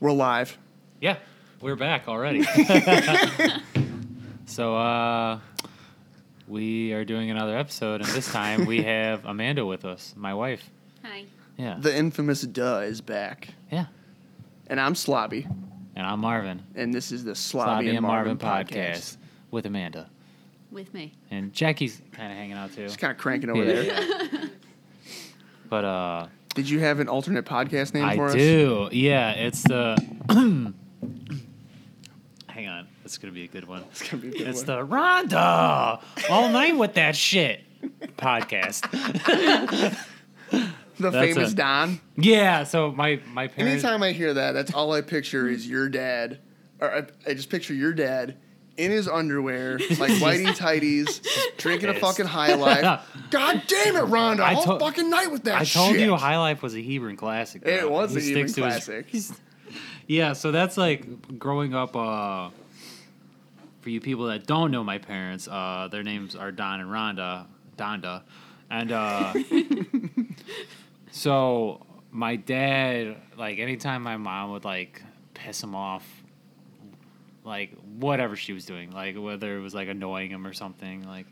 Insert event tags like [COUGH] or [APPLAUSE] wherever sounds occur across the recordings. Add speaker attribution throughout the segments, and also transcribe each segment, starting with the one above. Speaker 1: We're live.
Speaker 2: Yeah, we're
Speaker 1: [LAUGHS]
Speaker 2: back already. so uh, we are doing another episode, and this
Speaker 1: [LAUGHS]
Speaker 2: time we have Amanda with us, my wife.
Speaker 3: Hi.
Speaker 2: Yeah,
Speaker 1: The infamous duh is back.
Speaker 2: yeah.
Speaker 1: And I'm Slobby.
Speaker 2: And I'm Marvin,
Speaker 1: And this is the Slobby,
Speaker 2: Bobby
Speaker 1: and Marvin, podcast.
Speaker 2: with Amanda,
Speaker 3: With me.
Speaker 2: and Jackie's kind of hanging out too.
Speaker 1: It's kind of cranking over
Speaker 2: Yeah.
Speaker 1: there.
Speaker 2: [LAUGHS] But uh,
Speaker 1: Did you have an alternate podcast name
Speaker 2: I
Speaker 1: for us?
Speaker 2: do. Yeah, it's the. [CLEARS THROAT] Hang on, it's gonna be a good one.
Speaker 1: It's going to be a good one.
Speaker 2: It's the Rhonda all night with that shit podcast.
Speaker 1: The,
Speaker 2: that's
Speaker 1: famous
Speaker 2: it.
Speaker 1: Don.
Speaker 2: Yeah, so my my parents.
Speaker 1: Anytime I hear that, that's all I picture is your dad. Or I, I just picture your dad in his underwear, [LAUGHS] like whitey tighties, drinking a
Speaker 2: pissed.
Speaker 1: fucking high [LAUGHS] life. God damn it, Rhonda!
Speaker 2: I
Speaker 1: all
Speaker 2: to-
Speaker 1: fucking night with that
Speaker 2: I
Speaker 1: shit.
Speaker 2: told you High Life was a Hebron classic.
Speaker 1: It
Speaker 2: bro.
Speaker 1: was
Speaker 2: He
Speaker 1: a Hebron
Speaker 2: sticks to his-
Speaker 1: classic.
Speaker 2: he's- [LAUGHS] yeah, so that's like growing up. Uh, for you people that don't know my parents, uh, their names are Don and Rhonda, Donda, and
Speaker 1: [LAUGHS]
Speaker 2: uh, so my dad, like anytime my mom would like piss him off. Like whatever she was doing, like whether it was like annoying him or something, like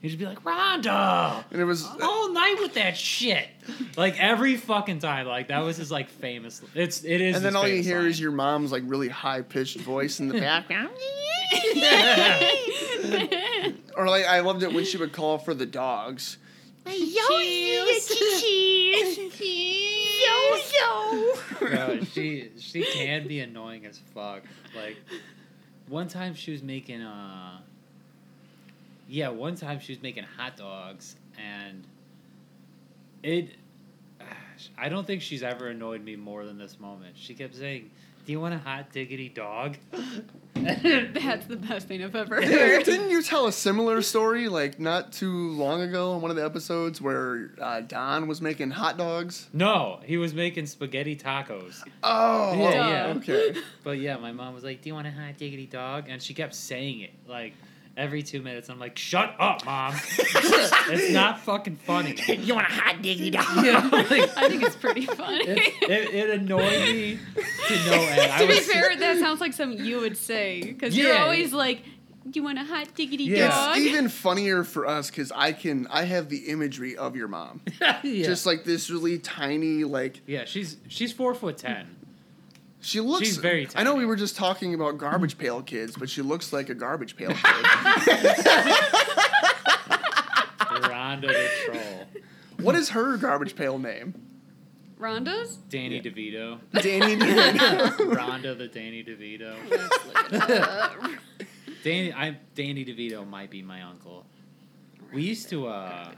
Speaker 2: he'd just be like Rhonda,
Speaker 1: and it was
Speaker 2: all night with that shit. Like every fucking time. Like that was his like famous. It's it is.
Speaker 1: And then
Speaker 2: his
Speaker 1: all you
Speaker 2: famous
Speaker 1: hear
Speaker 2: line.
Speaker 1: is your mom's like really high pitched voice in the [LAUGHS] background. or like I loved it when she would call for the dogs.
Speaker 2: Bro, she she can be annoying as fuck. Like one time she was making uh yeah one time she was making hot dogs and it I don't think she's ever annoyed me more than this moment. She kept saying, "Do you want a hot diggity dog?"
Speaker 3: [LAUGHS] That's the best thing I've
Speaker 2: [LAUGHS]
Speaker 3: ever heard.
Speaker 1: Didn't you tell a similar story like not too long ago in one of the episodes where uh, Don was making hot dogs?
Speaker 2: No, he was making spaghetti tacos.
Speaker 1: Oh,
Speaker 2: Yeah,
Speaker 1: oh,
Speaker 2: yeah.
Speaker 1: okay.
Speaker 2: But yeah, my mom was like, "Do you want a hot diggity dog?" And she kept saying it like every two minutes. I'm like, "Shut up,
Speaker 3: [LAUGHS]
Speaker 2: mom! it's not fucking funny."
Speaker 4: You want a hot diggity dog?
Speaker 2: You know, like,
Speaker 3: I think it's pretty funny.
Speaker 2: it,
Speaker 3: [LAUGHS]
Speaker 2: it, it annoyed me to no end. I
Speaker 3: to be
Speaker 2: was, [LAUGHS]
Speaker 3: fair, that sounds like something you would say because you're
Speaker 2: Yeah.
Speaker 3: always like, "Do you want a hot diggity
Speaker 2: Yeah.
Speaker 3: [LAUGHS] dog?"
Speaker 1: It's even funnier for us because I can I have the imagery of your mom,
Speaker 2: yeah.
Speaker 1: just like this really tiny like
Speaker 2: yeah, she's she's four foot ten.
Speaker 1: She looks.
Speaker 2: She's very
Speaker 1: I know
Speaker 2: tiny.
Speaker 1: we were just talking about garbage pail kids, but she looks like a garbage pail kid.
Speaker 2: [LAUGHS] Rhonda the troll,
Speaker 1: what is her garbage pail name?
Speaker 3: Rhonda's.
Speaker 2: Danny DeVito, [LAUGHS]
Speaker 1: Danny. DeVito.
Speaker 2: Rhonda the Danny DeVito.
Speaker 3: Let's look it up.
Speaker 2: Danny, I Danny DeVito might be my uncle. [LAUGHS] We used to. uh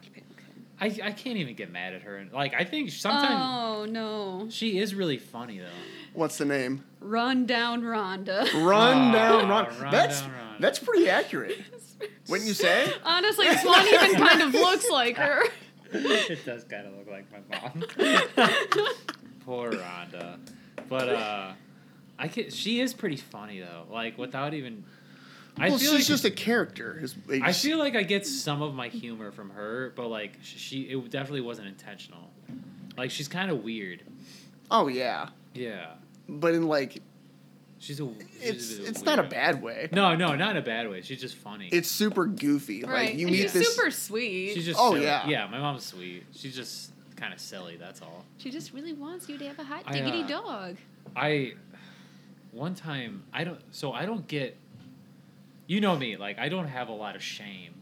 Speaker 2: I, I can't even get mad at her. Like I think sometimes
Speaker 3: Oh no!
Speaker 2: She is really
Speaker 1: [LAUGHS]
Speaker 2: funny though.
Speaker 1: What's the name?
Speaker 3: Run down
Speaker 2: [LAUGHS]
Speaker 3: Rhonda.
Speaker 1: Run
Speaker 2: Ah,
Speaker 1: down, run.
Speaker 2: Run
Speaker 1: that's
Speaker 2: Down Rhonda.
Speaker 1: that's pretty
Speaker 3: [LAUGHS]
Speaker 1: accurate, wouldn't you say?
Speaker 3: Honestly, this one even kind of looks like her.
Speaker 2: it does kind of look like my mom.
Speaker 3: [LAUGHS]
Speaker 2: [LAUGHS] Poor Rhonda. But uh I can she is pretty funny though. Like without even I
Speaker 1: well, she's
Speaker 2: feel like
Speaker 1: just a character. is-
Speaker 2: I feel like I get some of my humor from her, but like sh- she it definitely wasn't intentional. Like she's kind of weird.
Speaker 1: Oh yeah,
Speaker 2: Yeah.
Speaker 1: but in like
Speaker 2: She's a
Speaker 1: it's
Speaker 2: she's a
Speaker 1: it's not a
Speaker 2: weirdo.
Speaker 1: bad way.
Speaker 2: No, no, not in a bad way. She's just funny.
Speaker 1: It's super goofy. Like
Speaker 3: right.
Speaker 1: you
Speaker 3: and
Speaker 1: meet
Speaker 3: she's
Speaker 1: this.
Speaker 3: super sweet.
Speaker 2: she's just
Speaker 1: oh,
Speaker 2: silly.
Speaker 1: yeah.
Speaker 2: Yeah, my mom's sweet. She's just kind of silly, that's all.
Speaker 3: She just really wants you to have a hot
Speaker 2: I,
Speaker 3: diggity
Speaker 2: uh, [LAUGHS]
Speaker 3: dog.
Speaker 2: I one time I don't so I don't get you know me like I don't have a lot of shame.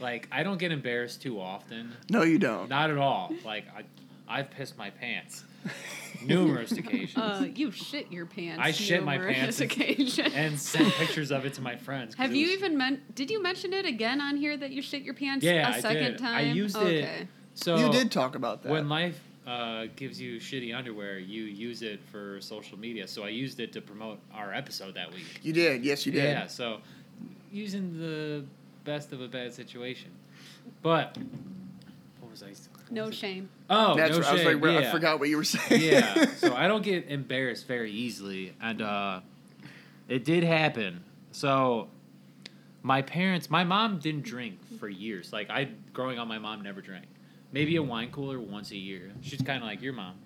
Speaker 2: Like I don't get embarrassed too often.
Speaker 1: no, you don't.
Speaker 2: Not at all. Like I I've pissed my pants
Speaker 1: [LAUGHS]
Speaker 2: numerous occasions.
Speaker 3: Uh, you shit your pants.
Speaker 2: I shit
Speaker 3: [LAUGHS]
Speaker 2: my
Speaker 3: numerous
Speaker 2: pants and-
Speaker 3: occasion.
Speaker 2: [LAUGHS] and sent pictures of it to my friends. 'cause
Speaker 3: have
Speaker 2: it
Speaker 3: you
Speaker 2: was-
Speaker 3: even meant? Did you mention it again on here that you shit your pants
Speaker 2: Yeah, I
Speaker 3: a second
Speaker 2: did. I
Speaker 3: time?
Speaker 2: used it
Speaker 3: okay.
Speaker 2: so
Speaker 1: you did talk about that.
Speaker 2: when life uh, gives you shitty underwear, you use it for social media. So I used it to promote our episode that week.
Speaker 1: you did. Yes, you did.
Speaker 2: Yeah, so using the best of a bad situation. But what was I? what
Speaker 3: No
Speaker 2: was it?
Speaker 3: shame.
Speaker 2: Oh,
Speaker 1: That's
Speaker 2: no
Speaker 1: right. I was
Speaker 2: shame,
Speaker 1: like, I
Speaker 2: yeah.
Speaker 1: forgot what you were saying. [LAUGHS]
Speaker 2: yeah. So I don't get embarrassed very easily, and uh, it did happen. So my parents, my mom didn't drink for years. Like I, growing up, my mom never drank. Maybe a wine cooler once a year. She's kind of like your mom.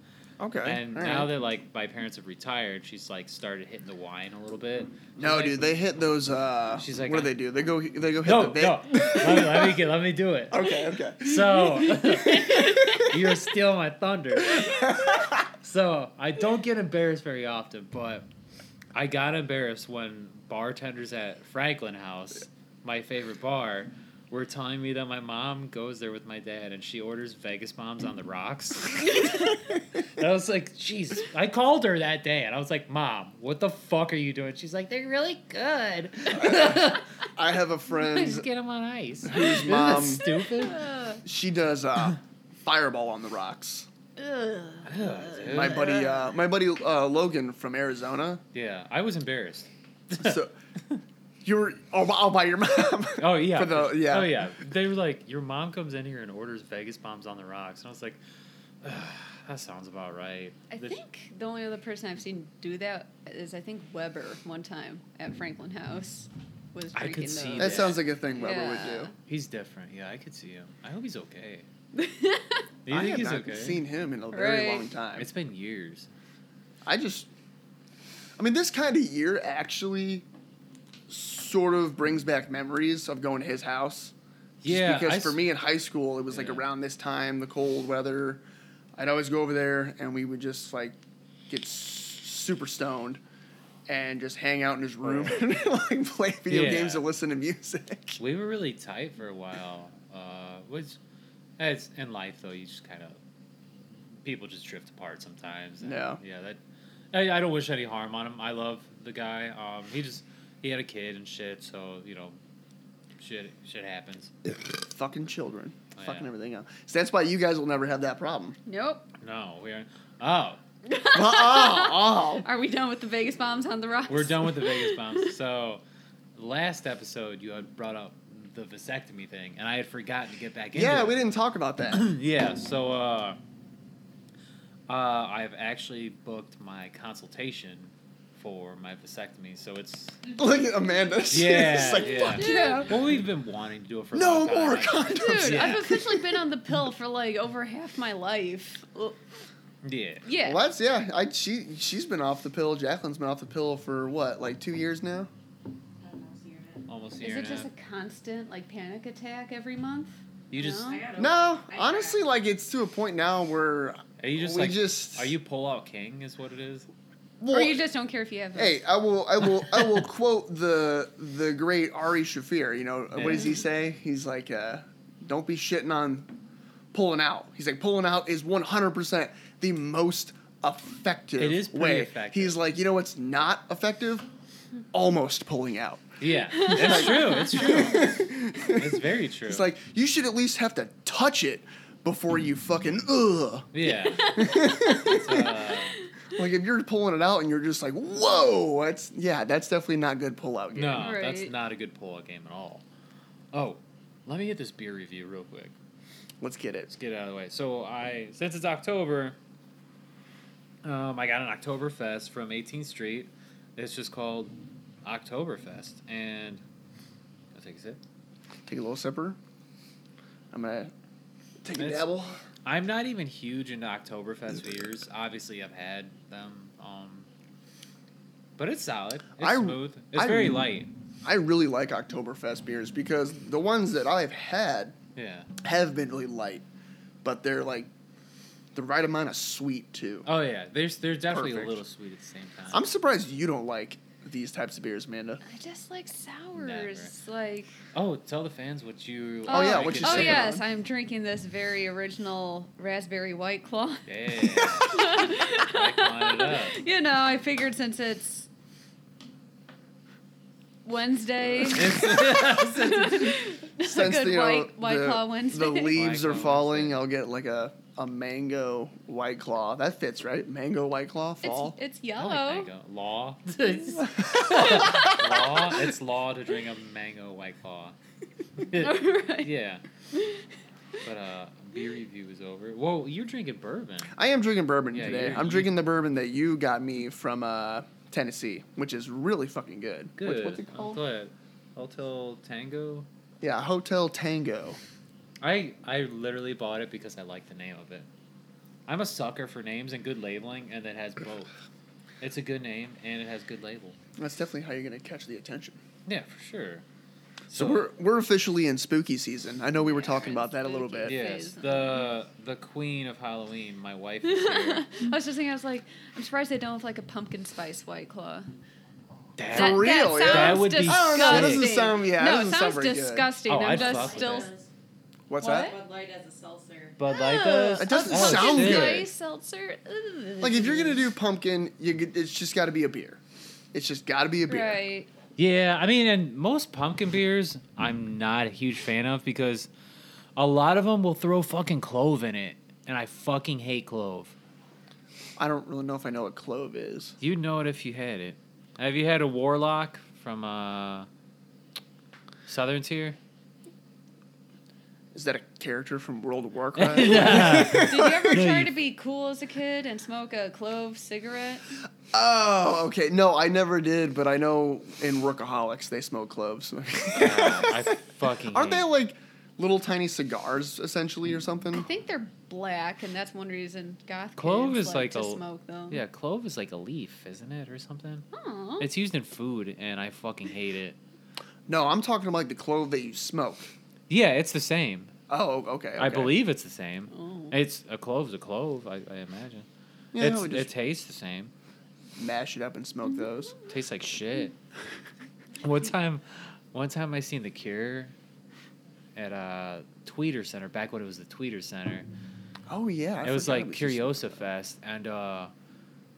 Speaker 1: Okay.
Speaker 2: And
Speaker 1: all
Speaker 2: now
Speaker 1: right.
Speaker 2: that like my parents have retired, she's like started hitting the wine a little bit. She's
Speaker 1: No,
Speaker 2: like,
Speaker 1: dude, they hit those. Uh,
Speaker 2: She's like,
Speaker 1: what do
Speaker 2: I-
Speaker 1: they do? They go, they go hit
Speaker 2: no,
Speaker 1: the. They,
Speaker 2: no.
Speaker 1: [LAUGHS]
Speaker 2: let, me, let me get, let me do it.
Speaker 1: Okay, okay.
Speaker 2: So you're stealing my thunder. So I don't get embarrassed very often, but I got embarrassed when bartenders at Franklin House, my favorite bar, were telling me that my mom goes there with my dad and she orders Vegas bombs on the rocks. And I was like, "Jeez!" I called her that day and I was like, "Mom, what the fuck are you doing?" She's like, "They're really
Speaker 1: [LAUGHS]
Speaker 2: good." [LAUGHS] I
Speaker 1: [LAUGHS] I have a friend.
Speaker 2: just get them on ice.
Speaker 1: Whose
Speaker 2: Isn't that
Speaker 1: mom-
Speaker 2: stupid?
Speaker 3: Ugh.
Speaker 1: She does
Speaker 3: [LAUGHS]
Speaker 1: uh, fireball on the rocks.
Speaker 3: Ugh.
Speaker 2: Ugh,
Speaker 1: My
Speaker 2: dude.
Speaker 1: buddy, uh, my buddy uh, Logan from Arizona.
Speaker 2: Yeah, I was embarrassed.
Speaker 1: [LAUGHS]
Speaker 2: [LAUGHS]
Speaker 1: So you were all, by- all by your mom.
Speaker 2: oh yeah,
Speaker 1: For the- yeah.
Speaker 2: Oh yeah. They were like, "Your mom comes in here and orders Vegas bombs on the rocks," and I was like, "Ugh, "That sounds about right."
Speaker 3: I
Speaker 2: The-
Speaker 3: think the only other person I've seen do that is I think Weber one time at Franklin House was
Speaker 2: I could
Speaker 3: drinking
Speaker 2: see
Speaker 1: That
Speaker 3: those.
Speaker 1: sounds like a thing Weber
Speaker 3: Yeah.
Speaker 1: would
Speaker 2: he's different. Yeah, I could see him. I hope he's okay. Do
Speaker 1: do.
Speaker 2: you
Speaker 1: I
Speaker 2: think
Speaker 1: have
Speaker 2: he's
Speaker 1: not
Speaker 2: okay?
Speaker 1: seen him in a very
Speaker 3: Right.
Speaker 1: long time.
Speaker 2: It's been years.
Speaker 1: I just, I mean, this kind of year actually sort of brings back memories of going to his house. Just
Speaker 2: Yeah,
Speaker 1: because
Speaker 2: I
Speaker 1: for
Speaker 2: s-
Speaker 1: me in high school, it was like
Speaker 2: Yeah.
Speaker 1: around this time, the cold weather. I'd always go over there and we would just like get s- super stoned and just hang out in his room [LAUGHS] and like play video
Speaker 2: Oh, Yeah.
Speaker 1: games and listen to music. [LAUGHS]
Speaker 2: We were really tight for a while, uh, which it's in life though. You just kind of people just drift apart sometimes. and,
Speaker 1: Yeah.
Speaker 2: yeah. That I, I don't wish any harm on him. I love the guy. Um, he just he had a kid and shit, so you know, shit shit happens.
Speaker 1: Fucking children.
Speaker 2: Oh,
Speaker 1: Fucking
Speaker 2: yeah.
Speaker 1: everything up. So that's why you guys will never have that
Speaker 2: [LAUGHS]
Speaker 1: problem.
Speaker 3: [LAUGHS] nope.
Speaker 2: No, we are. Oh,
Speaker 1: oh,
Speaker 2: Uh-uh.
Speaker 1: oh.
Speaker 3: Are we done with the Vegas bombs on the rocks?
Speaker 2: we're done with the Vegas bombs. So, last episode you had brought up the vasectomy thing, and I had forgotten to get back into.
Speaker 1: [LAUGHS] Yeah,
Speaker 2: it.
Speaker 1: we didn't talk about
Speaker 2: [LAUGHS]
Speaker 1: that. [LAUGHS]
Speaker 2: [CLEARS THROAT] yeah, so uh, uh, I've actually booked my consultation for my vasectomy,
Speaker 1: [LAUGHS]
Speaker 2: so it's
Speaker 1: Look at Amanda. [LAUGHS] She's
Speaker 2: yeah,
Speaker 1: like,
Speaker 2: yeah.
Speaker 1: fuck yeah.
Speaker 2: Well, we've been wanting to do it for a
Speaker 1: No
Speaker 2: long time.
Speaker 1: more
Speaker 2: I-
Speaker 1: condoms.
Speaker 3: [LAUGHS] Dude,
Speaker 2: Yeah.
Speaker 3: I've
Speaker 1: [LAUGHS]
Speaker 3: officially been on the pill for like over half my life. Well,
Speaker 2: Yeah,
Speaker 3: Yeah.
Speaker 1: Well, that's yeah. I she she's been off the pill. Jacqueline's been off the pill for what, like two years now.
Speaker 2: almost a
Speaker 3: Is
Speaker 2: year
Speaker 3: it
Speaker 2: and a
Speaker 3: just
Speaker 2: half.
Speaker 3: a constant like panic attack every month?
Speaker 2: You just,
Speaker 3: No?
Speaker 1: No, honestly, like it's to a point now where
Speaker 2: are you just
Speaker 1: we
Speaker 2: like,
Speaker 1: just
Speaker 2: are you pull out king? Is what
Speaker 1: [LAUGHS]
Speaker 2: it is.
Speaker 1: well,
Speaker 3: or you just don't care if you have
Speaker 1: Hey, I will, I will, I will [LAUGHS] quote the the great Ari Shafir. You know what does he say? He's like, uh, "Don't be shitting on pulling out." He's like, "Pulling out is one hundred percent the most effective
Speaker 2: It is pretty
Speaker 1: way."
Speaker 2: effective.
Speaker 1: He's like, "You know what's not effective?
Speaker 3: Hmm.
Speaker 1: Almost pulling
Speaker 3: [LAUGHS]
Speaker 1: out." [LAUGHS]
Speaker 2: Yeah, it's true. It's true. It's very true.
Speaker 1: It's like you should at least have to touch it before you fucking ugh.
Speaker 2: yeah. It's,
Speaker 3: [LAUGHS]
Speaker 2: uh,
Speaker 1: Like if you're pulling it out and you're just like, whoa, that's yeah, that's definitely not good pull out game.
Speaker 2: No, that's
Speaker 3: Right.
Speaker 2: not a good pull-out game at all. Oh, let me get this beer review real quick.
Speaker 1: Let's get it.
Speaker 2: Let's get it out of the way. So I, since it's October, um, I got an Oktoberfest from 18th Street. It's just called Oktoberfest, and I'll take a sip.
Speaker 1: Take a little sipper. I'm gonna take a
Speaker 2: It's-
Speaker 1: dabble.
Speaker 2: I'm not even huge into Oktoberfest beers. Obviously, I've had them, um, but it's solid. It's
Speaker 1: I-
Speaker 2: smooth. It's
Speaker 1: I-
Speaker 2: very light.
Speaker 1: I really like Oktoberfest beers because the ones that I've had
Speaker 2: Yeah.
Speaker 1: have been really light, but they're like the right amount of sweet too.
Speaker 2: Oh yeah. There's they're definitely
Speaker 1: Perfect.
Speaker 2: a little sweet at the same time.
Speaker 1: I'm surprised you don't like these types of beers, Amanda.
Speaker 3: I just like sours. Like
Speaker 2: Oh, tell the fans what you.
Speaker 1: Oh, yeah,
Speaker 2: like
Speaker 1: what
Speaker 2: it
Speaker 1: you
Speaker 3: Oh
Speaker 2: is.
Speaker 1: sipping
Speaker 3: yes,
Speaker 1: on?
Speaker 3: I'm drinking this very original raspberry white
Speaker 2: [LAUGHS]
Speaker 3: claw.
Speaker 2: Yeah. Like, line it up.
Speaker 3: you know, I figured since it's Wednesday,
Speaker 1: Since
Speaker 3: good
Speaker 1: you know,
Speaker 3: white, white
Speaker 1: the,
Speaker 3: claw Wednesday. [LAUGHS]
Speaker 1: the leaves
Speaker 2: White
Speaker 1: are
Speaker 2: Claw
Speaker 1: falling,
Speaker 2: Wednesday.
Speaker 1: I'll get like a, a mango white claw. That fits, right? Mango white claw
Speaker 3: it's,
Speaker 1: fall.
Speaker 3: it's
Speaker 2: I
Speaker 3: yellow.
Speaker 2: like mango. Law. [LAUGHS] law. It's law to drink a mango white claw.
Speaker 3: [LAUGHS] Alright.
Speaker 2: Yeah. But uh, beer review is over. Whoa, you're drinking bourbon.
Speaker 1: I am drinking bourbon
Speaker 2: Yeah,
Speaker 1: today.
Speaker 2: you're-
Speaker 1: I'm
Speaker 2: you-
Speaker 1: drinking the bourbon that you got me from uh, Tennessee, which is really fucking good. What-
Speaker 2: Good.
Speaker 1: what's it called?
Speaker 2: Hotel, Hotel Tango.
Speaker 1: Yeah, Hotel Tango.
Speaker 2: I I literally bought it because I like the name of it. I'm a sucker for names and good labeling, and it has both. It's a good name and it has good label.
Speaker 1: That's definitely how you're gonna catch the attention.
Speaker 2: Yeah, for sure.
Speaker 1: So we're we're officially in spooky season. I know we were talking about that a little bit.
Speaker 2: yes,
Speaker 3: phase.
Speaker 2: the the queen of Halloween,
Speaker 1: [LAUGHS]
Speaker 2: my wife
Speaker 3: [LAUGHS]
Speaker 2: is here.
Speaker 3: I was just thinking, I was like, I'm surprised they don't have like a pumpkin spice white claw.
Speaker 2: That-
Speaker 1: For real, yeah.
Speaker 2: That would be
Speaker 3: disgusting.
Speaker 2: I don't know, that doesn't
Speaker 1: sound- yeah, that
Speaker 3: no,
Speaker 1: doesn't
Speaker 3: it
Speaker 1: sound
Speaker 3: sounds
Speaker 1: very good.
Speaker 3: disgusting.
Speaker 2: Oh,
Speaker 3: I'm
Speaker 2: I'd fuck
Speaker 3: just
Speaker 2: with
Speaker 3: still.
Speaker 2: that.
Speaker 1: What's that?
Speaker 5: Bud Light as a seltzer.
Speaker 2: Bud Light
Speaker 3: Ugh,
Speaker 2: does.
Speaker 1: It doesn't
Speaker 3: a
Speaker 1: sound
Speaker 3: pumpkin
Speaker 1: Oh, good.
Speaker 3: spice seltzer. Ugh.
Speaker 1: Like if you're gonna do pumpkin, you g- it's just got to be a beer. It's just got to be a beer.
Speaker 2: [LAUGHS]
Speaker 3: right,
Speaker 2: Yeah, I mean, and most pumpkin beers, I'm not a huge fan of because a lot of them will throw fucking clove in it, and I fucking hate clove.
Speaker 1: I don't really know if I know what clove is.
Speaker 2: You'd know it if you had it. Have you had a warlock from uh,
Speaker 1: [LAUGHS]
Speaker 2: Southern Tier?
Speaker 1: Is that a character from World
Speaker 2: [LAUGHS]
Speaker 1: of Warcraft?
Speaker 3: did you ever
Speaker 2: No,
Speaker 3: try
Speaker 2: you-
Speaker 3: to be cool as a kid and smoke a clove cigarette?
Speaker 1: Oh, okay. No, I never did, but I know in Rookaholics they smoke cloves. [LAUGHS]
Speaker 2: Uh, I fucking
Speaker 1: Aren't they
Speaker 2: hate-
Speaker 1: like little tiny cigars essentially or
Speaker 3: I
Speaker 1: something?
Speaker 3: think they're black, and that's one reason goth
Speaker 2: Clove
Speaker 3: kids
Speaker 2: is
Speaker 3: like,
Speaker 2: like
Speaker 3: to
Speaker 2: a-
Speaker 3: smoke them.
Speaker 2: Yeah, clove is like a leaf, isn't it, or something?
Speaker 3: Aw.
Speaker 1: Oh.
Speaker 2: It's used in food, and I fucking hate it.
Speaker 1: No, I'm talking about like the clove that you smoke.
Speaker 2: Yeah, it's the same.
Speaker 1: Oh, okay.
Speaker 2: I
Speaker 1: okay.
Speaker 2: believe it's the same.
Speaker 3: Oh.
Speaker 2: It's a clove's a clove, I, I imagine.
Speaker 1: Mm-hmm. Yeah,
Speaker 2: it's,
Speaker 1: we just
Speaker 2: It tastes the same.
Speaker 1: mash it up and smoke those.
Speaker 2: Tastes
Speaker 1: [LAUGHS]
Speaker 2: like shit. one time, one time I seen The Cure at uh Tweeter Center back when it was the Tweeter Center.
Speaker 1: Oh yeah. I
Speaker 2: it was
Speaker 1: forgot
Speaker 2: like
Speaker 1: just-
Speaker 2: Curiosa Fest, and uh,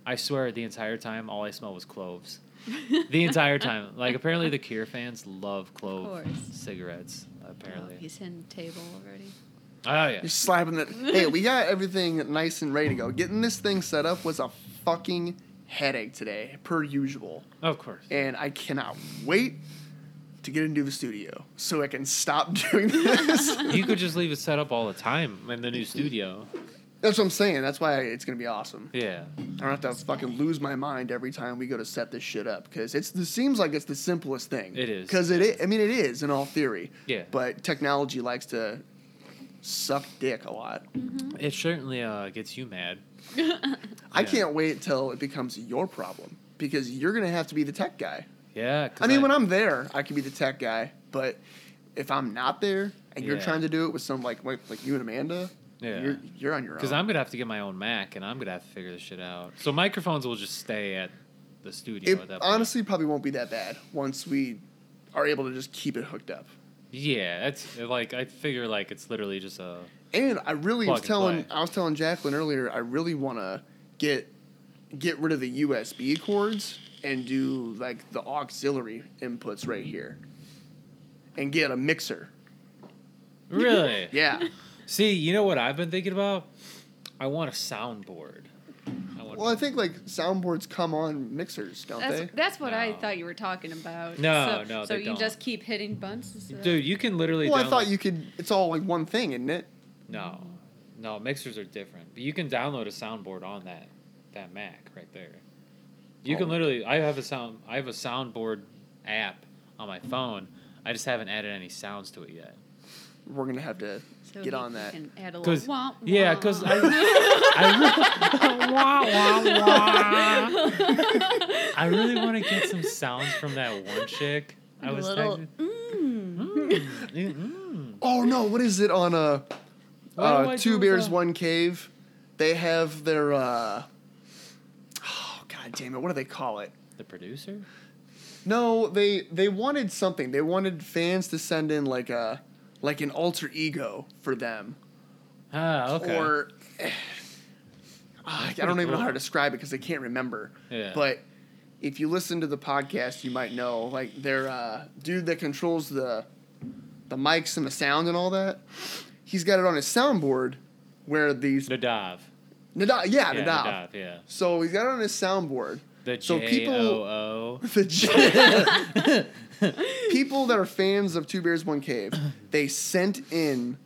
Speaker 2: I swear the entire time all I smelled was cloves. [LAUGHS] the
Speaker 1: [LAUGHS]
Speaker 2: entire time, like apparently the Cure fans love clove
Speaker 3: course.
Speaker 2: cigarettes.
Speaker 3: Oh,
Speaker 2: Apparently,
Speaker 3: he's hitting the table already.
Speaker 2: oh yeah,
Speaker 1: You're slapping it. Hey, we got everything nice and ready to go. Getting this thing set up was a fucking headache today, per usual.
Speaker 2: of course.
Speaker 1: and I cannot wait to get into the studio so I can stop [LAUGHS] doing this.
Speaker 2: you could just leave it set up all the time in the new studio.
Speaker 1: That's what I'm saying. That's why it's gonna be awesome.
Speaker 2: Yeah.
Speaker 1: I don't have to fucking lose my mind every time we go to set this shit up because it's it seems like it's the simplest thing.
Speaker 2: It is.
Speaker 1: because it. i- I mean, it is in all theory.
Speaker 2: Yeah.
Speaker 1: But technology likes to suck dick a lot.
Speaker 2: It certainly uh, gets you mad.
Speaker 1: I
Speaker 2: Yeah.
Speaker 1: can't wait till it becomes your problem because you're gonna have to be the tech guy.
Speaker 2: Yeah.
Speaker 1: I mean, when I'm there, I can be the tech guy, but if I'm not there and you're
Speaker 2: Yeah.
Speaker 1: trying to do it with some like like, like you and Amanda,
Speaker 2: Yeah.
Speaker 1: you're you're on your own.
Speaker 2: because I'm gonna have to get my own Mac and I'm gonna have to figure this shit out. So microphones will just stay at the studio.
Speaker 1: it
Speaker 2: at that point.
Speaker 1: honestly probably won't be that bad once we are able to just keep it hooked up.
Speaker 2: Yeah, that's like I figure like it's literally just a
Speaker 1: And I really
Speaker 2: Plug
Speaker 1: was
Speaker 2: and
Speaker 1: telling
Speaker 2: play.
Speaker 1: I was telling Jacqueline earlier, I really want to get get rid of the USB cords and do like the auxiliary inputs right here, and get a mixer.
Speaker 2: really.
Speaker 1: Yeah.
Speaker 2: [LAUGHS] See, you know what I've been thinking about? I want a soundboard. I want
Speaker 1: well, I think like soundboards come on mixers, don't
Speaker 3: That's,
Speaker 1: they?
Speaker 3: that's what I
Speaker 2: No.
Speaker 3: thought you were talking about.
Speaker 2: No,
Speaker 3: so,
Speaker 2: no,
Speaker 3: So
Speaker 2: they
Speaker 3: you
Speaker 2: don't.
Speaker 3: just keep hitting buttons. instead of-
Speaker 2: dude, you can literally.
Speaker 1: Well, I
Speaker 2: download-
Speaker 1: thought you could. It's all like one thing, isn't it?
Speaker 2: No, no, mixers are different. But you can download a soundboard on that that Mac right there. You can
Speaker 1: Oh.
Speaker 2: literally. I have a sound. I have a soundboard app on my phone. I just haven't added any sounds to it yet.
Speaker 1: We're gonna have to
Speaker 3: so
Speaker 1: get
Speaker 3: you
Speaker 1: on that.
Speaker 3: Can add a little
Speaker 2: 'Cause-
Speaker 3: womp,
Speaker 2: Yeah, because I,
Speaker 3: womp.
Speaker 2: I, wah, wah, wah. [LAUGHS] I really want to get some sounds from that one chick. I
Speaker 3: A
Speaker 2: was
Speaker 3: little,
Speaker 2: texting-
Speaker 3: mm.
Speaker 2: Mm, mm.
Speaker 1: Oh no! What is it on a uh,
Speaker 2: Why do I
Speaker 1: Two
Speaker 2: do
Speaker 1: Bears
Speaker 2: the-
Speaker 1: One Cave? They have their. uh Oh god damn it! What do they call it?
Speaker 2: The producer?
Speaker 1: No, they they wanted something. They wanted fans to send in like a like an alter ego for them,
Speaker 2: Ah, okay.
Speaker 1: or [SIGHS] Ah, I don't even know how to describe it because I can't remember.
Speaker 2: Yeah.
Speaker 1: But if you listen to the podcast, you might know like their uh, dude that controls the the mics and the sound and all that. He's got it on his soundboard where these
Speaker 2: Nadav.
Speaker 1: Nadav, yeah,
Speaker 2: Yeah,
Speaker 1: Nadav.
Speaker 2: Nadav, yeah.
Speaker 1: So he's got it on his
Speaker 2: [LAUGHS]
Speaker 1: soundboard.
Speaker 2: The
Speaker 1: So
Speaker 2: J
Speaker 1: people-
Speaker 2: O O.
Speaker 1: The J- people that are fans of Two Bears One Cave, they sent in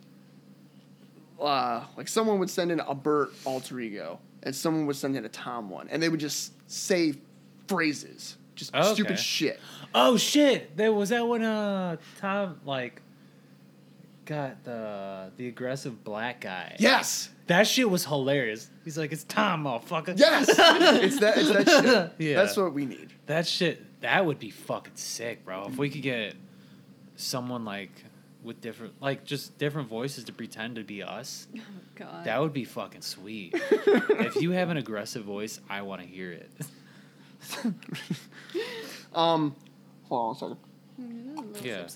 Speaker 1: uh, like someone would send in a Bert alter ego, and someone would send in a Tom one, and they would just say phrases, just
Speaker 2: Okay.
Speaker 1: stupid shit.
Speaker 2: [LAUGHS] Oh shit! There was that when uh Tom like got the the aggressive black guy.
Speaker 1: Yes,
Speaker 2: That shit was hilarious. He's like, it's time, motherfucker.
Speaker 1: Yes,
Speaker 2: [LAUGHS]
Speaker 1: it's that. It's that shit.
Speaker 2: Yeah.
Speaker 1: That's what we need.
Speaker 2: That shit, that would be fucking sick, bro. If we could get someone like with different, like just different voices to pretend to be us,
Speaker 3: Oh, God.
Speaker 2: that would be
Speaker 1: [LAUGHS]
Speaker 2: fucking sweet. if you have an aggressive voice, I want to hear it.
Speaker 1: Um, hold on a second.
Speaker 2: Yeah.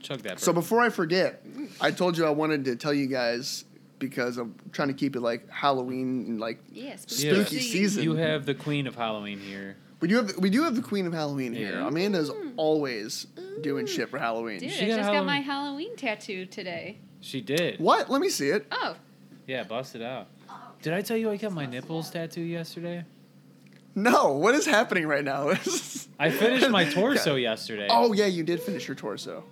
Speaker 2: Chug that.
Speaker 1: So
Speaker 2: bro.
Speaker 1: before I forget, I told you I wanted to tell you guys because I'm trying to keep it like Halloween and like
Speaker 3: Yes.
Speaker 1: spooky
Speaker 2: Yeah.
Speaker 1: season.
Speaker 2: you have the queen of Halloween here.
Speaker 1: we do have we do have the Queen of Halloween here.
Speaker 2: Yeah.
Speaker 1: Amanda's
Speaker 3: Hmm.
Speaker 1: always doing shit for Halloween.
Speaker 3: Dude,
Speaker 2: She
Speaker 3: I
Speaker 2: got
Speaker 3: just
Speaker 2: Halloween.
Speaker 3: got my Halloween tattoo today.
Speaker 2: She did.
Speaker 1: What? Let me see it.
Speaker 3: Oh,
Speaker 2: Yeah, bust it out. Did I tell you I got my nipples tattooed yesterday?
Speaker 1: No, what is happening right now?
Speaker 2: [LAUGHS] I finished
Speaker 1: [LAUGHS]
Speaker 2: my torso yesterday.
Speaker 1: Oh yeah, you did finish your torso.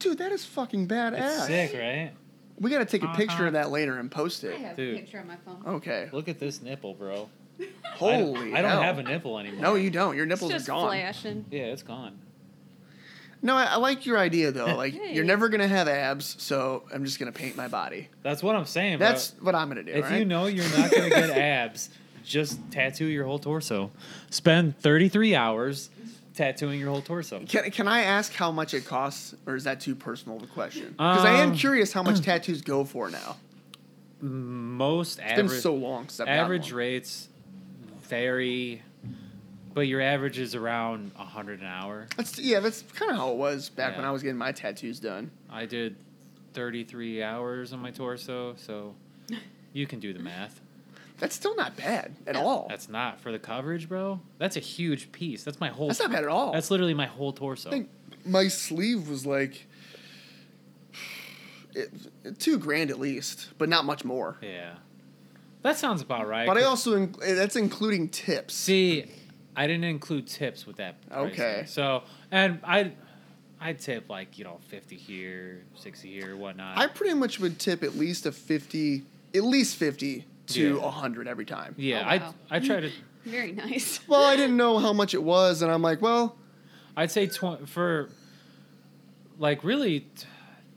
Speaker 1: Dude, that is fucking
Speaker 2: it's
Speaker 1: badass.
Speaker 2: sick, right?
Speaker 1: We gotta take a picture
Speaker 2: Uh-huh.
Speaker 1: of that later and post
Speaker 3: I
Speaker 1: it.
Speaker 3: have
Speaker 2: Dude.
Speaker 3: a picture on my phone.
Speaker 1: Okay.
Speaker 2: Look at this nipple, bro. I don't-
Speaker 1: Holy.
Speaker 2: I don't
Speaker 1: hell.
Speaker 2: have a nipple anymore.
Speaker 1: No, you don't. Your nipples
Speaker 3: it's
Speaker 1: are
Speaker 3: just
Speaker 1: gone.
Speaker 3: flashing.
Speaker 2: Yeah, it's gone.
Speaker 1: No, I, I like your idea though.
Speaker 3: [LAUGHS]
Speaker 1: Like
Speaker 3: Hey.
Speaker 1: you're never gonna have abs, so I'm just gonna paint my body.
Speaker 2: That's what I'm saying. bro.
Speaker 1: That's what I'm gonna do.
Speaker 2: If
Speaker 1: alright?
Speaker 2: you know you're not
Speaker 1: [LAUGHS]
Speaker 2: going to get abs, just tattoo your whole torso. Spend 33 hours tattooing your whole torso.
Speaker 1: Can, can I ask how much it costs, or is that too personal of a question? Because I am
Speaker 2: Um,
Speaker 1: curious how
Speaker 2: [CLEARS THROAT]
Speaker 1: much tattoos go for now.
Speaker 2: Most
Speaker 1: It's been
Speaker 2: average
Speaker 1: so long since I've gotten
Speaker 2: average
Speaker 1: one.
Speaker 2: rates vary, but your average is around 100 an hour.
Speaker 1: That's, yeah, that's kind of how it was back when
Speaker 2: Yeah.
Speaker 1: I was getting my tattoos done.
Speaker 2: I did 33 hours on my
Speaker 1: [LAUGHS]
Speaker 2: torso, so you can do the math.
Speaker 1: That's still not bad at
Speaker 3: No.
Speaker 1: all. That's,
Speaker 2: That's not for the coverage, bro. That's a huge piece. That's my whole.
Speaker 1: not bad at all.
Speaker 2: That's literally my whole torso.
Speaker 1: I think my sleeve was like it, two grand at least, but not much more.
Speaker 2: Yeah, that sounds about right.
Speaker 1: But I
Speaker 2: 'cause-
Speaker 1: also in, that's including tips.
Speaker 2: See, I didn't include tips with that. price.
Speaker 1: Okay.
Speaker 2: So, and I, I tip like you know fifty here, sixty here, whatnot.
Speaker 1: I pretty much would tip at least a fifty, at least fifty to
Speaker 2: Yeah.
Speaker 1: a hundred every time.
Speaker 2: yeah,
Speaker 3: Oh, wow.
Speaker 2: I I try to.
Speaker 3: Very nice.
Speaker 1: Well,
Speaker 3: [LAUGHS]
Speaker 1: I didn't know how much it was, and I'm like, well,
Speaker 2: I'd say tw- for. Like really, t-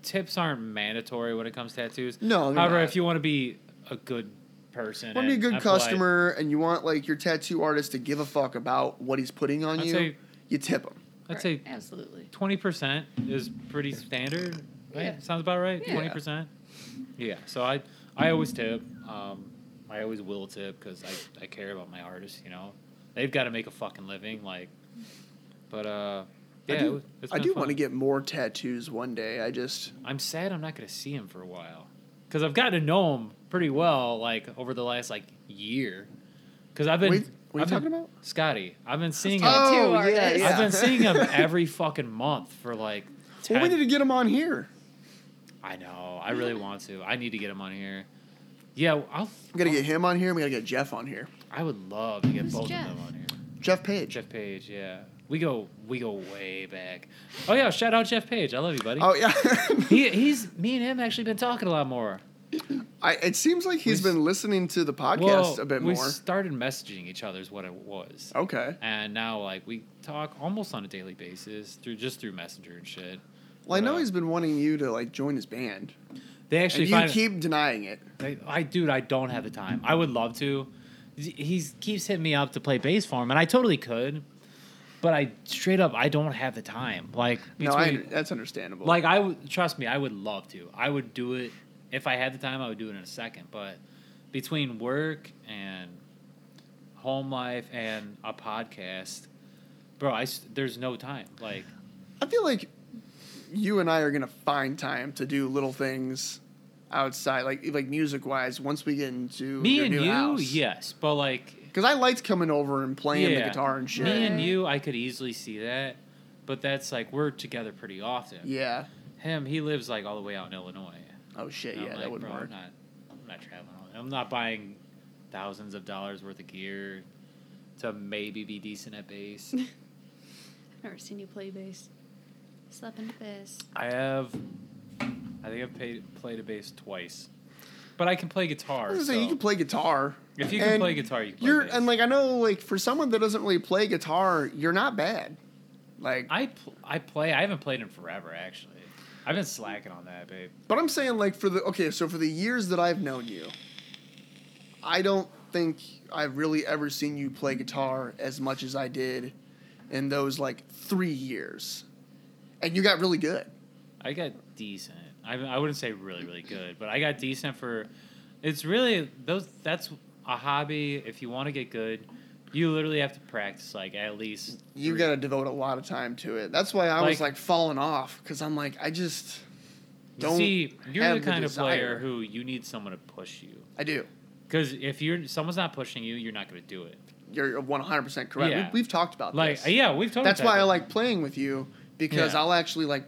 Speaker 2: tips aren't mandatory when it comes to tattoos.
Speaker 1: No, they're
Speaker 2: However,
Speaker 1: not.
Speaker 2: if you want to be a good person,
Speaker 1: want to be a
Speaker 2: and
Speaker 1: good
Speaker 2: and polite,
Speaker 1: customer, and you want like your tattoo artist to give a fuck about what he's putting on
Speaker 2: I'd
Speaker 1: you,
Speaker 2: say-
Speaker 1: you tip him.
Speaker 2: I'd
Speaker 3: Right,
Speaker 2: say
Speaker 3: absolutely.
Speaker 2: twenty percent is pretty standard. Right?
Speaker 3: Yeah.
Speaker 2: Sounds about right.
Speaker 3: Yeah.
Speaker 2: Twenty percent. Yeah. So I I always tip. Um, I always will tip because I I care about my artists. You know, they've got to make a fucking living. Like, but uh, yeah,
Speaker 1: I do,
Speaker 2: it- it's
Speaker 1: I
Speaker 2: been
Speaker 1: do
Speaker 2: fun.
Speaker 1: want to get more tattoos one day. I just
Speaker 2: I'm sad I'm not gonna see him for a while because I've gotten to know him pretty well like over the last like year. Because I've been.
Speaker 1: Wait, what are you
Speaker 2: I've been-
Speaker 1: talking about?
Speaker 2: Scotty. I've been seeing him.
Speaker 3: Tattoo
Speaker 1: Oh, yeah,
Speaker 3: artist.
Speaker 1: yeah.
Speaker 2: I've been
Speaker 1: [LAUGHS]
Speaker 2: seeing him every fucking month for like. 10,
Speaker 1: Well, we need to get him on here.
Speaker 2: I know. I really want to. I need to get him on here. Yeah, I'll.
Speaker 1: We gotta get him on here. and We gotta get Jeff on here.
Speaker 2: I would love to get
Speaker 3: Who's
Speaker 2: both
Speaker 3: Jeff?
Speaker 2: of them on here.
Speaker 1: Jeff Page.
Speaker 2: Jeff Page, yeah. We go, we go way back. Oh yeah, shout out Jeff Page. I love you, buddy.
Speaker 1: Oh yeah.
Speaker 2: [LAUGHS] He, he's me and him actually been talking a lot more.
Speaker 1: I, it seems like he's
Speaker 2: We s-
Speaker 1: been listening to the podcast
Speaker 2: Well,
Speaker 1: a bit
Speaker 2: we
Speaker 1: more.
Speaker 2: started messaging each other is what it was,
Speaker 1: Okay.
Speaker 2: and now like we talk almost on a daily basis through just through Messenger and shit.
Speaker 1: Well, I know
Speaker 2: Uh,
Speaker 1: he's been wanting you to like join his band,
Speaker 2: They
Speaker 1: and
Speaker 2: actually
Speaker 1: you
Speaker 2: find-
Speaker 1: keep denying it.
Speaker 2: I, I dude, I don't have the time. I would love to. He keeps hitting me up to play bass for him, and I totally could, but I straight up I don't have the time. Like
Speaker 1: no, I,
Speaker 2: between-
Speaker 1: that's understandable.
Speaker 2: like I would trust me, I would love to. I would do it if I had the time. I would do it in a second, but between work and home life and a podcast, bro, I s- there's no time. Like
Speaker 1: I feel like you and I are gonna find time to do little things outside, like like music wise. Once we get into
Speaker 2: me
Speaker 1: your
Speaker 2: and
Speaker 1: new
Speaker 2: you,
Speaker 1: house.
Speaker 2: yes, but like
Speaker 1: Because I liked coming over and playing the
Speaker 2: Yeah.
Speaker 1: guitar and shit.
Speaker 2: Me and
Speaker 3: Right.
Speaker 2: you, I could easily see that, but that's like we're together pretty often.
Speaker 1: yeah.
Speaker 2: Him, he lives like all the way out in Illinois.
Speaker 1: Oh shit.
Speaker 2: And I'm
Speaker 1: Yeah,
Speaker 2: like,
Speaker 1: that wouldn't
Speaker 2: "Bro,
Speaker 1: work.
Speaker 2: I'm not, I'm not traveling. all- I'm not buying thousands of dollars worth of gear to maybe be decent
Speaker 1: [LAUGHS]
Speaker 2: at bass.
Speaker 3: I've never seen you play bass. Slap in the bass.
Speaker 2: I have, I think I've paid, played a bass twice, but I can play guitar.
Speaker 1: I was
Speaker 2: so.
Speaker 1: gonna say you can play guitar.
Speaker 2: If you can
Speaker 1: and
Speaker 2: play guitar, you can play
Speaker 1: You're
Speaker 2: bass.
Speaker 1: and like I know like for someone that doesn't really play guitar, you're not bad. Like
Speaker 2: I pl- I play. I haven't played in forever, actually. I've been slacking on that, babe.
Speaker 1: But I'm saying like for the okay, so for the years that I've known you, I don't think I've really ever seen you play guitar as much as I did in those like three years. And you got really good.
Speaker 2: I got decent. I, I wouldn't say really really good, but I got decent for. It's really those. That's a hobby. If you want to get good, you literally have to practice like at least.
Speaker 1: You
Speaker 2: three-
Speaker 1: got to devote a lot of time to it. That's why I was
Speaker 2: Like-
Speaker 1: like falling off because I'm like I just
Speaker 2: You
Speaker 1: don't.
Speaker 2: See, you're
Speaker 1: have
Speaker 2: the
Speaker 1: the
Speaker 2: kind of player
Speaker 1: desire.
Speaker 2: who you need someone to push you.
Speaker 1: I do.
Speaker 2: Because if you're someone's not pushing you, you're not going to do it.
Speaker 1: You're 100 percent correct.
Speaker 2: Yeah.
Speaker 1: We, we've talked about
Speaker 2: Like
Speaker 1: this.
Speaker 2: yeah, we've talked.
Speaker 1: Uh, That's
Speaker 2: about
Speaker 1: why I
Speaker 2: that.
Speaker 1: like playing with you because
Speaker 2: Yeah.
Speaker 1: I'll actually like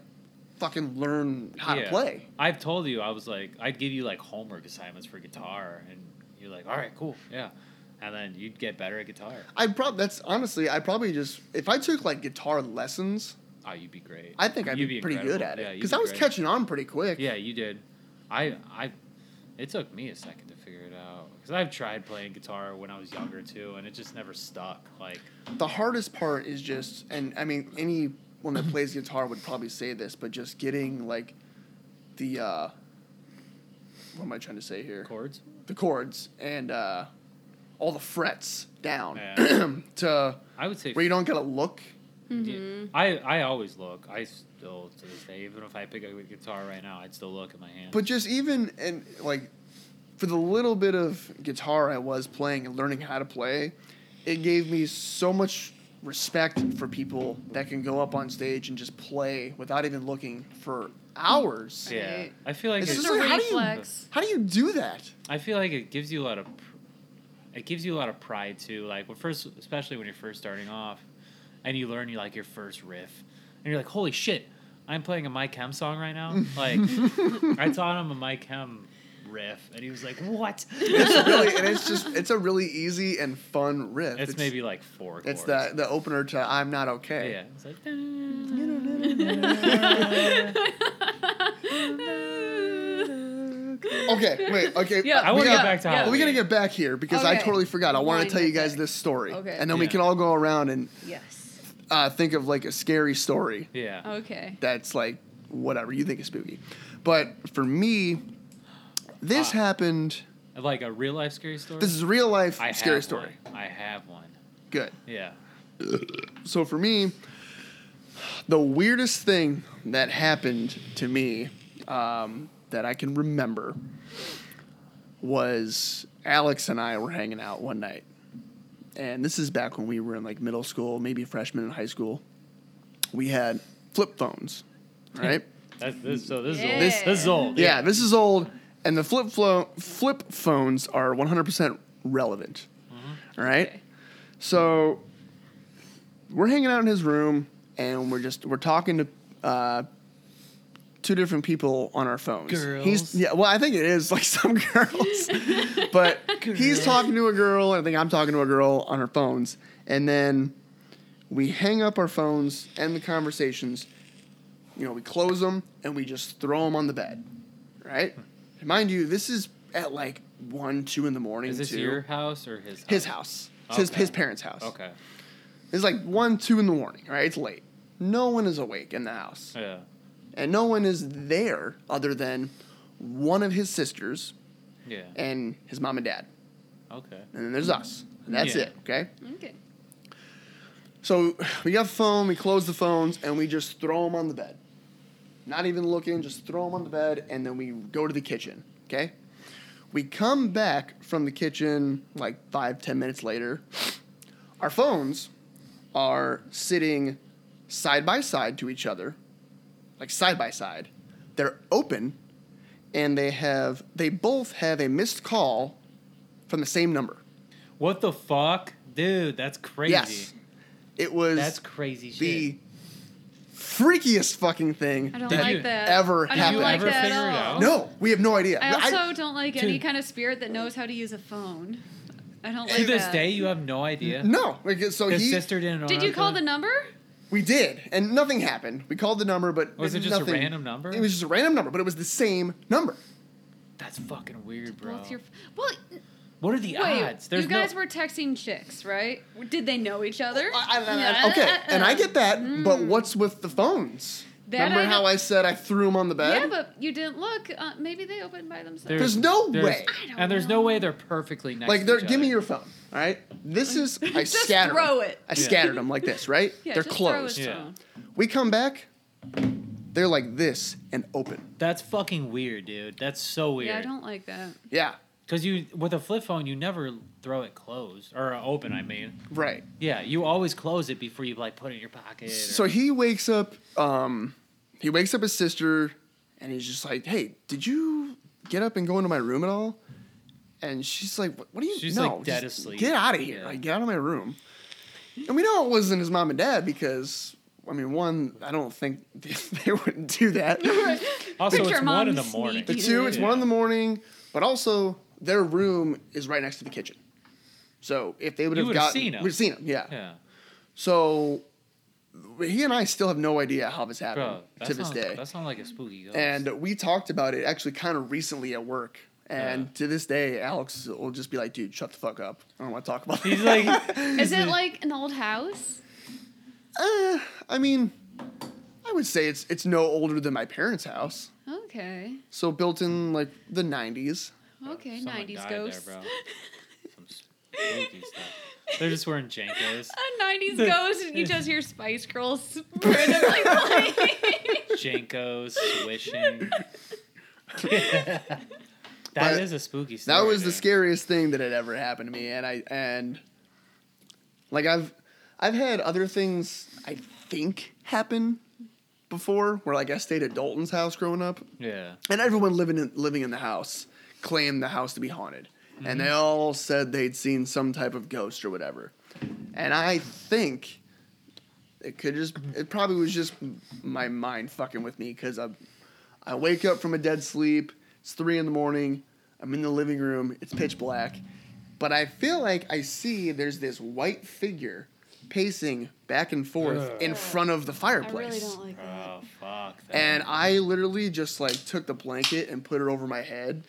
Speaker 1: fucking learn how to
Speaker 2: Yeah.
Speaker 1: play.
Speaker 2: I've told you I was like I'd give you like homework assignments for guitar, and you're like, all right, cool, yeah, and then you'd get better at guitar.
Speaker 1: I probably that's honestly I probably just if I took like guitar lessons,
Speaker 2: Oh, you'd be great.
Speaker 1: I think I'd
Speaker 2: You'd
Speaker 1: be, pretty good
Speaker 2: incredible.
Speaker 1: at
Speaker 2: Yeah,
Speaker 1: it
Speaker 2: you'd
Speaker 1: because
Speaker 2: be
Speaker 1: I was
Speaker 2: great.
Speaker 1: catching on pretty quick.
Speaker 2: Yeah, you did. I I it took me a second to figure it out because I've tried playing guitar when I was younger too, and it just never stuck. Like
Speaker 1: The hardest part is just, and I mean anyone that plays guitar would probably say this, but just getting like the uh, what am I trying to say here?
Speaker 2: chords.
Speaker 1: The chords and uh, all the frets down
Speaker 2: Yeah.
Speaker 1: to
Speaker 2: I would say
Speaker 1: where you don't gotta look.
Speaker 2: Yeah.
Speaker 3: Mm-hmm.
Speaker 2: I I always look. I still to this day, even if I pick up a guitar right now, I'd still look at my hand.
Speaker 1: But just even and like for the little bit of guitar I was playing and learning how to play, it gave me so much respect for people that can go up on stage and just play without even looking for hours.
Speaker 2: yeah,
Speaker 3: Right.
Speaker 2: I feel like
Speaker 1: It's
Speaker 2: it-
Speaker 1: just
Speaker 3: a
Speaker 1: like, how do you-
Speaker 3: reflex.
Speaker 1: How do you do that?
Speaker 2: I feel like it gives you a lot of pr- it gives you a lot of pride too. Like when first, especially when you're first starting off, and you learn you like your first riff, and you're like, "Holy shit, I'm playing a Mike Hem song right now!" Like I taught him a Mike Hem riff, and he was like, "What?"
Speaker 1: [LAUGHS] It's really and it's just it's a really easy and fun riff.
Speaker 2: [LAUGHS] It's maybe like four. Chords.
Speaker 1: it's the the opener to I'm not okay.
Speaker 2: yeah. It's like. [LAUGHS]
Speaker 1: Okay, wait, okay.
Speaker 3: Yeah.
Speaker 2: I want
Speaker 1: we
Speaker 2: to go
Speaker 1: got-
Speaker 2: back to
Speaker 1: But
Speaker 3: yeah.
Speaker 2: Halloween.
Speaker 1: we're gonna get back here because I
Speaker 3: Okay.
Speaker 1: totally forgot. I want
Speaker 3: Wind
Speaker 1: to tell you
Speaker 3: it
Speaker 1: guys
Speaker 3: back.
Speaker 1: this story,
Speaker 3: Okay.
Speaker 1: and then we
Speaker 2: Yeah.
Speaker 1: can all go around and
Speaker 3: Yes.
Speaker 1: uh, think of like a scary story
Speaker 2: yeah.
Speaker 3: Okay.
Speaker 1: that's like whatever you think is spooky. But for me, this
Speaker 2: Ah.
Speaker 1: happened.
Speaker 2: Like a real life scary story.
Speaker 1: This is real life
Speaker 2: I
Speaker 1: scary
Speaker 2: have
Speaker 1: story.
Speaker 2: one. I have one.
Speaker 1: Good.
Speaker 2: Yeah.
Speaker 1: So for me, the weirdest thing that happened to me um, that I can remember was Alex and I were hanging out one night. And this is back when we were in like middle school, maybe freshman in high school. We had flip phones,
Speaker 2: Hmm.
Speaker 1: right?
Speaker 2: That's this. So this
Speaker 3: Yeah.
Speaker 2: is old. This is old.
Speaker 1: Yeah, this is old, and the flip flo- flip phones are 100% relevant. All right,
Speaker 3: Okay.
Speaker 1: so we're hanging out in his room, and we're just we're talking to uh, two different people on our phones. He's
Speaker 2: Girls.
Speaker 1: yeah. Well, I think it is like [LAUGHS] some girls, but he's talking to a girl, and I think I'm talking to a girl on our phones, and then we hang up our phones, end the conversations. You know, we close them and we just throw them on the bed, right? And mind you, this is at like one, two in the morning.
Speaker 2: Is this
Speaker 1: too.
Speaker 2: your house or his? House?
Speaker 1: His house. It's his,
Speaker 2: Okay.
Speaker 1: his parents' house.
Speaker 2: Okay.
Speaker 1: It's like one, two in the morning, right? It's late. No one is awake in the house.
Speaker 2: Yeah.
Speaker 1: And no one is there other than one of his sisters
Speaker 2: Yeah.
Speaker 1: and his mom and dad.
Speaker 2: okay.
Speaker 1: And then there's us. And that's
Speaker 2: Yeah.
Speaker 1: it, okay?
Speaker 3: Okay.
Speaker 1: So we got the phone, we close the phones, and we just throw them on the bed. Not even looking, just throw them on the bed, and then we go to the kitchen. Okay? We come back from the kitchen like five, ten minutes later. Our phones are sitting side by side to each other, like side by side. They're open, and they have they both have a missed call from the same number.
Speaker 2: What the fuck, dude? That's crazy.
Speaker 1: Yes, it was
Speaker 2: That's crazy shit.
Speaker 1: the freakiest fucking thing.
Speaker 3: I don't
Speaker 2: Did
Speaker 1: that-
Speaker 2: you
Speaker 3: like that.
Speaker 1: ever
Speaker 3: I
Speaker 1: happen?
Speaker 3: don't like
Speaker 1: Did you
Speaker 2: ever
Speaker 3: that at
Speaker 2: figure it
Speaker 3: all.
Speaker 2: out?
Speaker 1: No, we have no idea.
Speaker 3: I also don't like any
Speaker 2: Dude.
Speaker 3: kind of spirit that knows how to use a phone. I don't like
Speaker 2: To this
Speaker 3: that.
Speaker 2: day, you have no idea.
Speaker 1: no. like, So
Speaker 2: His
Speaker 1: he,
Speaker 2: sister didn't. know
Speaker 3: Did
Speaker 2: how
Speaker 3: you
Speaker 2: to
Speaker 3: call
Speaker 2: do
Speaker 3: the
Speaker 2: it?
Speaker 3: number?
Speaker 1: we did, and nothing happened. We called the number, but
Speaker 2: Was it just a
Speaker 1: nothing-
Speaker 2: random number?
Speaker 1: It was just a random number, but it was the same number.
Speaker 2: That's fucking weird, bro.
Speaker 3: Both your well,
Speaker 2: what are the
Speaker 3: wait.
Speaker 2: odds? There's
Speaker 3: you guys
Speaker 2: no.
Speaker 3: were texting chicks, right? Did they know each other?
Speaker 1: Oh, I- I- I-
Speaker 3: Yeah. Hmm.
Speaker 1: okay, and I get that, but what's with the phones?
Speaker 3: That
Speaker 1: Remember
Speaker 3: I
Speaker 1: how
Speaker 3: don't-
Speaker 1: I said I threw him on the bed?
Speaker 3: Yeah, but you didn't look. Uh, maybe they opened by themselves.
Speaker 1: There's no way.
Speaker 3: I don't
Speaker 2: and there's no
Speaker 3: know.
Speaker 2: way they're perfectly next.
Speaker 1: like,
Speaker 2: to
Speaker 1: they're,
Speaker 2: each
Speaker 1: give me
Speaker 2: other.
Speaker 1: your phone. All right. This
Speaker 3: [LAUGHS]
Speaker 1: is I
Speaker 3: Just
Speaker 1: scattered.
Speaker 3: throw it.
Speaker 1: I
Speaker 2: Yeah.
Speaker 1: scattered them like this, right?
Speaker 3: Yeah,
Speaker 1: they're
Speaker 3: just Throw
Speaker 1: closed.
Speaker 3: his
Speaker 2: Yeah.
Speaker 3: phone.
Speaker 1: We come back. They're like this and open.
Speaker 2: That's fucking weird, dude. That's so weird.
Speaker 3: yeah, I don't like that.
Speaker 1: Yeah.
Speaker 2: Because you with a flip phone, you never throw it closed or open. I mean,
Speaker 1: Right.
Speaker 2: yeah, you always close it before you like put it in your pocket. or-
Speaker 1: So he wakes up. Um, he wakes up his sister, and he's just like, "Hey, did you get up and go into my room at all?" And she's like, "What, what do you?
Speaker 2: She's,
Speaker 1: no,
Speaker 2: like, dead
Speaker 1: just
Speaker 2: asleep."
Speaker 1: Get out of here!
Speaker 2: Yeah.
Speaker 1: Like, get out of my room." And we know it wasn't his mom and dad because, I mean, one, I don't think [LAUGHS] they wouldn't do that.
Speaker 2: also,
Speaker 3: Picture
Speaker 2: it's one in the
Speaker 3: mom
Speaker 2: morning.
Speaker 1: But
Speaker 3: sneaky.
Speaker 1: two, it's
Speaker 2: Yeah.
Speaker 1: one in the morning. But also, their room is right next to the kitchen. So if they would
Speaker 2: You
Speaker 1: have
Speaker 2: would've
Speaker 1: gotten,
Speaker 2: seen 'em.
Speaker 1: we'd seen him. Yeah.
Speaker 2: Yeah,
Speaker 1: So he and I still have no idea how this happened
Speaker 2: bro. That
Speaker 1: to this
Speaker 2: sounds,
Speaker 1: day.
Speaker 2: That sounds like a spooky ghost.
Speaker 1: And we talked about it actually kind of recently at work. And
Speaker 2: Yeah.
Speaker 1: to this day, Alex will just be like, dude, shut the fuck up. I don't want to talk about
Speaker 2: [LAUGHS] he's
Speaker 1: it. [LAUGHS]
Speaker 2: like,
Speaker 3: Is it like an old house?
Speaker 1: Eh, I mean, I would say it's it's no older than my parents' house.
Speaker 3: Okay.
Speaker 1: So built in like the 90s.
Speaker 3: Okay,
Speaker 2: Someone
Speaker 3: 90s
Speaker 2: died
Speaker 3: ghosts.
Speaker 2: There, bro. Some spooky stuff. They're just wearing Jenkos.
Speaker 3: [LAUGHS]
Speaker 2: [LAUGHS]
Speaker 3: A 90s ghost, and you just hear Spice Girls randomly playing.
Speaker 2: Jenkos swishing. [LAUGHS] That is
Speaker 1: But
Speaker 2: a spooky story.
Speaker 1: That was the
Speaker 2: dude.
Speaker 1: scariest thing that had ever happened to me, and I and like I've I've had other things I think happen before, where like I stayed at Dalton's house growing up,
Speaker 2: Yeah.
Speaker 1: and everyone living in, living in the house claimed the house to be haunted, and
Speaker 3: Mm-hmm.
Speaker 1: they all said they'd seen some type of ghost or whatever, and I think it could just it probably was just my mind fucking with me because I I wake up from a dead sleep. It's three in the morning. I'm in the living room. It's pitch black, but I feel like I see there's this white figure pacing back and forth in front of the
Speaker 3: I
Speaker 1: fireplace.
Speaker 3: really don't like that.
Speaker 2: Oh fuck. That
Speaker 1: And I literally just like took the blanket and put it over my head,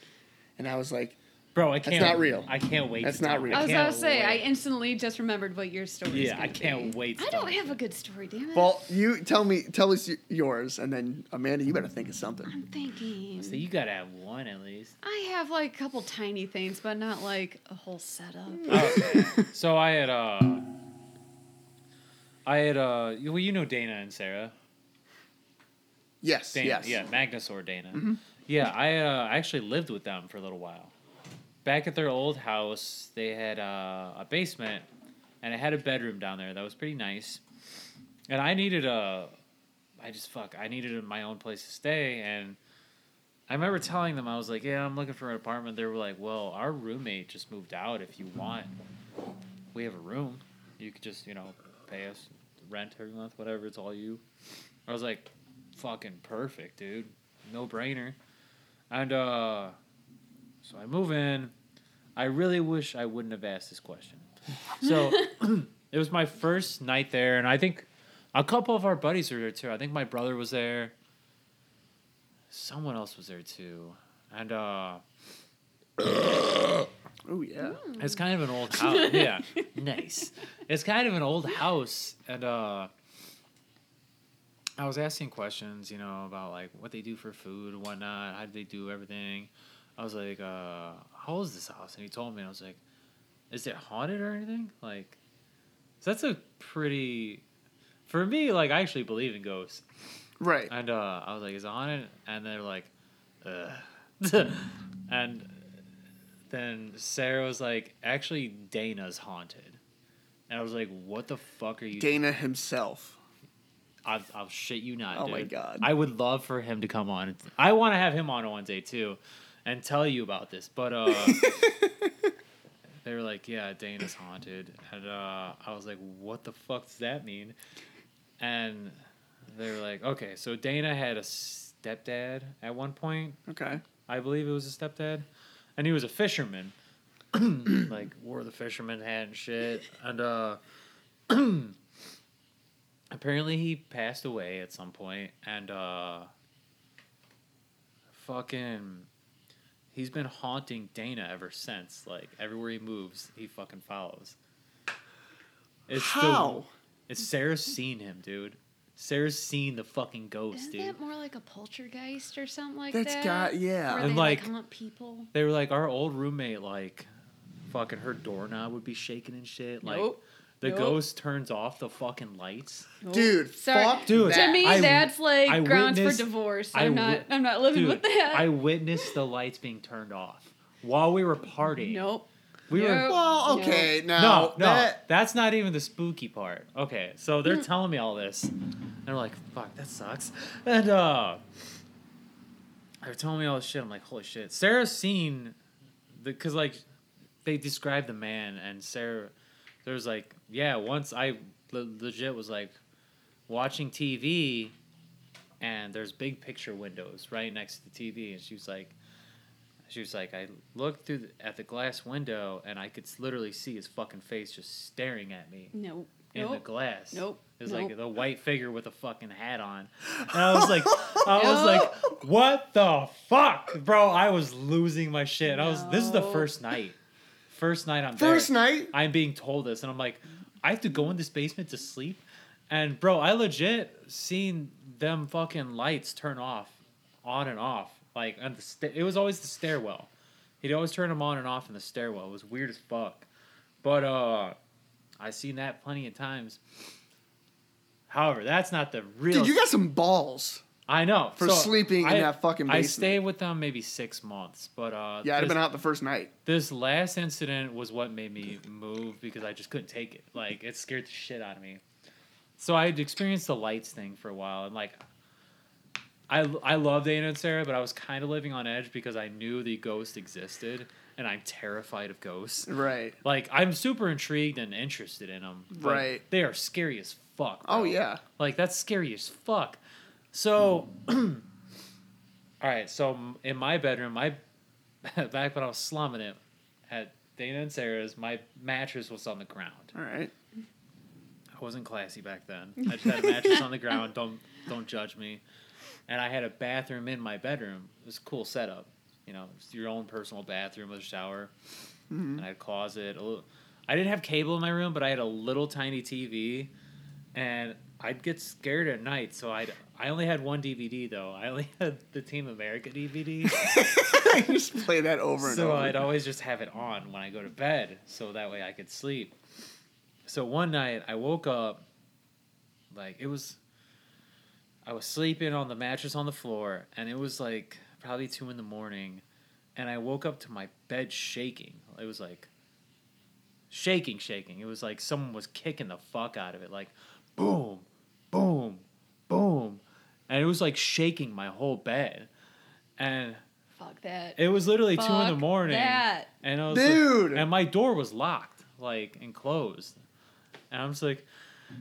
Speaker 1: and I was like,
Speaker 2: bro, I can't.
Speaker 1: not real.
Speaker 2: I can't wait.
Speaker 1: That's
Speaker 2: to
Speaker 1: not
Speaker 2: tell-
Speaker 1: real.
Speaker 3: I was
Speaker 2: can't
Speaker 3: about to say, I
Speaker 2: wait.
Speaker 3: instantly just remembered what your story is.
Speaker 2: Yeah, I
Speaker 3: gonna
Speaker 2: can't
Speaker 3: be.
Speaker 2: wait to
Speaker 3: I
Speaker 2: tell
Speaker 3: don't
Speaker 2: you.
Speaker 3: have a good story, damn it.
Speaker 1: "Well, you tell me, tell us y- yours, and then Amanda, you better think of something."
Speaker 3: I'm
Speaker 2: [LAUGHS]
Speaker 3: thinking.
Speaker 2: So you gotta have one at least.
Speaker 3: I have like a couple tiny things, but not like a whole setup.
Speaker 2: Mm,
Speaker 1: Oh.
Speaker 2: So I had uh I had uh well you know Dana and Sarah.
Speaker 1: Yes,
Speaker 2: Dana,
Speaker 1: yes, Mm-hmm.
Speaker 2: yeah, Magnus or Dana. Yeah, I uh, actually lived with them for a little while. Back at their old house, they had uh, a basement, and it had a bedroom down there that was pretty nice. And I needed a, I just fuck, I needed my own place to stay. And I remember telling them I was like, yeah, I'm looking for an apartment. They were like, well, our roommate just moved out. If you want, we have a room. You could just you know pay us rent every month, whatever. It's all you. I was like, fucking perfect, dude. No brainer. And uh so I move in. I really wish I wouldn't have asked this question. So [CLEARS THROAT] it was my first night there, and I think a couple of our buddies were there too. I think my brother was there. Someone else was there too. And uh
Speaker 1: Oh yeah.
Speaker 3: Mm.
Speaker 2: it's kind of an old house. yeah. Nice. It's kind of an old house. And uh I was asking questions, you know, about like what they do for food and whatnot, how do they do everything. I was like, uh, how old is this house? And he told me, and I was like, is it haunted or anything? Like, so that's a pretty, for me, like, I actually believe in ghosts.
Speaker 1: Right.
Speaker 2: And uh, I was like, "Is it on it?" And they're like, "Ugh." [LAUGHS] and then Sarah was like, "Actually, Dana's haunted." And I was like, "What the fuck are you?"
Speaker 1: Dana himself.
Speaker 2: I'll, I'll shit you not.
Speaker 1: Oh my
Speaker 2: dude.
Speaker 1: God.
Speaker 2: I would love for him to come on. I want to have him on one day too, and tell you about this.
Speaker 1: [LAUGHS]
Speaker 2: But uh, they were like, "Yeah, Dana's haunted," and uh, I was like, "What the fuck does that mean?" And they were like, "Okay, so Dana had a stepdad at one point.
Speaker 1: Okay.
Speaker 2: I believe it was a stepdad, and he was a fisherman, [CLEARS THROAT] like wore the fisherman hat and shit. And uh, [CLEARS THROAT] apparently he passed away at some point, and uh, fucking, he's been haunting Dana ever since. Like everywhere he moves, he fucking follows. It's the-
Speaker 1: How?
Speaker 2: it's Sarah's seen him, dude. Sarah's seen the fucking ghost,
Speaker 3: Isn't
Speaker 2: dude.
Speaker 3: that more like a poltergeist or something like
Speaker 1: That's
Speaker 3: that?
Speaker 1: got- yeah.
Speaker 3: Where
Speaker 2: And
Speaker 3: they like,
Speaker 2: like-
Speaker 3: haunt people.
Speaker 2: They were like, our old roommate, like, fucking her doorknob would be shaking and shit. Like,
Speaker 3: Nope.
Speaker 2: the
Speaker 3: Nope.
Speaker 2: ghost turns off the fucking lights.
Speaker 3: Nope.
Speaker 1: Dude,
Speaker 3: Sorry.
Speaker 1: fuck
Speaker 2: Dude,
Speaker 1: that.
Speaker 3: To me,
Speaker 2: I-
Speaker 3: that's like
Speaker 2: I
Speaker 3: grounds for
Speaker 2: witnessed-
Speaker 3: divorce.
Speaker 2: I
Speaker 3: I'm not.
Speaker 2: wit-
Speaker 3: I'm not living
Speaker 2: Dude,
Speaker 3: with that. [LAUGHS]
Speaker 2: I witnessed the lights being turned off while we were partying.
Speaker 3: nope.
Speaker 2: We were.
Speaker 3: Nope.
Speaker 1: Well, okay, now
Speaker 2: No, no,
Speaker 1: that-
Speaker 2: that's not even the spooky part. Okay, so they're telling me all this, and I'm like, "Fuck, that sucks." And uh, they're telling me all this shit. I'm like, "Holy shit!" Sarah's seen, the because like, they described the man, and Sarah, there's like, yeah, once I le- legit was like, watching TV, and there's big picture windows right next to the TV, and she was like. She was like, I looked through the, at the glass window and I could s- literally see his fucking face just staring at me
Speaker 3: Nope.
Speaker 2: in the
Speaker 3: Nope.
Speaker 2: glass.
Speaker 3: Nope.
Speaker 2: It was like
Speaker 3: Nope.
Speaker 2: the white figure with a fucking hat on. And I was like, I
Speaker 3: [LAUGHS]
Speaker 2: was like, what the fuck, bro? I was losing my shit. I was. This is the
Speaker 3: No.
Speaker 2: first night. First night I'm
Speaker 1: first
Speaker 2: there.
Speaker 1: night.
Speaker 2: I'm being told this, and I'm like, I have to go in this basement to sleep. And bro, I legit seen them fucking lights turn off, on and off. Like on the sta- it was always the stairwell. He'd always turn them on and off in the stairwell. It was weird as fuck. But uh, I seen that plenty of times. However, that's not the real.
Speaker 1: Dude, you got some balls.
Speaker 2: I know
Speaker 1: for sleeping in that fucking
Speaker 2: I
Speaker 1: basement.
Speaker 2: stayed with them maybe six months, but uh,
Speaker 1: Yeah, I'd have
Speaker 2: this-
Speaker 1: been out the first night.
Speaker 2: this last incident was what made me move because I just couldn't take it. Like it scared the shit out of me. So I'd experienced the lights thing for a while, and like, I I loved Dana and Sarah, but I was kind of living on edge because I knew the ghost existed, and I'm terrified of ghosts.
Speaker 1: Right.
Speaker 2: Like I'm super intrigued and interested in them.
Speaker 1: Right.
Speaker 2: They are scary as fuck.
Speaker 1: Oh
Speaker 2: bro.
Speaker 1: yeah.
Speaker 2: Like that's scary as fuck. So, [CLEARS THROAT] all right. So m- in my bedroom, my [LAUGHS] back when I was slumming it at Dana and Sarah's, my mattress was on the ground.
Speaker 1: All right. [LAUGHS]
Speaker 2: I wasn't classy back then. I just had a mattress on the ground. Don't don't judge me. And I had a bathroom in my bedroom. It was a cool setup. You know, it's your own personal bathroom with a shower, and I had a closet. A little, I didn't have cable in my room, but I had a little tiny TV, and I'd get scared at night. So I I only had one DVD though. I only [LAUGHS] had the Team America DVD.
Speaker 1: just play that over and
Speaker 2: so
Speaker 1: over.
Speaker 2: I'd always just have it on when I go to bed, so that way I could sleep. So one night I woke up, like it was, I was sleeping on the mattress on the floor, and it was like probably two in the morning, and I woke up to my bed shaking. It was like shaking, shaking. It was like someone was kicking the fuck out of it, like boom, boom, boom, and it was like shaking my whole bed, and.
Speaker 3: Fuck that.
Speaker 2: It was literally two in the
Speaker 3: Fuck
Speaker 2: morning,
Speaker 3: that.
Speaker 2: and I was
Speaker 1: Dude.
Speaker 2: like, and my door was locked, like and closed, and I'm just like,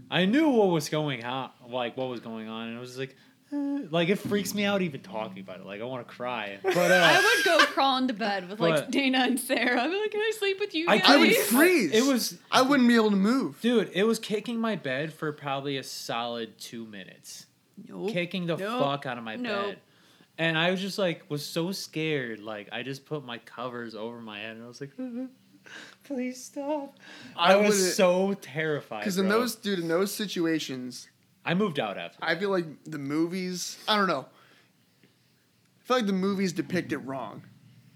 Speaker 2: I knew what was going on, like what was going on, and I was just like, eh, like it freaks me out even talking about it, like I want to
Speaker 1: [LAUGHS]
Speaker 2: cry, but
Speaker 3: I
Speaker 2: uh,
Speaker 3: would go [LAUGHS] crawl into bed with like
Speaker 2: But-
Speaker 3: Dana and Sarah. I'd be like, "Can I sleep with you
Speaker 2: I
Speaker 3: guys?"
Speaker 1: I would
Speaker 2: Please.
Speaker 1: freeze.
Speaker 2: it was,
Speaker 1: I wouldn't be able to move.
Speaker 2: dude, it was kicking my bed for probably a solid two minutes.
Speaker 3: Nope.
Speaker 2: kicking the
Speaker 3: Nope.
Speaker 2: fuck out of my
Speaker 3: Nope.
Speaker 2: bed. And I was just like, was so scared. Like, I just put my covers over my head and I was like, [LAUGHS] please stop.
Speaker 1: I
Speaker 2: I, was
Speaker 1: would've-
Speaker 2: so terrified.
Speaker 1: Because in
Speaker 2: bro.
Speaker 1: those, dude, in those situations,
Speaker 2: I moved out after.
Speaker 1: I feel like the movies. I don't know. I feel like the movies depict it wrong.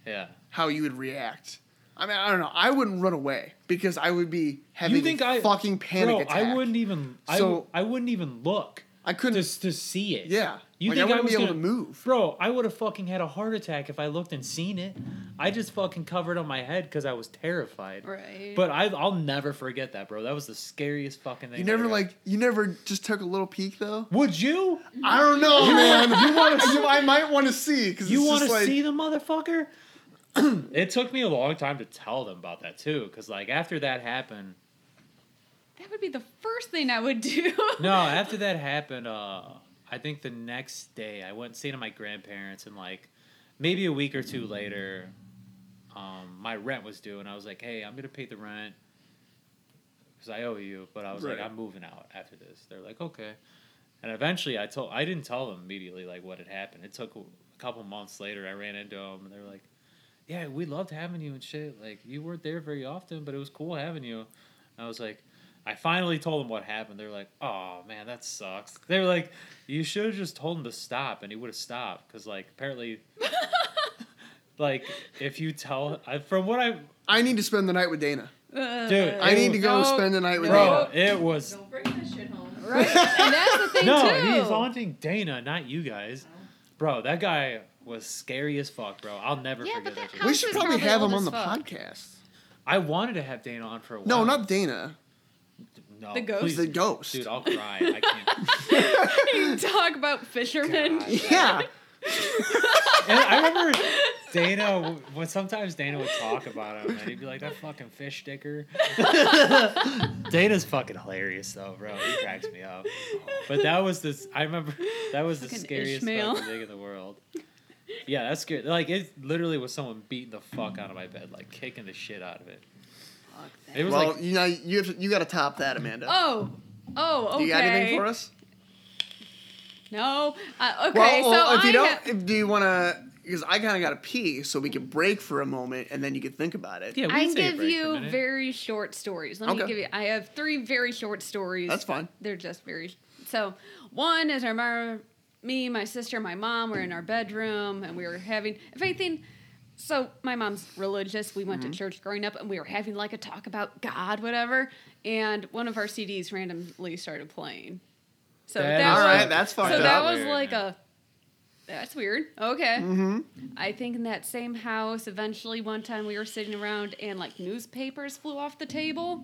Speaker 2: Yeah.
Speaker 1: How you would react. I mean, I don't know. I wouldn't run away because I would be having
Speaker 2: you think
Speaker 1: a
Speaker 2: I
Speaker 1: fucking panic
Speaker 2: bro,
Speaker 1: attack.
Speaker 2: I wouldn't even. I,
Speaker 1: So-
Speaker 2: w- I wouldn't even look
Speaker 1: I couldn't.
Speaker 2: just to see it.
Speaker 1: yeah.
Speaker 2: You
Speaker 1: like,
Speaker 2: think
Speaker 1: I
Speaker 2: I
Speaker 1: wouldn't
Speaker 2: was
Speaker 1: be able
Speaker 2: gonna-
Speaker 1: to move?
Speaker 2: Bro, I would have fucking had a heart attack if I looked and seen it. I just fucking covered on my head because I was terrified.
Speaker 3: Right.
Speaker 2: But I, I'll never forget that, bro. That was the scariest fucking thing.
Speaker 1: You
Speaker 2: that
Speaker 1: never
Speaker 2: ever-
Speaker 1: like. You never just took a little peek though.
Speaker 2: Would you?
Speaker 1: I don't know, man. you want to? I might want to see because
Speaker 2: You
Speaker 1: want to
Speaker 2: like... see the motherfucker? [CLEARS THROAT] it took me a long time to tell them about that too, because like after that happened,
Speaker 3: that would be the first thing I would do. [LAUGHS]
Speaker 2: no, after that happened, uh, I think the next day I went and stayed at my grandparents, and like maybe a week or two later, um, my rent was due, and I was like, hey, I'm gonna pay the rent because I owe you, but I was
Speaker 1: Right.
Speaker 2: like, I'm moving out after this. They're like, okay, and eventually I told I didn't tell them immediately like what had happened. It took a a couple months later. I ran into them, and they were like. yeah, we loved having you and shit. Like you weren't there very often, but it was cool having you. And I was like, I finally told them what happened. They're like, "Oh man, that sucks." They're like, "You should have just told him to stop, and he would have stopped." Because like apparently, like if you tell, I, from what I
Speaker 1: I need to spend the night with Dana.
Speaker 3: Uh,
Speaker 2: Dude,
Speaker 1: I need to go
Speaker 3: No,
Speaker 1: spend the night with
Speaker 2: bro,
Speaker 3: no.
Speaker 2: it was
Speaker 5: Don't bring that shit home.
Speaker 3: [LAUGHS] Right. and that's the
Speaker 2: [LAUGHS]
Speaker 3: thing
Speaker 2: no,
Speaker 3: too.
Speaker 2: he's haunting Dana, not you guys, bro. That guy was scary as fuck, bro. I'll never
Speaker 3: Yeah,
Speaker 2: forget that.
Speaker 3: but that
Speaker 2: shit.
Speaker 1: Dana. We should
Speaker 3: is
Speaker 1: probably
Speaker 3: probably
Speaker 1: have him
Speaker 3: old
Speaker 1: on
Speaker 3: as
Speaker 1: the
Speaker 3: fuck.
Speaker 1: podcast.
Speaker 2: I wanted to have Dana on for a while.
Speaker 1: No, not Dana.
Speaker 2: no,
Speaker 3: The ghost?
Speaker 2: please.
Speaker 1: The ghost.
Speaker 2: [LAUGHS] Dude, I'll cry. I can't.
Speaker 3: [LAUGHS] You talk about fishermen.
Speaker 2: God.
Speaker 1: Yeah.
Speaker 2: And I remember Dana. w- When sometimes Dana would talk about him, and he'd be like, "That fucking fish
Speaker 1: [LAUGHS]
Speaker 2: sticker." Dana's fucking hilarious though, bro. He cracks me up. But that was this. I remember that was the
Speaker 3: Fucking
Speaker 2: scariest
Speaker 3: Ishmael.
Speaker 2: fucking thing in the world. Yeah, that's good. Like it literally was someone beating the fuck out of my bed, like kicking the shit out of it.
Speaker 3: [LAUGHS] Fuck that.
Speaker 2: It was
Speaker 1: Well,
Speaker 2: like
Speaker 1: you know, you have to, you got to top that, Amanda.
Speaker 3: Oh, oh, okay.
Speaker 1: Do you got anything for us?
Speaker 3: No. Uh, okay,
Speaker 1: well, well,
Speaker 3: so
Speaker 1: if you
Speaker 3: I
Speaker 1: don't,
Speaker 3: have-
Speaker 1: if, do you want to? Because I kind of got to pee, so we can break for a moment, and then you can think about it.
Speaker 2: yeah. We
Speaker 3: I
Speaker 2: can take a
Speaker 3: give
Speaker 2: break for a
Speaker 3: you
Speaker 2: minute.
Speaker 3: very short stories. Let
Speaker 1: Okay.
Speaker 3: me give you. I have three very short stories.
Speaker 1: That's fine.
Speaker 3: They're just very. So one is our mom, me, my sister, my mom. were in our bedroom, and we were having. If anything, so my mom's religious. We went
Speaker 1: Mm-hmm.
Speaker 3: to church growing up, and we were having like a talk about God, whatever. And one of our CDs randomly started playing. So
Speaker 2: That
Speaker 3: that,
Speaker 2: is
Speaker 1: All
Speaker 3: was,
Speaker 1: right, that's fucked
Speaker 3: so
Speaker 1: up.
Speaker 3: that was
Speaker 2: Weird,
Speaker 3: like
Speaker 2: man.
Speaker 3: a. That's weird. Okay. I think in that same house, eventually one time we were sitting around and like newspapers flew off the table.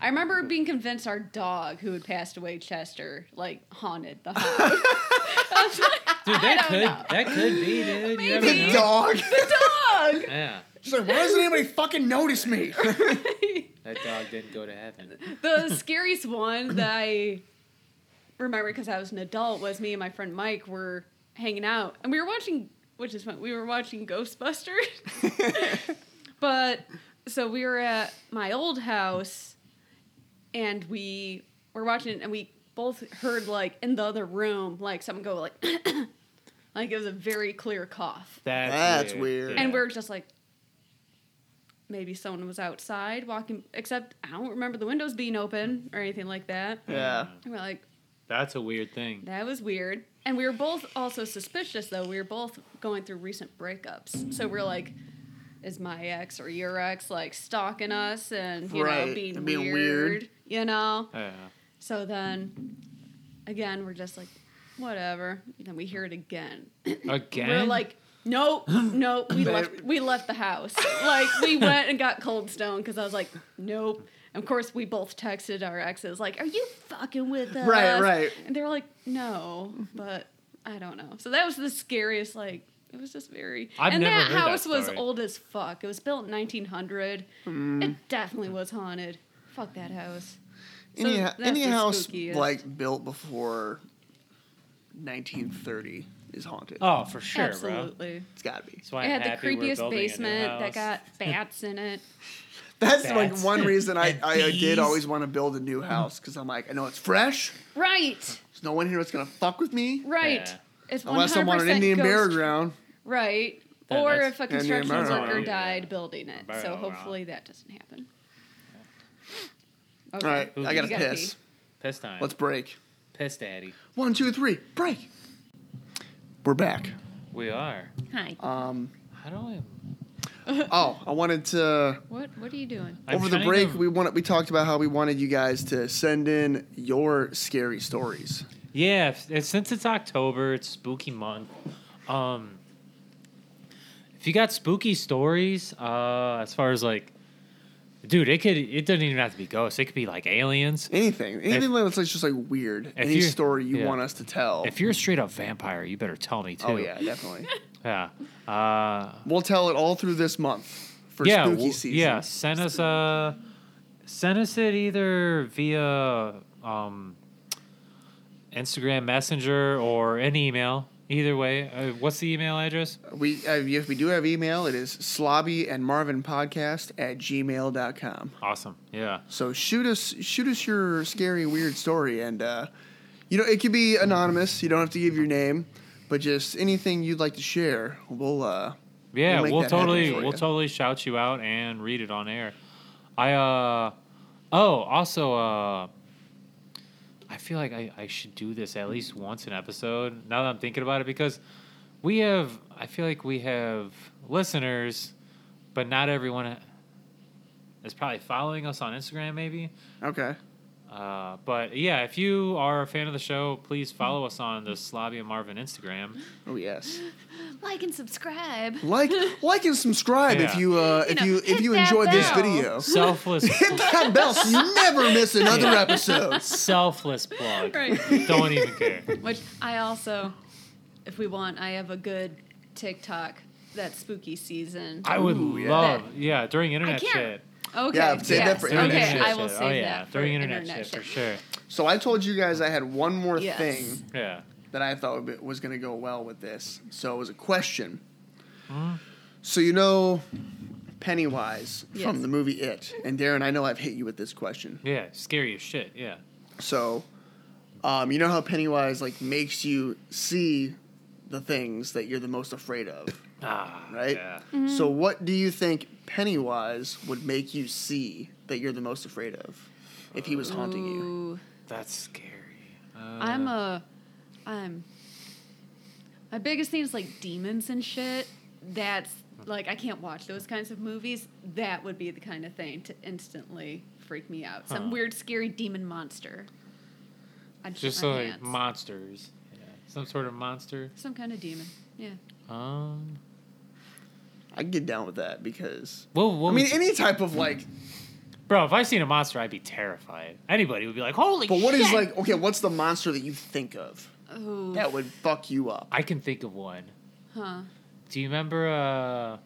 Speaker 3: I remember being convinced our dog, who had passed away, Chester, like haunted the house. [LAUGHS]
Speaker 2: dude. That
Speaker 3: don't
Speaker 2: could
Speaker 3: know.
Speaker 2: that could be, dude. You
Speaker 1: [LAUGHS]
Speaker 2: never
Speaker 1: The
Speaker 2: know.
Speaker 1: dog. [LAUGHS]
Speaker 3: the dog.
Speaker 2: Yeah,
Speaker 1: She's like, why doesn't anybody fucking notice me?
Speaker 2: that dog didn't go to heaven.
Speaker 3: the scariest one that I remember because I was an adult was me and my friend Mike were hanging out and we were watching, which is fun. We were watching Ghostbusters, [LAUGHS] but so we were at my old house and we were watching it and we both heard like in the other room like something go like [CLEARS THROAT] like it was a very clear cough
Speaker 2: That's,
Speaker 1: That's
Speaker 2: weird.
Speaker 1: weird.
Speaker 2: yeah.
Speaker 3: and we're just like maybe someone was outside walking except i don't remember the windows being open or anything like that
Speaker 1: [LAUGHS] [LAUGHS] yeah.
Speaker 3: and we're like
Speaker 2: That's a weird thing.
Speaker 3: that was weird and we were both also suspicious though we were both going through recent breakups so we're like is my ex or your ex like stalking us and you know
Speaker 1: Right,
Speaker 3: being,
Speaker 1: and being
Speaker 3: weird,
Speaker 1: weird.
Speaker 3: you know
Speaker 2: Yeah.
Speaker 3: so then again we're just like whatever then we hear it again
Speaker 2: Again.
Speaker 3: We're like, no, no, we
Speaker 1: They-
Speaker 3: left. We left the house. Like we went and got cold stone because I was like, nope. And of course, we both texted our exes like, "Are you fucking with us?"
Speaker 1: Right, right.
Speaker 3: And they were like, "No," but I don't know. So that was the scariest. Like it was just very.
Speaker 2: I've
Speaker 3: and
Speaker 2: never
Speaker 3: that
Speaker 2: heard that
Speaker 3: house was
Speaker 2: story.
Speaker 3: old as fuck. It was built in 1900.
Speaker 1: Mm.
Speaker 3: It definitely was haunted. Fuck that house. So
Speaker 1: Any,
Speaker 3: that's
Speaker 1: any
Speaker 3: the
Speaker 1: house
Speaker 3: spookiest.
Speaker 1: like built before 1930 is haunted.
Speaker 2: oh, for sure, bro.
Speaker 3: Absolutely.
Speaker 1: It's gotta be.
Speaker 2: That's why
Speaker 3: It
Speaker 2: I'm
Speaker 3: had the
Speaker 2: happy we're
Speaker 3: creepiest
Speaker 2: building a new
Speaker 3: basement that
Speaker 2: house.
Speaker 3: got
Speaker 2: [LAUGHS]
Speaker 3: bats in it.
Speaker 1: That's like
Speaker 2: Bats
Speaker 1: one reason I,
Speaker 3: [LAUGHS]
Speaker 2: and
Speaker 1: I did
Speaker 2: bees.
Speaker 1: always want to build a new house because I'm like, I know it's fresh.
Speaker 3: Right.
Speaker 1: There's no one here that's gonna fuck with me
Speaker 3: Right.
Speaker 2: Yeah.
Speaker 3: It's 100%
Speaker 1: unless I'm on an Indian
Speaker 3: ghost-
Speaker 1: burial ground.
Speaker 3: Right.
Speaker 2: Yeah,
Speaker 3: or
Speaker 2: that's-
Speaker 3: if a
Speaker 1: Indian
Speaker 3: construction
Speaker 1: burial
Speaker 3: worker
Speaker 2: ground.
Speaker 3: died building it.
Speaker 2: Burial
Speaker 3: so
Speaker 2: ground.
Speaker 3: hopefully that doesn't happen. Okay.
Speaker 1: All right, I
Speaker 2: You
Speaker 1: gotta
Speaker 3: gotta
Speaker 1: piss.
Speaker 3: pee.
Speaker 2: Piss time.
Speaker 1: Let's break.
Speaker 2: piss, Daddy.
Speaker 1: One, two, three, break. We're back.
Speaker 2: We are.
Speaker 3: Hi.
Speaker 1: Um,
Speaker 2: How do I?
Speaker 1: oh, I wanted to.
Speaker 3: What What are you doing?
Speaker 2: I'm
Speaker 1: over the
Speaker 2: trying
Speaker 1: break,
Speaker 2: to-
Speaker 1: we wanted we talked about how we wanted you guys to send in your scary stories.
Speaker 2: Yeah, if- it's, since it's October, it's spooky month. Um, if you got spooky stories, uh, as far as like, dude, it could. It doesn't even have to be ghosts. It could be like aliens.
Speaker 1: Anything, anything like that's just like weird. Any
Speaker 2: you're-
Speaker 1: story you
Speaker 2: yeah.
Speaker 1: want us to tell.
Speaker 2: If you're a straight up vampire, you better tell me too.
Speaker 1: oh yeah, definitely.
Speaker 2: Yeah. Uh,
Speaker 1: we'll tell it all through this month for
Speaker 2: yeah,
Speaker 1: spooky
Speaker 2: w-
Speaker 1: season.
Speaker 2: Yeah, send us uh send us it either via um, Instagram Messenger or an email. Either way, uh, what's the email address?
Speaker 1: We uh, if we do have email, it is slobby and marvin podcast at gmail.com.
Speaker 2: Awesome. Yeah.
Speaker 1: So shoot us shoot us your scary weird story and uh, you know it could be anonymous. You don't have to give your name, but just anything you'd like to share. We'll uh,
Speaker 2: Yeah,
Speaker 1: We'll make
Speaker 2: we'll,
Speaker 1: that happen
Speaker 2: totally
Speaker 1: for
Speaker 2: we'll
Speaker 1: you.
Speaker 2: totally shout you out and read it on air. I uh Oh, also, uh, I feel like I, I should do this at least once an episode now that I'm thinking about it because we have, I feel like we have listeners, but not everyone is probably following us on Instagram, maybe.
Speaker 1: Okay.
Speaker 2: Uh, but yeah, if you are a fan of the show, please follow us on the Slavia Marvin Instagram.
Speaker 1: Oh yes.
Speaker 3: Like and subscribe. [LAUGHS]
Speaker 1: Like, like, and subscribe if
Speaker 2: Yeah.
Speaker 1: you uh,
Speaker 3: You
Speaker 1: if
Speaker 3: know,
Speaker 1: you if
Speaker 3: hit
Speaker 1: you
Speaker 3: that
Speaker 1: enjoyed this
Speaker 3: bell.
Speaker 1: video. [LAUGHS]
Speaker 2: Selfless,
Speaker 1: Hit that bell so you never miss
Speaker 3: [LAUGHS]
Speaker 1: another
Speaker 2: Yeah.
Speaker 1: episode.
Speaker 2: selfless plug.
Speaker 3: Right.
Speaker 2: Don't even care.
Speaker 3: Which I also, if we want, I have a good TikTok that's spooky season.
Speaker 2: I would
Speaker 1: Ooh, yeah.
Speaker 2: love, yeah, during internet
Speaker 3: can't-
Speaker 2: shit.
Speaker 3: Okay.
Speaker 1: Yeah, save that for
Speaker 3: yes,
Speaker 1: internet
Speaker 3: okay,
Speaker 1: shit.
Speaker 3: I will
Speaker 2: shit.
Speaker 3: save
Speaker 2: oh, yeah.
Speaker 3: that for
Speaker 2: during internet, shit, for sure.
Speaker 1: So I told you guys I had one more
Speaker 3: Yes.
Speaker 1: thing
Speaker 2: Yeah.
Speaker 1: that I thought would be- was going to go well with this. So it was a question. So you know Pennywise
Speaker 3: Yes.
Speaker 1: from the movie It, and Darren, I know I've hit you with this question.
Speaker 2: Yeah. Scary as shit. Yeah.
Speaker 1: So, um, you know how Pennywise like makes you see the things that you're the most afraid of,
Speaker 2: Ah.
Speaker 1: right?
Speaker 2: Yeah.
Speaker 1: So what do you think Pennywise would make you see that you're the most afraid of if he was haunting you?
Speaker 3: Ooh,
Speaker 2: That's scary. Uh,
Speaker 3: I'm a, I'm. My biggest thing is like demons and shit. That's like I can't watch those kinds of movies. That would be the kind of thing to instantly freak me out.
Speaker 2: Huh.
Speaker 3: Some weird, scary demon monster. I'd shit
Speaker 2: just
Speaker 3: my
Speaker 2: like
Speaker 3: pants.
Speaker 2: monsters. Yeah. Some sort of monster.
Speaker 3: some kind of demon. Yeah.
Speaker 2: Um.
Speaker 1: I can get down with that because
Speaker 2: Well, what
Speaker 1: I mean
Speaker 2: would you-
Speaker 1: any type of like
Speaker 2: bro, if I seen a monster, I'd be terrified. Anybody would be like, "Holy!"
Speaker 1: But what
Speaker 2: shit.
Speaker 1: is like okay, what's the monster that you think of?
Speaker 3: Oh.
Speaker 1: That would fuck you up.
Speaker 2: I can think of one.
Speaker 3: Huh.
Speaker 2: Do you remember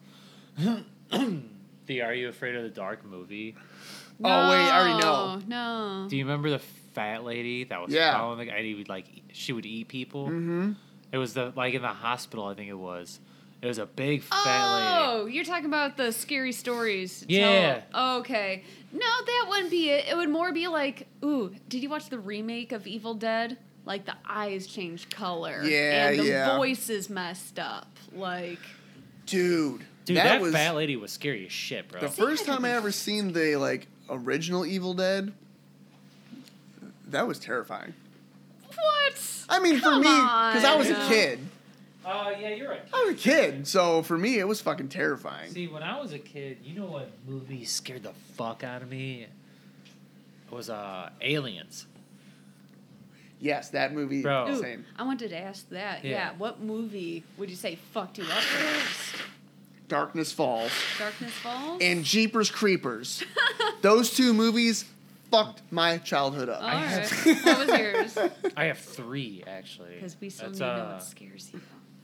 Speaker 2: uh, [CLEARS THROAT] the "Are You Afraid of the Dark" movie?
Speaker 1: Oh, wait, I already know.
Speaker 3: No.
Speaker 2: Do you remember the fat lady that was
Speaker 1: Yeah.
Speaker 2: following the guy? and He would like eat- she would eat people.
Speaker 1: Mm-hmm.
Speaker 2: It was the like in the hospital, I think it was. It was a big fat lady.
Speaker 3: Oh, you're talking about the scary stories. tell-
Speaker 2: Yeah.
Speaker 3: okay. No, that wouldn't be it. It would more be like, ooh, did you watch the remake of Evil Dead? Like the eyes changed color.
Speaker 1: Yeah,
Speaker 3: And the
Speaker 1: yeah.
Speaker 3: voice is messed up. Like,
Speaker 1: Dude,
Speaker 2: Dude, that,
Speaker 1: was
Speaker 2: fat lady was scary as shit, bro.
Speaker 1: the first time I ever seen the like original Evil Dead. That was terrifying.
Speaker 3: what?
Speaker 1: I mean, for
Speaker 3: Come
Speaker 1: me, because I
Speaker 3: on.
Speaker 1: was a
Speaker 3: No.
Speaker 1: kid.
Speaker 2: uh, yeah, you're right.
Speaker 1: I was a kid, so for me, it was fucking terrifying.
Speaker 2: See, when I was a kid, you know what movie scared the fuck out of me? It was uh,
Speaker 1: [LAUGHS]
Speaker 2: Aliens.
Speaker 1: yes, that movie. the
Speaker 2: Bro.
Speaker 3: Ooh,
Speaker 1: Same.
Speaker 3: I wanted to ask that. Yeah.
Speaker 2: Yeah.
Speaker 3: What movie would you say fucked you up first?
Speaker 1: Darkness Falls
Speaker 3: Darkness Falls? [LAUGHS]
Speaker 1: and Jeepers Creepers. Those two movies fucked my childhood up.
Speaker 3: All
Speaker 2: [LAUGHS]
Speaker 3: right. what was yours?
Speaker 2: I have three actually.
Speaker 3: Because we still
Speaker 2: It's,
Speaker 3: need to know
Speaker 2: uh,
Speaker 3: what scares you.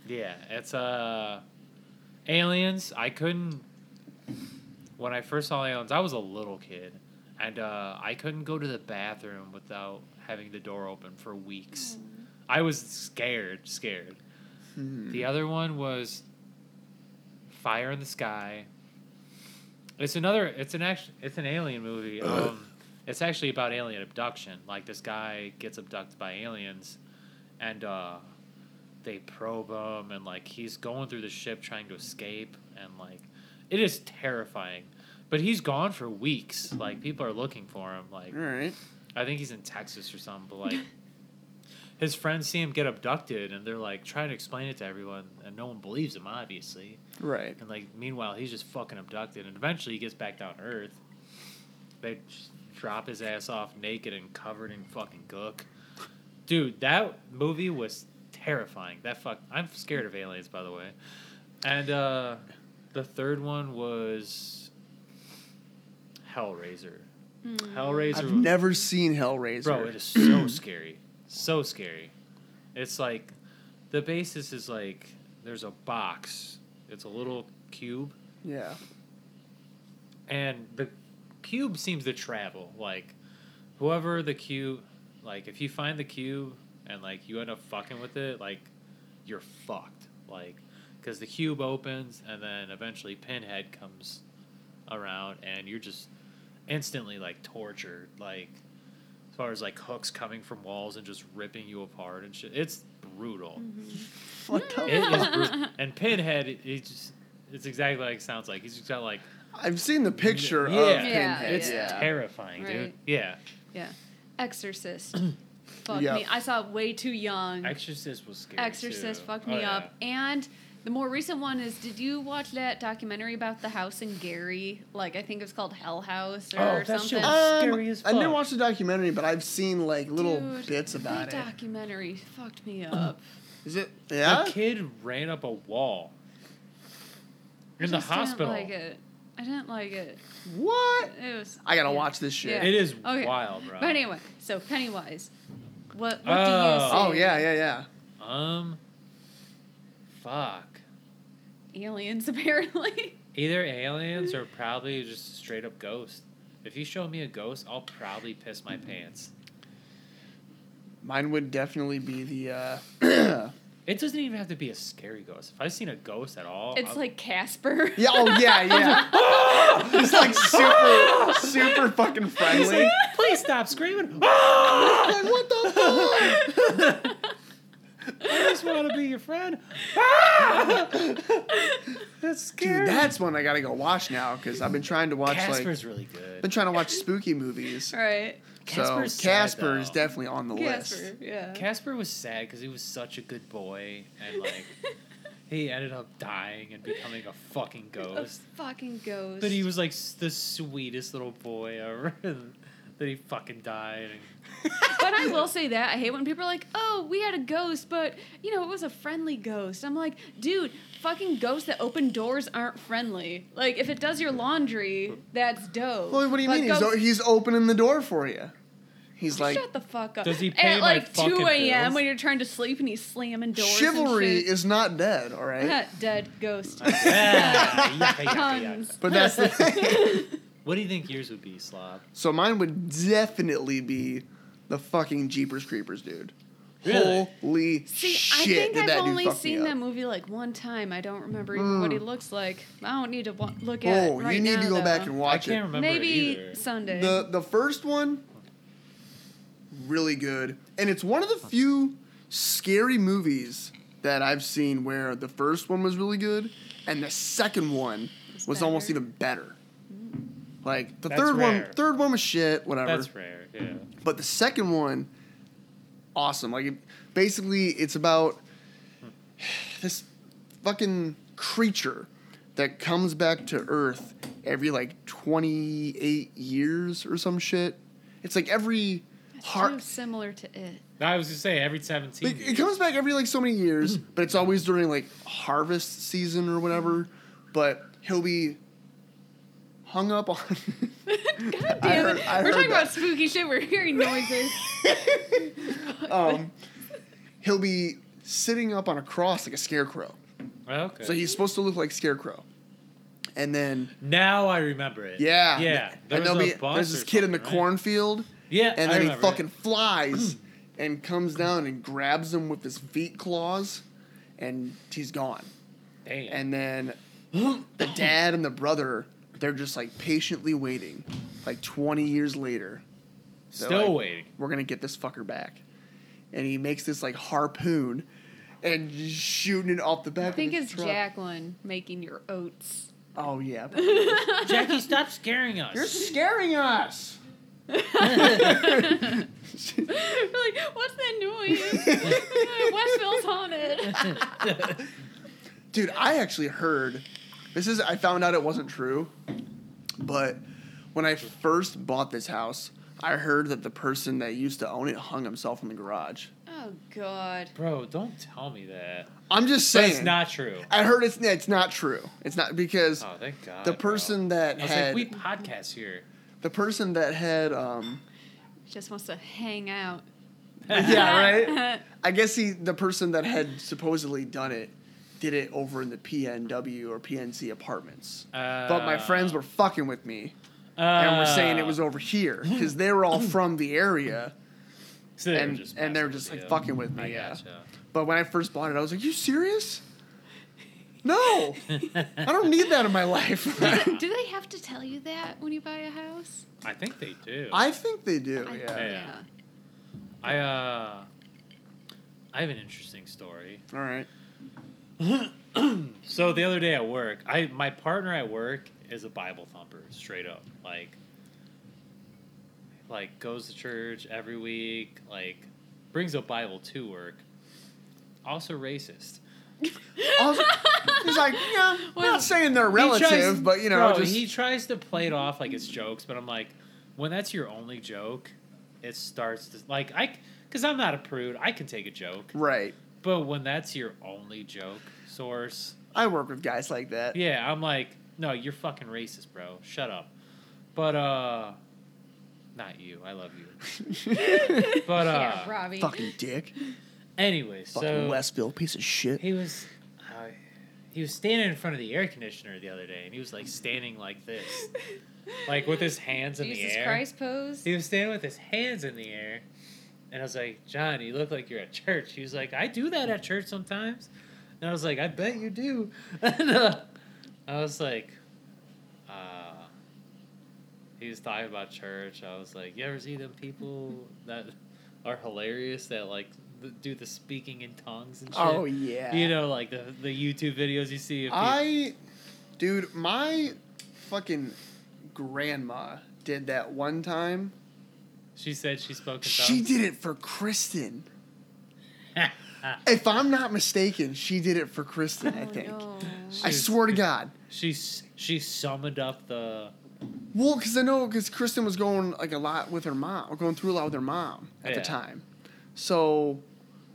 Speaker 2: Yeah, it's uh aliens. I couldn't when I first saw aliens, I was a little kid. And uh, I couldn't go to the bathroom without having the door open for weeks. I was scared, scared. The other one was Fire in the Sky. It's another. It's an action. It's an alien movie. Um, it's actually about alien abduction. Like this guy gets abducted by aliens, and uh, they probe him, and like he's going through the ship trying to escape, and like it is terrifying. But he's gone for weeks. Like people are looking for him. Like
Speaker 1: [LAUGHS] All right.
Speaker 2: I think he's in Texas or something, but like [LAUGHS] his friends see him get abducted and they're like trying to explain it to everyone and no one believes him obviously.
Speaker 1: Right.
Speaker 2: And like meanwhile he's just fucking abducted and eventually he gets back down to earth. They just drop his ass off naked and covered in fucking gook. Dude, that movie was terrifying. That fuck I'm scared of aliens by the way. And uh the third one was Hellraiser. Hellraiser
Speaker 1: I've
Speaker 2: was-
Speaker 1: never seen Hellraiser.
Speaker 2: Bro, it is so [CLEARS THROAT] scary. So scary. It's like the basis is like there's a box. It's a little cube
Speaker 1: Yeah.
Speaker 2: and the cube seems to travel like whoever the cube like if you find the cube and like you end up fucking with it like you're fucked like because the cube opens and then eventually pinhead comes around and you're just instantly like tortured like as far as like hooks coming from walls and just ripping you apart and shit it's brutal
Speaker 1: What the
Speaker 2: it is brutal and pinhead he just it's exactly like it sounds like he's just got like
Speaker 1: I've seen the picture
Speaker 2: yeah.
Speaker 1: of
Speaker 3: Yeah,
Speaker 1: Pinhead.
Speaker 2: It's
Speaker 1: yeah.
Speaker 2: terrifying, dude.
Speaker 3: Right.
Speaker 2: Yeah.
Speaker 3: Yeah.
Speaker 1: [CLEARS THROAT]
Speaker 3: Exorcist. fuck
Speaker 1: Yeah.
Speaker 3: me. I saw it way too young.
Speaker 2: Exorcist was scary.
Speaker 3: Exorcist
Speaker 2: too.
Speaker 3: fucked
Speaker 2: Oh,
Speaker 3: me
Speaker 2: yeah.
Speaker 3: up. And the more recent one is did you watch that documentary about the house in Gary? Like I think it was called Hell House or,
Speaker 2: Oh, that shit
Speaker 3: something.
Speaker 2: was
Speaker 1: Um,
Speaker 2: Scary as
Speaker 1: I didn't
Speaker 2: fuck.
Speaker 1: watch the documentary, but I've seen like little
Speaker 3: Dude,
Speaker 1: bits about
Speaker 3: that
Speaker 1: it.
Speaker 3: documentary
Speaker 1: [CLEARS THROAT]
Speaker 3: fucked me up.
Speaker 1: Is it? Yeah.
Speaker 2: A kid ran up a wall in the
Speaker 3: Just
Speaker 2: hospital.
Speaker 3: Didn't like it. I didn't like it.
Speaker 1: What?
Speaker 3: It was
Speaker 1: [LAUGHS] I gotta
Speaker 3: yeah.
Speaker 1: watch this shit.
Speaker 2: It is
Speaker 3: Okay.
Speaker 2: wild, bro.
Speaker 3: But anyway, so Pennywise. What what
Speaker 2: Oh.
Speaker 1: Oh
Speaker 3: do you say?
Speaker 1: yeah, yeah, yeah.
Speaker 2: Um, fuck.
Speaker 3: Aliens [LAUGHS] apparently.
Speaker 2: Either aliens or probably just a straight up ghost. If you show me a ghost, I'll probably piss my pants.
Speaker 1: Mine would definitely be the. Uh, [CLEARS THROAT]
Speaker 2: It doesn't even have to be a scary ghost. If I've seen a ghost at all,
Speaker 3: It's
Speaker 2: I'll-
Speaker 3: like Casper.
Speaker 1: yeah. Oh yeah,
Speaker 2: [LAUGHS]
Speaker 1: yeah. [LAUGHS] it's like super, super fucking
Speaker 2: He's
Speaker 1: friendly.
Speaker 2: like, [LAUGHS] please stop screaming.
Speaker 1: [LAUGHS] Like, what the
Speaker 2: [LAUGHS]
Speaker 1: fuck? oh.
Speaker 2: I just want to be your friend. Ah! That's scary.
Speaker 1: Dude, that's one I gotta go watch now because I've been trying to watch like
Speaker 2: Casper's really good.
Speaker 1: been trying to watch spooky movies.
Speaker 3: [LAUGHS] Right.
Speaker 2: Casper's
Speaker 1: so
Speaker 2: sad,
Speaker 1: Casper is
Speaker 2: though.
Speaker 1: definitely on the list.
Speaker 3: Casper. Yeah.
Speaker 2: Casper was sad because he was such a good boy, and like he ended up dying and becoming a fucking
Speaker 3: [LAUGHS] a
Speaker 2: ghost.
Speaker 3: fucking ghost.
Speaker 2: But he was like s- the sweetest little boy ever. [LAUGHS] and then he fucking died. And [LAUGHS]
Speaker 3: But I will say that I hate when people are like, "Oh, we had a ghost, but you know it was a friendly ghost." I'm like, dude, fucking ghosts that open doors aren't friendly. Like if it does your laundry, that's dope.
Speaker 1: Well, what do you
Speaker 3: But
Speaker 1: mean? He's,
Speaker 3: ghosts-
Speaker 1: o- he's opening the door for you. He's like,
Speaker 3: Shut the fuck up.
Speaker 2: Does he pay
Speaker 3: At
Speaker 2: my
Speaker 3: like
Speaker 2: fucking
Speaker 3: 2 a.m.
Speaker 2: bills?
Speaker 3: when you're trying to sleep and he's slamming doors. and
Speaker 1: chivalry
Speaker 3: shit.
Speaker 1: is not dead, all right?
Speaker 3: dead
Speaker 2: [LAUGHS]
Speaker 3: ghost.
Speaker 2: yeah, yuck, yuck, yuck.
Speaker 3: Tons.
Speaker 1: But that's the [LAUGHS] thing.
Speaker 3: [LAUGHS]
Speaker 2: What do you think yours would be, Slob?
Speaker 1: So mine would definitely be the fucking Jeepers Creepers, dude.
Speaker 2: Really?
Speaker 1: Holy
Speaker 3: See,
Speaker 1: shit!
Speaker 3: I think
Speaker 1: did
Speaker 3: I've
Speaker 1: that dude
Speaker 3: only
Speaker 1: fuck me
Speaker 3: seen
Speaker 1: up. Mm.
Speaker 3: that movie like one time. I don't remember even what he looks like. I don't need to wa- look at it
Speaker 1: Oh,
Speaker 3: right
Speaker 1: you need
Speaker 3: now,
Speaker 1: to go
Speaker 3: though.
Speaker 1: back and
Speaker 2: I
Speaker 1: watch
Speaker 2: can't
Speaker 1: it.
Speaker 2: remember it
Speaker 3: Maybe
Speaker 2: either.
Speaker 3: Sunday.
Speaker 1: The the first one, really good, and it's one of the few scary movies that I've seen where the first one was really good, and the second one
Speaker 3: It's
Speaker 1: was almost
Speaker 3: better. Mm.
Speaker 1: even better. Like the
Speaker 2: That's
Speaker 1: third
Speaker 2: rare.
Speaker 1: one, third one was shit, whatever.
Speaker 2: That's rare. Yeah.
Speaker 1: But the second one, awesome. Like, it, basically, it's about this fucking creature that comes back to Earth every like 28 years or some shit. It's like every
Speaker 3: It's too
Speaker 1: heart.
Speaker 3: similar to it.
Speaker 2: I was gonna say every seventeen.
Speaker 1: Like, it comes back every like so many years, but it's always during like harvest season or whatever. But he'll be hung up on. [LAUGHS]
Speaker 3: God
Speaker 1: I
Speaker 3: damn
Speaker 1: heard-
Speaker 3: it.
Speaker 1: I
Speaker 3: We're
Speaker 1: heard
Speaker 3: talking
Speaker 1: that.
Speaker 3: about spooky shit.
Speaker 1: [LAUGHS]
Speaker 3: We're hearing noises.
Speaker 1: um, he'll be sitting up on a cross like a scarecrow.
Speaker 2: okay.
Speaker 1: So he's supposed to look like Scarecrow. And then
Speaker 2: now I remember it.
Speaker 1: yeah,
Speaker 2: Yeah.
Speaker 1: and
Speaker 2: was
Speaker 1: there'll
Speaker 2: a
Speaker 1: be
Speaker 2: bus
Speaker 1: there's
Speaker 2: or
Speaker 1: this kid in the
Speaker 2: something, right?
Speaker 1: cornfield,
Speaker 2: Yeah.
Speaker 1: and
Speaker 2: I
Speaker 1: then he
Speaker 2: remember it.
Speaker 1: fucking flies and comes down and grabs him with his feet claws, and he's gone.
Speaker 2: Damn.
Speaker 1: And then the dad and the brother, they're just like patiently waiting, like 20 years later. They're
Speaker 2: Still
Speaker 1: like,
Speaker 2: waiting. [LAUGHS]
Speaker 1: We're gonna get this fucker back, and he makes this like harpoon, and just shooting it off the back.
Speaker 3: I think
Speaker 1: of
Speaker 3: it's
Speaker 1: his truck.
Speaker 3: Jacqueline making your
Speaker 1: [LAUGHS]
Speaker 3: oats. [LAUGHS]
Speaker 1: Oh yeah.
Speaker 2: Jackie, stop scaring [LAUGHS] us.
Speaker 1: scaring
Speaker 2: [LAUGHS]
Speaker 1: us.
Speaker 3: We're like, what's
Speaker 1: [LAUGHS]
Speaker 3: that noise? Westville's haunted.
Speaker 1: Dude, I actually heard this is I found out it wasn't true, but when I first bought this house, I heard that the person that used to own it hung himself in the garage.
Speaker 3: Oh God.
Speaker 2: Bro, don't tell me that.
Speaker 1: I'm just
Speaker 2: But
Speaker 1: saying.
Speaker 2: it's not true.
Speaker 1: I heard it's it's not true. It's not because
Speaker 2: Oh, thank God.
Speaker 1: the
Speaker 2: bro.
Speaker 1: person that
Speaker 2: I was
Speaker 1: had
Speaker 2: like, we podcast here.
Speaker 1: the person that had
Speaker 2: [LAUGHS]
Speaker 1: um
Speaker 3: Just wants to hang out.
Speaker 1: [LAUGHS] yeah, right?
Speaker 3: [LAUGHS]
Speaker 1: I guess he the person that had supposedly done it did it over in the PNW or PNC apartments. But my friends were fucking with me
Speaker 2: uh,
Speaker 1: and we're saying it was over here because they were all from the area.
Speaker 2: so they were
Speaker 1: and-
Speaker 2: just
Speaker 1: and they were
Speaker 2: messing
Speaker 1: just,
Speaker 2: with
Speaker 1: like,
Speaker 2: you.
Speaker 1: fucking with me,
Speaker 2: I
Speaker 1: yeah.
Speaker 2: gotcha.
Speaker 1: But when I first bought it, I was like, "You serious? No, I don't need that in my
Speaker 5: [LAUGHS]
Speaker 1: life."
Speaker 3: Do they have to tell you that when you buy a house?
Speaker 2: [LAUGHS] I think they do.
Speaker 1: I think they do.
Speaker 3: I-
Speaker 1: Oh, Yeah.
Speaker 2: Yeah. I uh, I have an interesting story.
Speaker 1: All right.
Speaker 2: So the other day at work, I my partner at work is a Bible thumper, straight up. Like, like goes to church every week. Like, brings a Bible to work. Also racist.
Speaker 1: Also, he's like, yeah,
Speaker 2: [LAUGHS]
Speaker 3: Well,
Speaker 1: not saying they're
Speaker 2: He
Speaker 1: relative,
Speaker 2: tries-
Speaker 1: but you know,
Speaker 2: bro,
Speaker 1: just
Speaker 2: he tries to play it off like it's jokes, but I'm like, when that's your only joke, it starts to like I, because I'm not a prude, I can take a joke,
Speaker 1: right.
Speaker 2: but when that's your only joke source,
Speaker 1: I work with guys like that.
Speaker 2: yeah, I'm like, no, you're fucking racist, bro. Shut up. But uh, not you. I love you. but uh,
Speaker 3: [LAUGHS] yeah,
Speaker 1: [LAUGHS]
Speaker 3: Robbie.
Speaker 1: Fucking dick.
Speaker 2: anyway,
Speaker 1: Fucking
Speaker 2: so
Speaker 1: Westville piece of shit.
Speaker 2: he was. Uh, he was standing in front of the air conditioner the other day, and he was like standing like this, like with his hands in
Speaker 5: Jesus
Speaker 2: the air.
Speaker 5: Christ pose.
Speaker 2: He was standing with his hands in the air, and I was like, "John, you look like you're at church." He was like, "I do that at church sometimes," and I was like, "I bet you do." [LAUGHS] and, uh, I was like, uh, "He was talking about church." I was like, "You ever see them people that are hilarious that like th- do the speaking in tongues and shit?"
Speaker 1: Oh yeah.
Speaker 2: You know, like the the YouTube videos you see. Of people.
Speaker 1: I, dude, my fucking grandma did that one time.
Speaker 2: she said she spoke in tongues.
Speaker 1: She did it for Kristen. If I'm not mistaken, she did it for
Speaker 3: Oh,
Speaker 1: Kristen. I think. I
Speaker 2: [LAUGHS] She-
Speaker 1: swear to God.
Speaker 2: She s- she summoned up the
Speaker 1: Well, because I know because Kristen was going like a lot with her mom, or going through a lot with her mom at
Speaker 2: Yeah.
Speaker 1: the time. So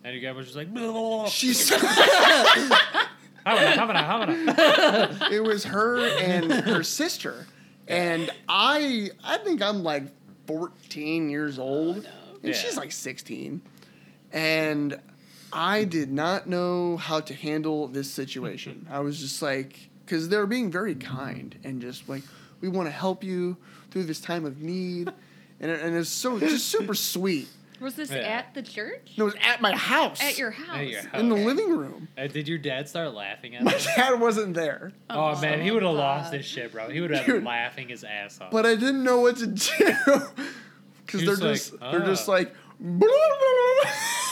Speaker 2: And your guy was just like, "Blah." [LAUGHS]
Speaker 1: she's [LAUGHS]
Speaker 2: Habana, habana, habana.
Speaker 1: [LAUGHS] it was her and
Speaker 5: [LAUGHS]
Speaker 1: her sister, and I I think I'm like 14 years old,
Speaker 5: Oh,
Speaker 1: and
Speaker 2: Yeah.
Speaker 1: she's like 16, and I did not know how to handle this situation. I was just like, because they were being very kind and just like, we want to help you through this time of need, and it- and it's so just super sweet.
Speaker 5: Was this
Speaker 2: Yeah.
Speaker 5: at the church?
Speaker 1: And it was at my house,
Speaker 5: At your house?
Speaker 2: At your house.
Speaker 1: in the living room.
Speaker 2: Uh, did your dad start
Speaker 1: [LAUGHS]
Speaker 2: laughing at
Speaker 1: My
Speaker 2: him?
Speaker 1: dad wasn't there.
Speaker 2: oh man, he would have lost
Speaker 5: God.
Speaker 3: [LAUGHS]
Speaker 2: his shit, bro. He would have
Speaker 1: Dude.
Speaker 2: been laughing his ass off.
Speaker 1: but I didn't know what to do [LAUGHS] because
Speaker 2: He
Speaker 1: they're
Speaker 2: was like,
Speaker 1: just they're just
Speaker 2: "Ah."
Speaker 1: like. [LAUGHS]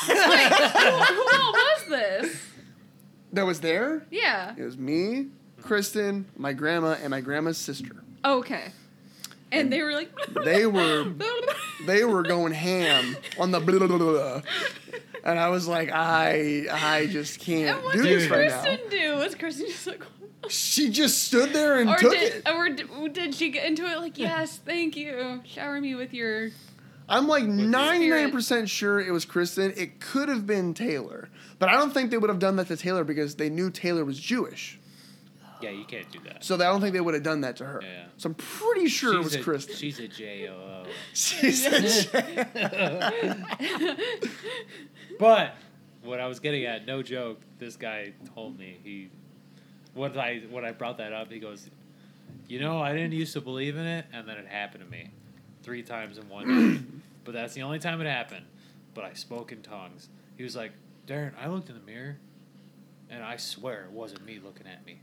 Speaker 1: that
Speaker 3: Who all was this?
Speaker 1: was there.
Speaker 3: Yeah.
Speaker 1: It was me, Kristen, my grandma, and my grandma's sister.
Speaker 3: Okay. And they were like. [LAUGHS]
Speaker 1: They were they were going ham on the [LAUGHS] blah, blah, blah, blah. and I was like, I I just
Speaker 3: And
Speaker 1: can't
Speaker 3: what
Speaker 1: do
Speaker 3: did
Speaker 1: this
Speaker 2: Dude.
Speaker 1: right
Speaker 3: Kristen do? Was Kristen just like,
Speaker 1: now. She just stood there and
Speaker 3: or
Speaker 1: took
Speaker 3: did,
Speaker 1: it.
Speaker 3: or d- did she get into it
Speaker 1: [LAUGHS]
Speaker 3: like, yes, thank you, shower me with your?
Speaker 1: I'm like ninety nine
Speaker 3: spirit.
Speaker 1: percent sure it was Kristen. It could have been Taylor, but I don't think they would have done that to Taylor because they knew Taylor was Jewish.
Speaker 2: yeah, you can't do that.
Speaker 1: So I don't think they would have done that to her.
Speaker 2: Yeah.
Speaker 1: So I'm pretty sure
Speaker 2: she's
Speaker 1: it was
Speaker 2: a,
Speaker 1: Kristen. [LAUGHS] She,
Speaker 2: She's a J-O-O.
Speaker 1: said,
Speaker 2: [LAUGHS] But what I was getting at, no joke, this guy told me he when I when I brought that up, he goes, You know, I didn't used to believe in it and then it happened to me. Three times in one day. But that's the only time it happened. But I spoke in tongues. He was like, Darren, I looked in the mirror and I swear it wasn't me looking at me.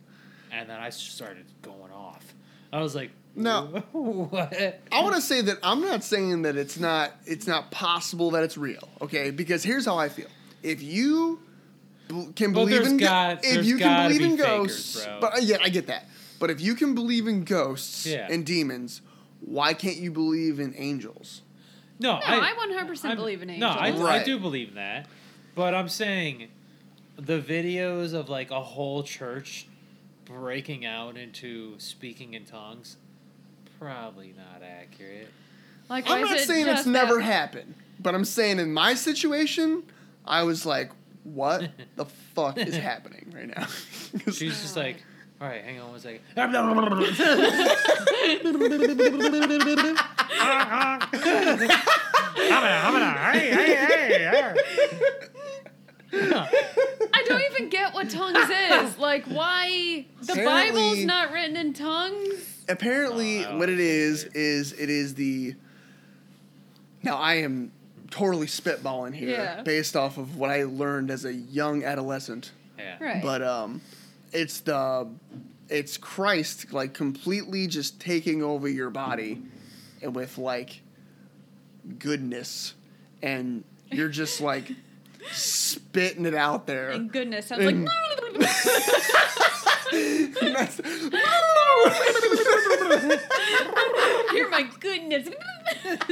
Speaker 2: And then I started going off. I was like,
Speaker 1: No.
Speaker 2: [LAUGHS] what?
Speaker 1: [LAUGHS] I want to say that I'm not saying that it's not it's not possible that it's real. Okay, because here's how I feel. If you b- can
Speaker 2: But
Speaker 1: believe
Speaker 2: there's
Speaker 1: in go-
Speaker 2: got-
Speaker 1: if
Speaker 2: there's
Speaker 1: you can
Speaker 2: gotta
Speaker 1: believe
Speaker 2: be
Speaker 1: in
Speaker 2: fakers,
Speaker 1: ghosts,
Speaker 2: bro.
Speaker 1: but uh, yeah, I get that. But if you can believe in ghosts
Speaker 2: Yeah.
Speaker 1: and demons, why can't you believe in angels?
Speaker 2: No,
Speaker 3: No, I 100%
Speaker 2: I'm-
Speaker 3: believe in
Speaker 2: No, I,
Speaker 3: angels.
Speaker 2: I
Speaker 1: Right.
Speaker 2: do believe in that. But I'm saying the videos of like a whole church breaking out into speaking in tongues probably not accurate.
Speaker 1: I'm
Speaker 3: Like, why is
Speaker 1: not
Speaker 3: it
Speaker 1: saying it's
Speaker 3: just
Speaker 1: never
Speaker 3: that-
Speaker 1: happened, but I'm saying in my situation, I was like,
Speaker 3: [LAUGHS]
Speaker 1: what the fuck is happening right now? [LAUGHS] 'Cause-
Speaker 2: She's just like, all right, hang on one
Speaker 3: [LAUGHS]
Speaker 2: second. [LAUGHS]
Speaker 3: I don't even get
Speaker 1: [LAUGHS]
Speaker 3: what tongues is. Like, why the
Speaker 1: Apparently-
Speaker 3: Bible's not written in tongues?
Speaker 1: apparently
Speaker 2: Oh, I
Speaker 1: what it
Speaker 2: don't
Speaker 1: is
Speaker 2: either.
Speaker 1: is it is the now i am totally spitballing here
Speaker 3: Yeah.
Speaker 1: based off of what i learned as a young adolescent
Speaker 2: Yeah.
Speaker 3: Right.
Speaker 1: but um it's the it's christ like completely just taking over your body and with like goodness and you're just like spitting it out there [LAUGHS]
Speaker 3: and [LAUGHS] goodness, sounds like.
Speaker 1: And-
Speaker 3: That's
Speaker 1: And that's-
Speaker 3: You're my goodness. [LAUGHS]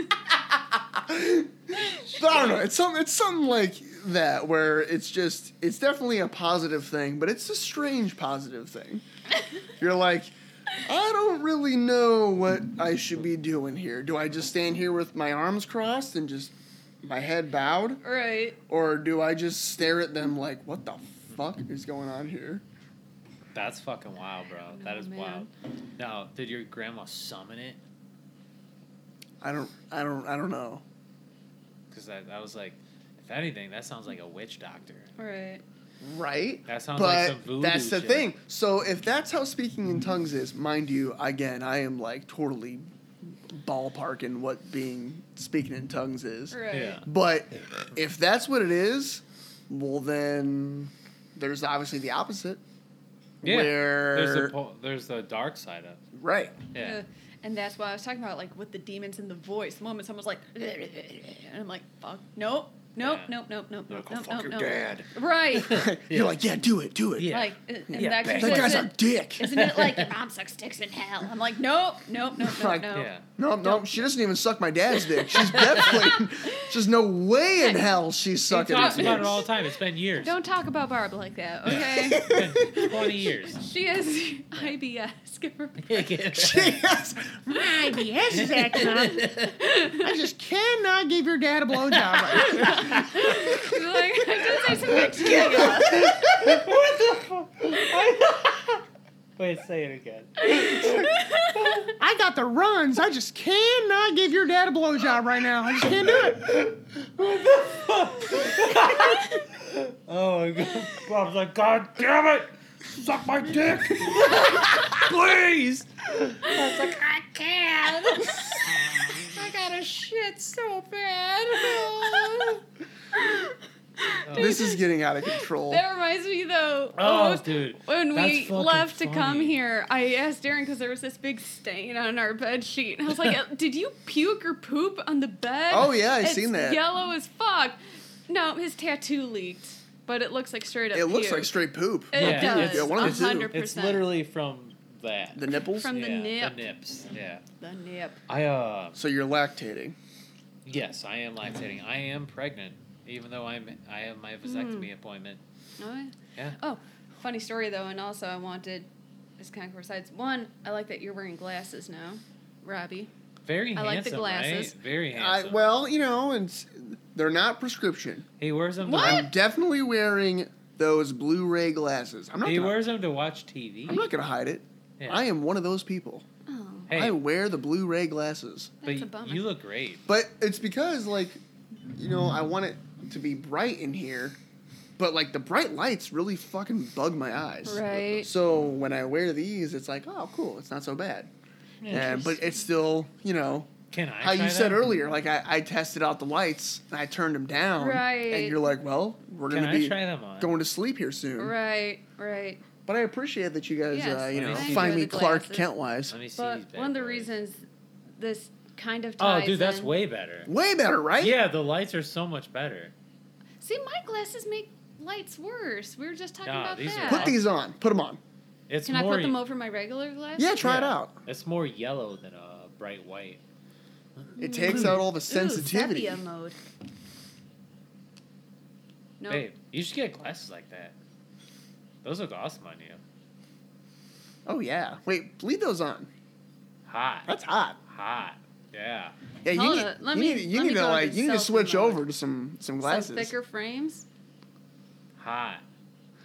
Speaker 1: But I don't know. It's something. It's something like that where it's just. It's definitely a positive thing, but it's a strange positive thing. You're like, I don't really know what I should be doing here. Do I just stand here with my arms crossed and just my head bowed,
Speaker 3: right.
Speaker 1: or do I just stare at them like, what the fuck is going on here?
Speaker 2: That's fucking wild, bro. That
Speaker 3: know,
Speaker 2: is
Speaker 3: Oh, man.
Speaker 2: wild. Now, did your grandma summon it?
Speaker 1: I don't. I don't. I don't know.
Speaker 2: Because I, I was like, if anything, that sounds like a witch doctor.
Speaker 3: Right.
Speaker 1: Right.
Speaker 2: That sounds
Speaker 1: but
Speaker 2: like some voodoo
Speaker 1: that's the
Speaker 2: shit.
Speaker 1: thing. So if that's how speaking in tongues is, mind you, again, I am like totally ballparking what being speaking in tongues is.
Speaker 3: Right.
Speaker 2: Yeah.
Speaker 1: But if that's what it is, well then there's obviously the opposite.
Speaker 2: Yeah. There's the
Speaker 1: Where
Speaker 2: po- there's the dark side of. it.
Speaker 1: right. [LAUGHS]
Speaker 2: Yeah.
Speaker 3: Uh, and that's why I was talking about, like, with the demons in the voice. The moment someone's like, [LAUGHS] and I'm like, fuck, nope, nope,
Speaker 2: Yeah.
Speaker 3: nope, nope, nope,
Speaker 2: You're like,
Speaker 3: nope,
Speaker 2: "Go
Speaker 3: nope,
Speaker 2: fuck
Speaker 3: nope,
Speaker 2: your
Speaker 3: nope.
Speaker 2: dad.
Speaker 3: Right.
Speaker 2: Yeah.
Speaker 1: You're like, yeah, do it, do it.
Speaker 2: [LAUGHS] Yeah.
Speaker 3: Like, uh, and
Speaker 4: Yeah,
Speaker 3: that,
Speaker 4: bang.
Speaker 1: That guy's a
Speaker 3: isn't,
Speaker 1: dick.
Speaker 3: isn't it like your mom sucks dicks in hell? I'm like, nope, nope, nope, nope,
Speaker 1: Like,
Speaker 3: nope.
Speaker 2: Yeah.
Speaker 1: No, no, she doesn't even suck my dad's dick.
Speaker 2: [LAUGHS]
Speaker 1: She's definitely. There's no way in hell she's
Speaker 2: He
Speaker 1: sucking
Speaker 2: talks
Speaker 1: his
Speaker 2: about
Speaker 1: dick. [LAUGHS]
Speaker 2: it all the time. It's been years.
Speaker 3: Don't talk about Barb like that, okay?
Speaker 2: [LAUGHS] It's been Twenty [LAUGHS] years.
Speaker 3: she has IBS. Give her
Speaker 1: Yes.
Speaker 4: My BS is acting up.
Speaker 1: I just cannot give your dad a blowjob.
Speaker 2: [LAUGHS]
Speaker 3: She's like, I just say some bitch
Speaker 2: [LAUGHS] Wait, say it again. [LAUGHS]
Speaker 1: I got the runs. I just cannot give your dad a blowjob right now. I just can't do it.
Speaker 2: Oh my god. Bob's like, God damn it! Suck my dick! Please!
Speaker 4: I
Speaker 5: [LAUGHS]
Speaker 4: can't.
Speaker 3: I got a shit so
Speaker 2: Oh.
Speaker 3: bad.
Speaker 1: This is getting out of control.
Speaker 3: that reminds me though.
Speaker 2: Oh,
Speaker 3: almost
Speaker 2: dude.
Speaker 3: When
Speaker 2: That's
Speaker 3: we
Speaker 2: fucking
Speaker 3: left to come
Speaker 2: funny.
Speaker 3: here, I asked Darren because there was this big stain on our bed sheet, and I was
Speaker 2: [LAUGHS]
Speaker 3: like, "Did you puke or poop on the bed?"
Speaker 1: Oh, yeah, I
Speaker 3: it's
Speaker 1: seen that.
Speaker 3: Yellow as fuck. No, his tattoo leaked, but it looks like straight up.
Speaker 1: It looks
Speaker 3: puke.
Speaker 1: like straight poop.
Speaker 3: It
Speaker 2: Yeah.
Speaker 3: does.
Speaker 1: Yeah, one of the two.
Speaker 3: hundred
Speaker 2: It's
Speaker 3: percent.
Speaker 2: literally from that.
Speaker 1: The nipples.
Speaker 3: From the
Speaker 2: Yeah,
Speaker 3: nip.
Speaker 2: The nips. Yeah.
Speaker 3: the nip.
Speaker 2: I, uh,
Speaker 1: so you're lactating.
Speaker 2: yes, I am lactating. I am pregnant, even though I'm, I have my vasectomy
Speaker 3: Hmm.
Speaker 2: appointment.
Speaker 3: Oh, yeah.
Speaker 2: Yeah.
Speaker 3: Oh, funny story though, and also I wanted this kind of besides one. I like that you're wearing glasses now, Robbie.
Speaker 2: Very
Speaker 3: I
Speaker 2: handsome.
Speaker 3: like the
Speaker 2: Right?
Speaker 3: glasses.
Speaker 2: Very
Speaker 1: I,
Speaker 2: handsome.
Speaker 1: well, you know, it's they're not prescription.
Speaker 2: he wears them
Speaker 3: What?
Speaker 2: to
Speaker 1: I'm definitely wearing those Blu-ray glasses. I'm not.
Speaker 2: He
Speaker 1: Gonna,
Speaker 2: wears them to watch TV.
Speaker 1: I'm not gonna hide it.
Speaker 2: Yeah.
Speaker 1: I am one of those people.
Speaker 3: Oh,
Speaker 2: Hey,
Speaker 1: I wear the Blu-ray glasses.
Speaker 2: but
Speaker 3: that's a bummer.
Speaker 2: you look great.
Speaker 1: But it's because like, you know, I want it to be bright in here, but like the bright lights really fucking bug my eyes.
Speaker 3: Right.
Speaker 1: So when I wear these, it's like, oh, cool, it's not so bad. And, but it's still, you know,
Speaker 2: Can I?
Speaker 1: how you
Speaker 2: try
Speaker 1: said
Speaker 2: them?
Speaker 1: earlier, like I, I tested out the lights and I turned them down.
Speaker 3: Right.
Speaker 1: And you're like, well, we're
Speaker 2: Can
Speaker 1: gonna
Speaker 2: I
Speaker 1: be
Speaker 2: try them on?
Speaker 1: going to sleep here soon.
Speaker 3: Right, right.
Speaker 1: But I appreciate that you guys,
Speaker 3: Yes,
Speaker 1: uh, you
Speaker 2: let
Speaker 1: know,
Speaker 2: me see.
Speaker 1: find
Speaker 3: Enjoy
Speaker 1: me
Speaker 3: the
Speaker 1: Clark
Speaker 3: glasses.
Speaker 1: Kent wise.
Speaker 2: Let me see. these
Speaker 3: But
Speaker 2: bad
Speaker 3: one of the
Speaker 2: boys.
Speaker 3: reasons this kind of
Speaker 2: Oh,
Speaker 3: ties
Speaker 2: dude, that's
Speaker 3: in-
Speaker 2: way better.
Speaker 1: Way better, right?
Speaker 2: Yeah, the lights are so much better.
Speaker 3: See, my glasses make lights worse. We were just talking
Speaker 2: Nah,
Speaker 3: about
Speaker 2: Ah, these are
Speaker 3: that.
Speaker 1: Put these on. Put them on.
Speaker 2: It's
Speaker 3: Can I
Speaker 2: more.
Speaker 3: put them over my regular glasses?
Speaker 1: Yeah, try it
Speaker 2: yeah,
Speaker 1: out.
Speaker 2: It's more yellow than a bright white.
Speaker 1: It takes out all the sensitivity.
Speaker 3: Ooh, sepia mode. No.
Speaker 2: Babe, you should get glasses like that. Those look awesome on you.
Speaker 1: oh yeah. Wait, leave those on.
Speaker 2: Hot,
Speaker 1: That's hot.
Speaker 2: hot. Yeah.
Speaker 1: Yeah, you
Speaker 3: Hold
Speaker 1: need,
Speaker 3: up, let
Speaker 1: you
Speaker 3: me-
Speaker 1: need, you
Speaker 3: let me
Speaker 1: need to
Speaker 3: go
Speaker 1: like,
Speaker 3: to
Speaker 1: you need to
Speaker 3: selfie
Speaker 1: switch
Speaker 3: mode.
Speaker 1: over to some some glasses.
Speaker 3: Some thicker frames.
Speaker 2: Hot.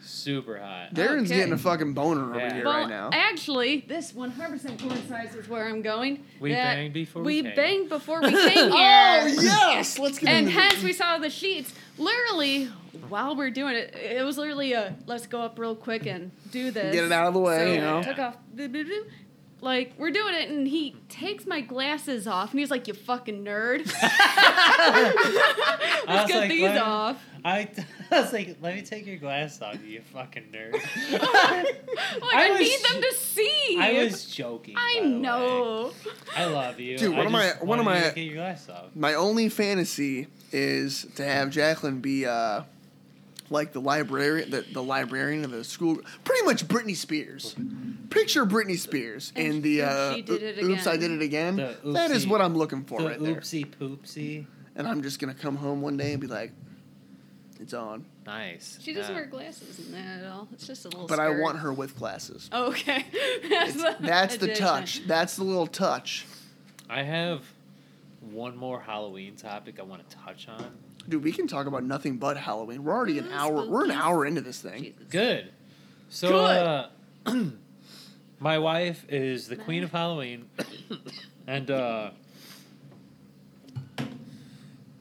Speaker 2: Super hot.
Speaker 1: Darren's
Speaker 3: Okay.
Speaker 1: getting a fucking boner over
Speaker 2: Yeah.
Speaker 1: here
Speaker 2: Well,
Speaker 1: right now.
Speaker 3: actually, this 100% coincides with where I'm going.
Speaker 2: We
Speaker 3: that
Speaker 2: banged before we
Speaker 3: we
Speaker 2: came.
Speaker 3: banged before
Speaker 1: [LAUGHS]
Speaker 3: we came here.
Speaker 1: Oh yes, let's get [LAUGHS]
Speaker 3: And
Speaker 1: into this.
Speaker 3: hence we saw the sheets. Literally, while we're doing it, it was literally a let's go up real quick and do this.
Speaker 1: Get it out of the way,
Speaker 3: So
Speaker 1: you know.
Speaker 3: I Took off. boop, boop, boop. Like we're doing it, and he takes my glasses off, and he's like, "You fucking nerd, [LAUGHS]
Speaker 2: I was
Speaker 3: get
Speaker 2: like,
Speaker 3: these
Speaker 2: let me-
Speaker 3: off."
Speaker 2: [LAUGHS] I, [LAUGHS] I was like, let me take your glass off, you fucking
Speaker 3: [LAUGHS]
Speaker 2: nerd.
Speaker 3: I'm like
Speaker 2: I
Speaker 3: I,
Speaker 2: was-
Speaker 3: need them to see.
Speaker 2: I was joking.
Speaker 3: [LAUGHS] I
Speaker 2: by the way.
Speaker 3: know.
Speaker 2: I love you.
Speaker 1: Dude,
Speaker 2: I
Speaker 1: one of my-
Speaker 2: just
Speaker 1: one of
Speaker 2: wanted you
Speaker 1: my-
Speaker 2: to Get
Speaker 1: [LAUGHS]
Speaker 2: your glass off.
Speaker 1: My only fantasy is to have Jacqueline be uh, like the librarian, the, the librarian of a school, pretty much Britney Spears. Picture Britney Spears
Speaker 3: And
Speaker 1: and the
Speaker 3: she-
Speaker 1: uh,
Speaker 3: she did it
Speaker 1: "Oops, I
Speaker 3: again.
Speaker 1: did it again."
Speaker 2: The
Speaker 1: That is
Speaker 2: oopsie-
Speaker 1: what I'm looking for
Speaker 2: The
Speaker 1: right there.
Speaker 2: oopsie poopsie.
Speaker 1: And I'm just gonna come home one day and be like, "It's on,"
Speaker 2: Nice.
Speaker 3: She doesn't
Speaker 2: yeah.
Speaker 3: wear glasses in that at all. It's just a little.
Speaker 1: but I
Speaker 3: skirt.
Speaker 1: want her with
Speaker 3: [LAUGHS]
Speaker 1: glasses.
Speaker 3: Oh, okay. that's the,
Speaker 1: That's the touch. That's the little touch.
Speaker 2: I have one more Halloween topic I want to touch on.
Speaker 1: Dude, we can talk about nothing but Halloween. We're already an
Speaker 3: Mm,
Speaker 1: hour. We're an
Speaker 3: spooky.
Speaker 1: hour into this thing.
Speaker 3: Jesus.
Speaker 2: Good. So, Uh, [CLEARS THROAT] my wife is the queen of
Speaker 3: [COUGHS]
Speaker 2: Halloween, and uh,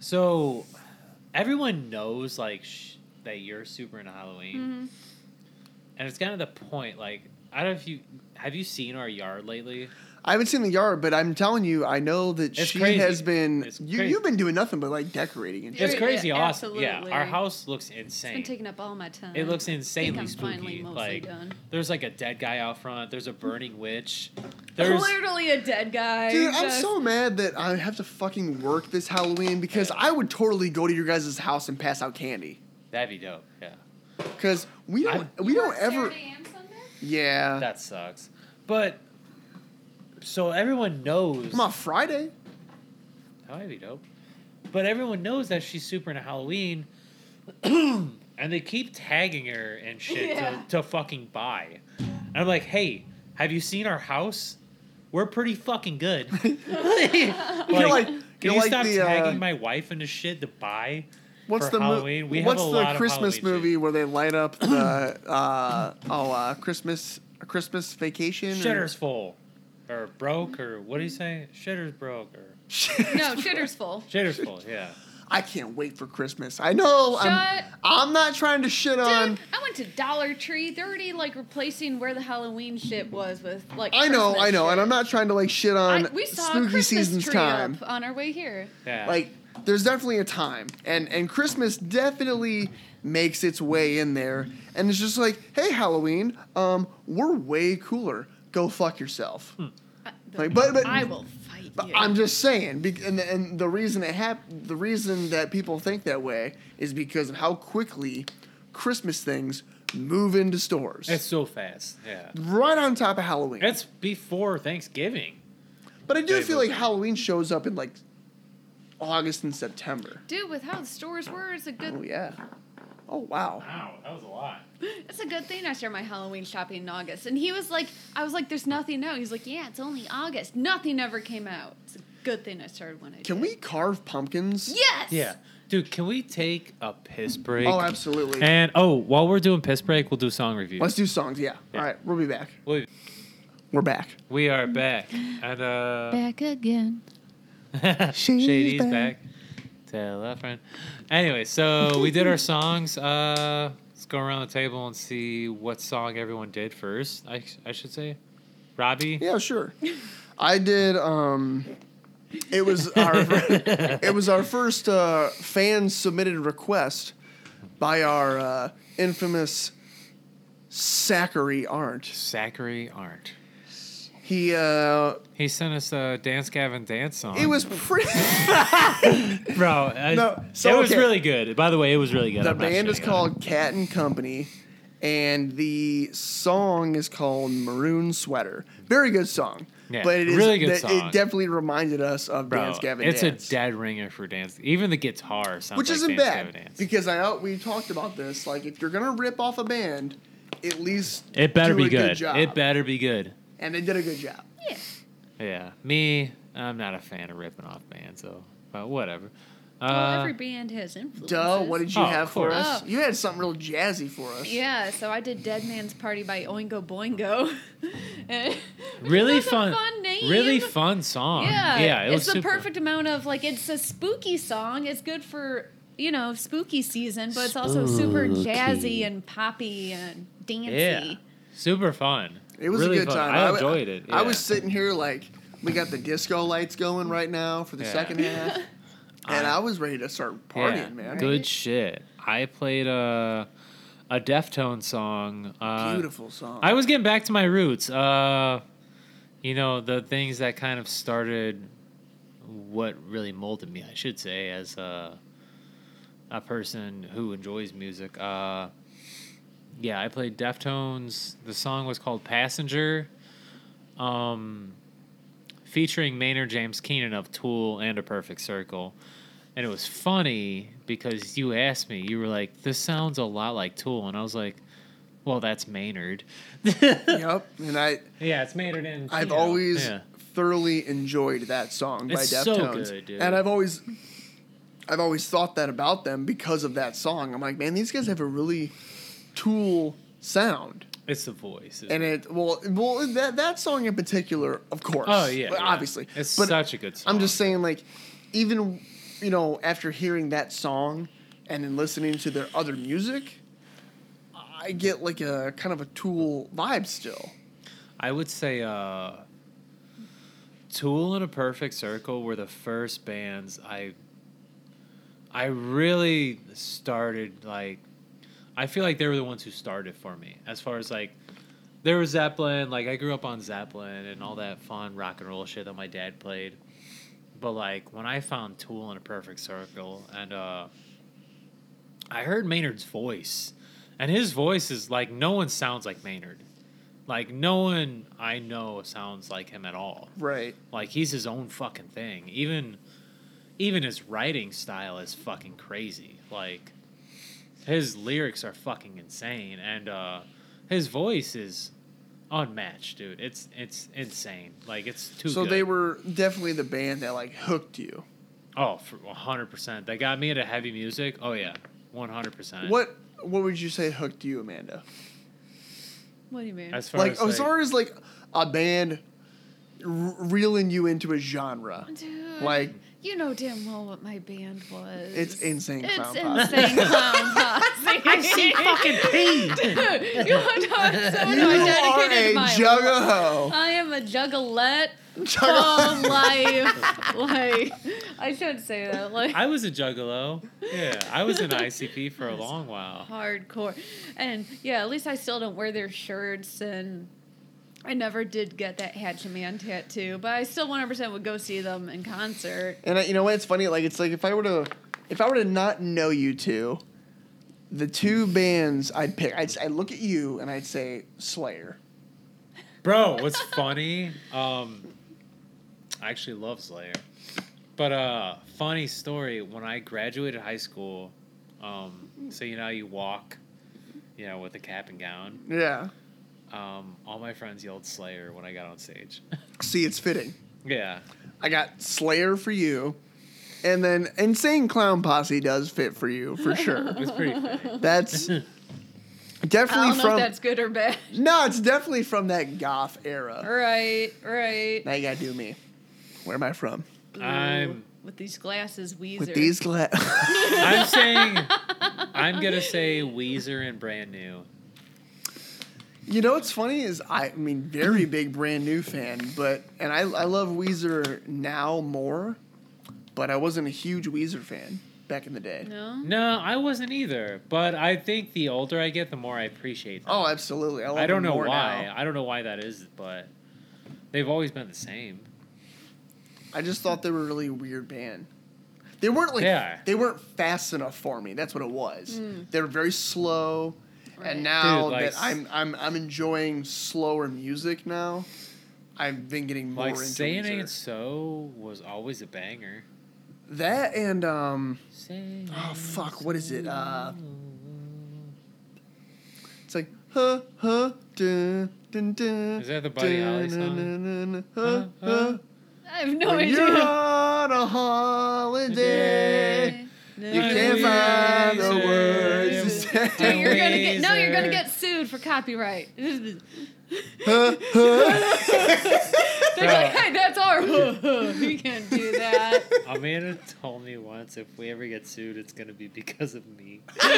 Speaker 2: so everyone knows like sh- that you're super into Halloween,
Speaker 3: Mhm.
Speaker 2: and it's kind of the point. Like, I don't know if you have you seen our yard lately.
Speaker 1: I haven't seen the yard, but I'm telling you, I know that
Speaker 2: It's
Speaker 1: she
Speaker 2: crazy.
Speaker 1: has been.
Speaker 2: It's
Speaker 1: You,
Speaker 2: crazy.
Speaker 1: you've been doing nothing but like decorating and
Speaker 2: It's
Speaker 3: Yeah,
Speaker 2: crazy, awesome.
Speaker 3: absolutely.
Speaker 2: Yeah, our house looks
Speaker 3: It's been
Speaker 2: insane.
Speaker 3: taking up all my time.
Speaker 2: It looks
Speaker 3: I
Speaker 2: insanely
Speaker 3: think I'm finally
Speaker 2: spooky.
Speaker 3: mostly
Speaker 2: Like,
Speaker 3: done.
Speaker 2: there's like a dead guy out front. There's a burning witch. There's
Speaker 3: Literally a dead guy.
Speaker 1: Dude, I'm
Speaker 3: just-
Speaker 1: so mad that I have to fucking work this Halloween because I would totally go to your guys' house and pass out candy.
Speaker 2: that'd be dope. Yeah,
Speaker 1: Cause we don't, we don't ever. Yeah,
Speaker 2: that sucks. But so everyone knows.
Speaker 1: come on Friday.
Speaker 2: That might be dope. But everyone knows that she's super into Halloween, [CLEARS THROAT] and they keep tagging her and shit
Speaker 3: Yeah.
Speaker 2: to, to fucking buy. And I'm like, hey, have you seen our house? We're pretty
Speaker 1: [LAUGHS]
Speaker 2: fucking good. like,
Speaker 1: like-
Speaker 2: can
Speaker 1: you're
Speaker 2: you
Speaker 1: like
Speaker 2: stop
Speaker 1: the, uh,
Speaker 2: tagging my wife into shit to buy?
Speaker 1: What's
Speaker 2: for
Speaker 1: the mo-
Speaker 2: Halloween? We have
Speaker 1: What's
Speaker 2: a
Speaker 1: the
Speaker 2: lot of
Speaker 1: Christmas
Speaker 2: Halloween
Speaker 1: movie where they light up
Speaker 2: [CLEARS THROAT]
Speaker 1: the uh, oh uh, Christmas Christmas Vacation? or- [LAUGHS]
Speaker 2: Shitter's full, or broke, or what do you say? Shitter's broke, or
Speaker 3: No, shitter's full.
Speaker 2: shitter's full. Yeah.
Speaker 1: I can't wait for Christmas. I know. I'm,
Speaker 3: Shut
Speaker 1: I'm not trying to shit on.
Speaker 3: Dude, I went to Dollar Tree. They're already like replacing where the Halloween shit was with like.
Speaker 1: I know,
Speaker 3: Christmas
Speaker 1: I know, and
Speaker 3: shit.
Speaker 1: I'm not trying to like shit on
Speaker 3: I, we saw a
Speaker 1: spooky
Speaker 3: Christmas
Speaker 1: season's
Speaker 3: tree
Speaker 1: time.
Speaker 3: up on our way here.
Speaker 2: Yeah.
Speaker 1: Like, there's definitely a time, and and Christmas definitely makes its way in there, and it's just like, hey, Halloween, um, we're way cooler. Go fuck yourself.
Speaker 2: Hmm.
Speaker 3: I,
Speaker 1: Like, but but
Speaker 3: I will fight
Speaker 1: But
Speaker 3: you.
Speaker 1: I'm just saying, bec- and the, and the reason it hap- the reason that people think that way is because of how quickly Christmas things move into stores.
Speaker 2: it's so fast. Yeah.
Speaker 1: right on top of Halloween.
Speaker 2: It's before Thanksgiving.
Speaker 1: but I do
Speaker 2: They
Speaker 1: feel
Speaker 2: will
Speaker 1: like
Speaker 2: be.
Speaker 1: Halloween shows up in like August and September.
Speaker 3: Dude, with how the stores were, it's a good
Speaker 1: Oh yeah. Oh wow.
Speaker 2: Wow, that was a lot.
Speaker 3: It's a good thing I started my Halloween shopping in August. And he was like, I was like, there's nothing out. He's like, yeah, it's only August. Nothing ever came out. It's a good thing I started when I
Speaker 1: Can
Speaker 3: did.
Speaker 1: we carve pumpkins?
Speaker 3: Yes!
Speaker 2: Yeah. Dude, can we take a piss break?
Speaker 1: Oh, absolutely.
Speaker 2: And oh, while we're doing piss break, we'll do song reviews.
Speaker 1: Let's do songs. Yeah.
Speaker 2: Yeah.
Speaker 1: All right. We'll be back.
Speaker 2: We,
Speaker 1: We're back.
Speaker 2: we are back. And uh
Speaker 3: Back again.
Speaker 2: [LAUGHS]
Speaker 1: Shady's
Speaker 2: Shady's
Speaker 1: back.
Speaker 2: back. Tell a friend. Anyway, so we did our songs. Uh let's go around the table and see what song everyone did first. I I should say. Robbie?
Speaker 1: Yeah, sure. I did. Um, it was our it was our first uh, fan submitted request by our uh, infamous Zachary Arndt.
Speaker 2: Zachary Arndt.
Speaker 1: He uh,
Speaker 2: He sent us a Dance Gavin Dance song.
Speaker 1: it was pretty. [LAUGHS]
Speaker 2: Bro, I,
Speaker 1: No, so,
Speaker 2: it was
Speaker 1: okay.
Speaker 2: really good. By the way, it was really good.
Speaker 1: the
Speaker 2: I'm not
Speaker 1: band is
Speaker 2: shitting on it.
Speaker 1: called Cat and Company, and the song is called Maroon Sweater. Very good song.
Speaker 2: Yeah,
Speaker 1: but it is
Speaker 2: really good
Speaker 1: that-
Speaker 2: song.
Speaker 1: It definitely reminded us of
Speaker 2: Bro,
Speaker 1: Dance Gavin.
Speaker 2: it's
Speaker 1: Dance.
Speaker 2: a dead ringer for dance. Even the guitar sounds
Speaker 1: which
Speaker 2: like
Speaker 1: isn't
Speaker 2: Dance
Speaker 1: bad
Speaker 2: Gavin Dance.
Speaker 1: because I know we talked about this. Like, if you're gonna rip off a band, at least
Speaker 2: It better
Speaker 1: do
Speaker 2: be
Speaker 1: a
Speaker 2: good.
Speaker 1: job.
Speaker 2: it better be good.
Speaker 1: and they did a good job.
Speaker 3: Yeah.
Speaker 2: Yeah, me, I'm not a fan of ripping off bands, so but whatever.
Speaker 3: well,
Speaker 2: Uh,
Speaker 3: every band has influence.
Speaker 1: Duh, what did you
Speaker 2: Oh, of
Speaker 1: have for
Speaker 2: course.
Speaker 1: us?
Speaker 3: Oh.
Speaker 1: You had something real jazzy for us.
Speaker 3: Yeah, so I did Dead Man's Party by Oingo Boingo. [LAUGHS] And- which
Speaker 2: really
Speaker 3: is a
Speaker 2: fun,
Speaker 3: fun name.
Speaker 2: really fun song.
Speaker 3: Yeah,
Speaker 2: yeah, it
Speaker 3: it's
Speaker 2: was
Speaker 3: the
Speaker 2: super.
Speaker 3: perfect amount of like it's a spooky song. It's good for you know spooky season, but it's also super jazzy
Speaker 2: Spooky.
Speaker 3: and poppy and dancy.
Speaker 2: Yeah, super fun.
Speaker 1: It was
Speaker 2: Really
Speaker 1: a good
Speaker 2: fun.
Speaker 1: time.
Speaker 2: I
Speaker 1: w-
Speaker 2: enjoyed it.
Speaker 1: I
Speaker 2: yeah.
Speaker 1: was sitting here like we got the disco lights going right now for the
Speaker 2: Yeah.
Speaker 1: second half, and I was ready to start partying,
Speaker 2: Yeah,
Speaker 1: man.
Speaker 2: Good
Speaker 3: Right?
Speaker 2: shit. I played a a Deftone song. Uh,
Speaker 1: Beautiful song.
Speaker 2: I was getting back to my roots. Uh, you know, the things that kind of started what really molded me, I should say, as a a person who enjoys music. Uh, yeah, I played Deftones. The song was called Passenger, um, featuring Maynard James Keenan of Tool and A Perfect Circle. And it was funny because you asked me, you were like, this sounds a lot like Tool. And I was like, well, that's Maynard. [LAUGHS] yeah,
Speaker 1: yep. And I
Speaker 2: it's Maynard and
Speaker 1: I've
Speaker 2: Keenan.
Speaker 1: always
Speaker 2: Yeah.
Speaker 1: thoroughly enjoyed that song
Speaker 2: It's
Speaker 1: by
Speaker 2: so
Speaker 1: Deftones,
Speaker 2: good, dude.
Speaker 1: and I've always, I've always thought that about them because of that song. I'm like, man, these guys have a really Tool sound,
Speaker 2: It's the voice. isn't
Speaker 1: and it well, well that that song in particular, of course.
Speaker 2: Oh yeah,
Speaker 1: but
Speaker 2: yeah.
Speaker 1: obviously.
Speaker 2: It's
Speaker 1: but
Speaker 2: such a good song.
Speaker 1: I'm just saying, like, even you know, after hearing that song and then listening to their other music, I get like a kind of a Tool vibe still.
Speaker 2: I would say uh, Tool and a Perfect Circle were the first bands I I really started like I feel like they were the ones who started for me as far as like there was Zeppelin like I grew up on Zeppelin and all that fun rock and roll shit that my dad played but like when I found Tool and a Perfect Circle and uh I heard Maynard's voice and his voice is like no one sounds like Maynard like no one I know sounds like him at all.
Speaker 1: Right.
Speaker 2: Like he's his own fucking thing. Even even his writing style is fucking crazy. Like his lyrics are fucking insane and uh his voice is unmatched, dude. It's it's insane. Like it's too
Speaker 1: so
Speaker 2: good.
Speaker 1: they were definitely the band that like hooked you.
Speaker 2: Oh, for 100%. They got me into heavy music. Oh yeah. 100%.
Speaker 1: What what would you say hooked you, Amanda?
Speaker 3: What do you mean?
Speaker 2: As far
Speaker 1: Like oh,
Speaker 2: as
Speaker 1: as far as like a band r- reeling you into a genre.
Speaker 3: Dude,
Speaker 1: Like
Speaker 3: you know damn well what my band was.
Speaker 1: it's insane
Speaker 3: It's
Speaker 1: clown posse. [LAUGHS]
Speaker 3: insane clown posse.
Speaker 2: I see [LAUGHS] fucking
Speaker 3: [LAUGHS]
Speaker 2: pain.
Speaker 3: Dude, you don't know I'm so
Speaker 1: You
Speaker 3: dedicated
Speaker 1: are
Speaker 3: to
Speaker 1: a
Speaker 3: my [LAUGHS]
Speaker 1: juggalo.
Speaker 3: I am
Speaker 1: [LAUGHS]
Speaker 3: a juggalette
Speaker 1: Juggalo.
Speaker 3: for life. [LAUGHS] Like I shouldn't say that. Like
Speaker 2: I was a juggalo. Yeah, I was an ICP for a long while.
Speaker 3: hardcore. And yeah, at least I still don't wear their shirts and I never did get that Hatchet Man tattoo, but I still 100% would go see them in concert.
Speaker 1: And I, you know what? It's funny. Like it's like if I were to, if I were to not know you two, the two bands I'd pick. I'd, I'd look at you and I'd say Slayer.
Speaker 2: Bro, what's funny? Um, I actually love Slayer. But uh, funny story. When I graduated high school, um, so you know how you walk, you know, with a cap and gown.
Speaker 1: Yeah.
Speaker 2: Um, all my friends yelled Slayer when I got on stage. [LAUGHS]
Speaker 1: See, it's fitting.
Speaker 2: yeah,
Speaker 1: I got Slayer for you, and then Insane Clown Posse does fit for you
Speaker 3: [LAUGHS]
Speaker 1: for sure.
Speaker 2: it was pretty funny.
Speaker 1: That's
Speaker 3: I don't
Speaker 1: definitely
Speaker 3: know
Speaker 1: from.
Speaker 3: if that's good or bad. [LAUGHS]
Speaker 1: no, it's definitely from that goth era.
Speaker 3: Right, right.
Speaker 1: Now you gotta do me. Where am I from?
Speaker 2: I'm-
Speaker 3: with these glasses, Weezer.
Speaker 1: With these gla-
Speaker 2: [LAUGHS]
Speaker 1: [LAUGHS]
Speaker 2: I'm saying, I'm gonna say Weezer and Brand New.
Speaker 1: You know what's funny is I, I mean
Speaker 2: [CLEARS THROAT]
Speaker 1: very big brand new fan, but and I I love Weezer now more, but I wasn't a huge Weezer fan back in the day. [LAUGHS]
Speaker 3: No?
Speaker 2: No, I wasn't either. But I think the older I get, the more I appreciate them.
Speaker 1: Oh, absolutely. I, love
Speaker 2: I don't
Speaker 1: them
Speaker 2: know
Speaker 1: more
Speaker 2: why.
Speaker 1: now.
Speaker 2: I don't know why that is, but they've always been the same.
Speaker 1: I just thought they were a really weird band. They weren't like
Speaker 2: They are.
Speaker 1: they weren't fast enough for me. That's what it was. They were very slow.
Speaker 3: Hmm. Right.
Speaker 1: And now
Speaker 2: Dude, like-
Speaker 1: that I'm I'm I'm enjoying slower music now, I've been getting more
Speaker 2: Like
Speaker 1: into
Speaker 2: saying
Speaker 1: Weezer.
Speaker 2: it so was always a banger.
Speaker 1: that and um
Speaker 2: Saying
Speaker 1: oh fuck, what is it? Uh It's like huh huh dun dun dun.
Speaker 2: Is that the Buddy Holly
Speaker 1: dun,
Speaker 2: song?
Speaker 1: dun, dun, dun,
Speaker 2: Huh,
Speaker 1: huh, huh.
Speaker 3: I have no
Speaker 1: When
Speaker 3: idea.
Speaker 1: you're on a holiday,
Speaker 3: No.
Speaker 1: you can't find the words. to
Speaker 2: Weezer.
Speaker 3: Dude,
Speaker 1: say.
Speaker 3: you're gonna get no. You're gonna
Speaker 2: Weezer.
Speaker 3: get sued for copyright. [LAUGHS] They're
Speaker 1: Huh,
Speaker 3: [LAUGHS]
Speaker 1: huh.
Speaker 3: like, hey, that's our. [LAUGHS] you can't do that.
Speaker 2: Amanda told me once if we ever get sued, it's gonna be because of
Speaker 1: [LAUGHS]
Speaker 2: me. she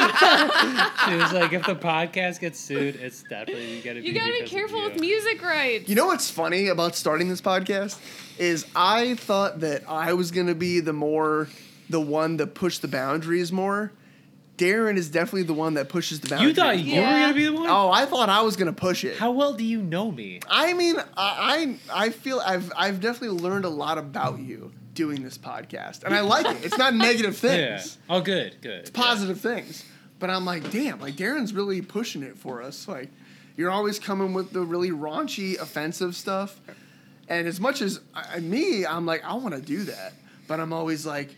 Speaker 2: was like, if the podcast gets sued, it's definitely gonna be.
Speaker 3: You gotta be
Speaker 2: because of
Speaker 3: careful
Speaker 2: you.
Speaker 3: with music rights.
Speaker 1: You know what's funny about starting this podcast is I thought that I was gonna be the more the one that pushed the boundaries more. Darren is definitely the one that pushes the boundaries.
Speaker 2: You thought you were
Speaker 3: Yeah.
Speaker 2: gonna be the one.
Speaker 1: Oh, I thought I was gonna push it.
Speaker 2: How well do you know me?
Speaker 1: I mean, I I I feel I've I've definitely learned a lot about you doing this podcast, and I like it. It's
Speaker 2: [LAUGHS]
Speaker 1: not negative
Speaker 2: Yeah.
Speaker 1: things.
Speaker 2: Oh, good, good.
Speaker 1: It's positive things. But I'm like, damn, like Darren's really pushing it for us. Like, you're always coming with the really raunchy, offensive stuff. And as much as I, I- me, I'm like, I want to do that, but I'm always like,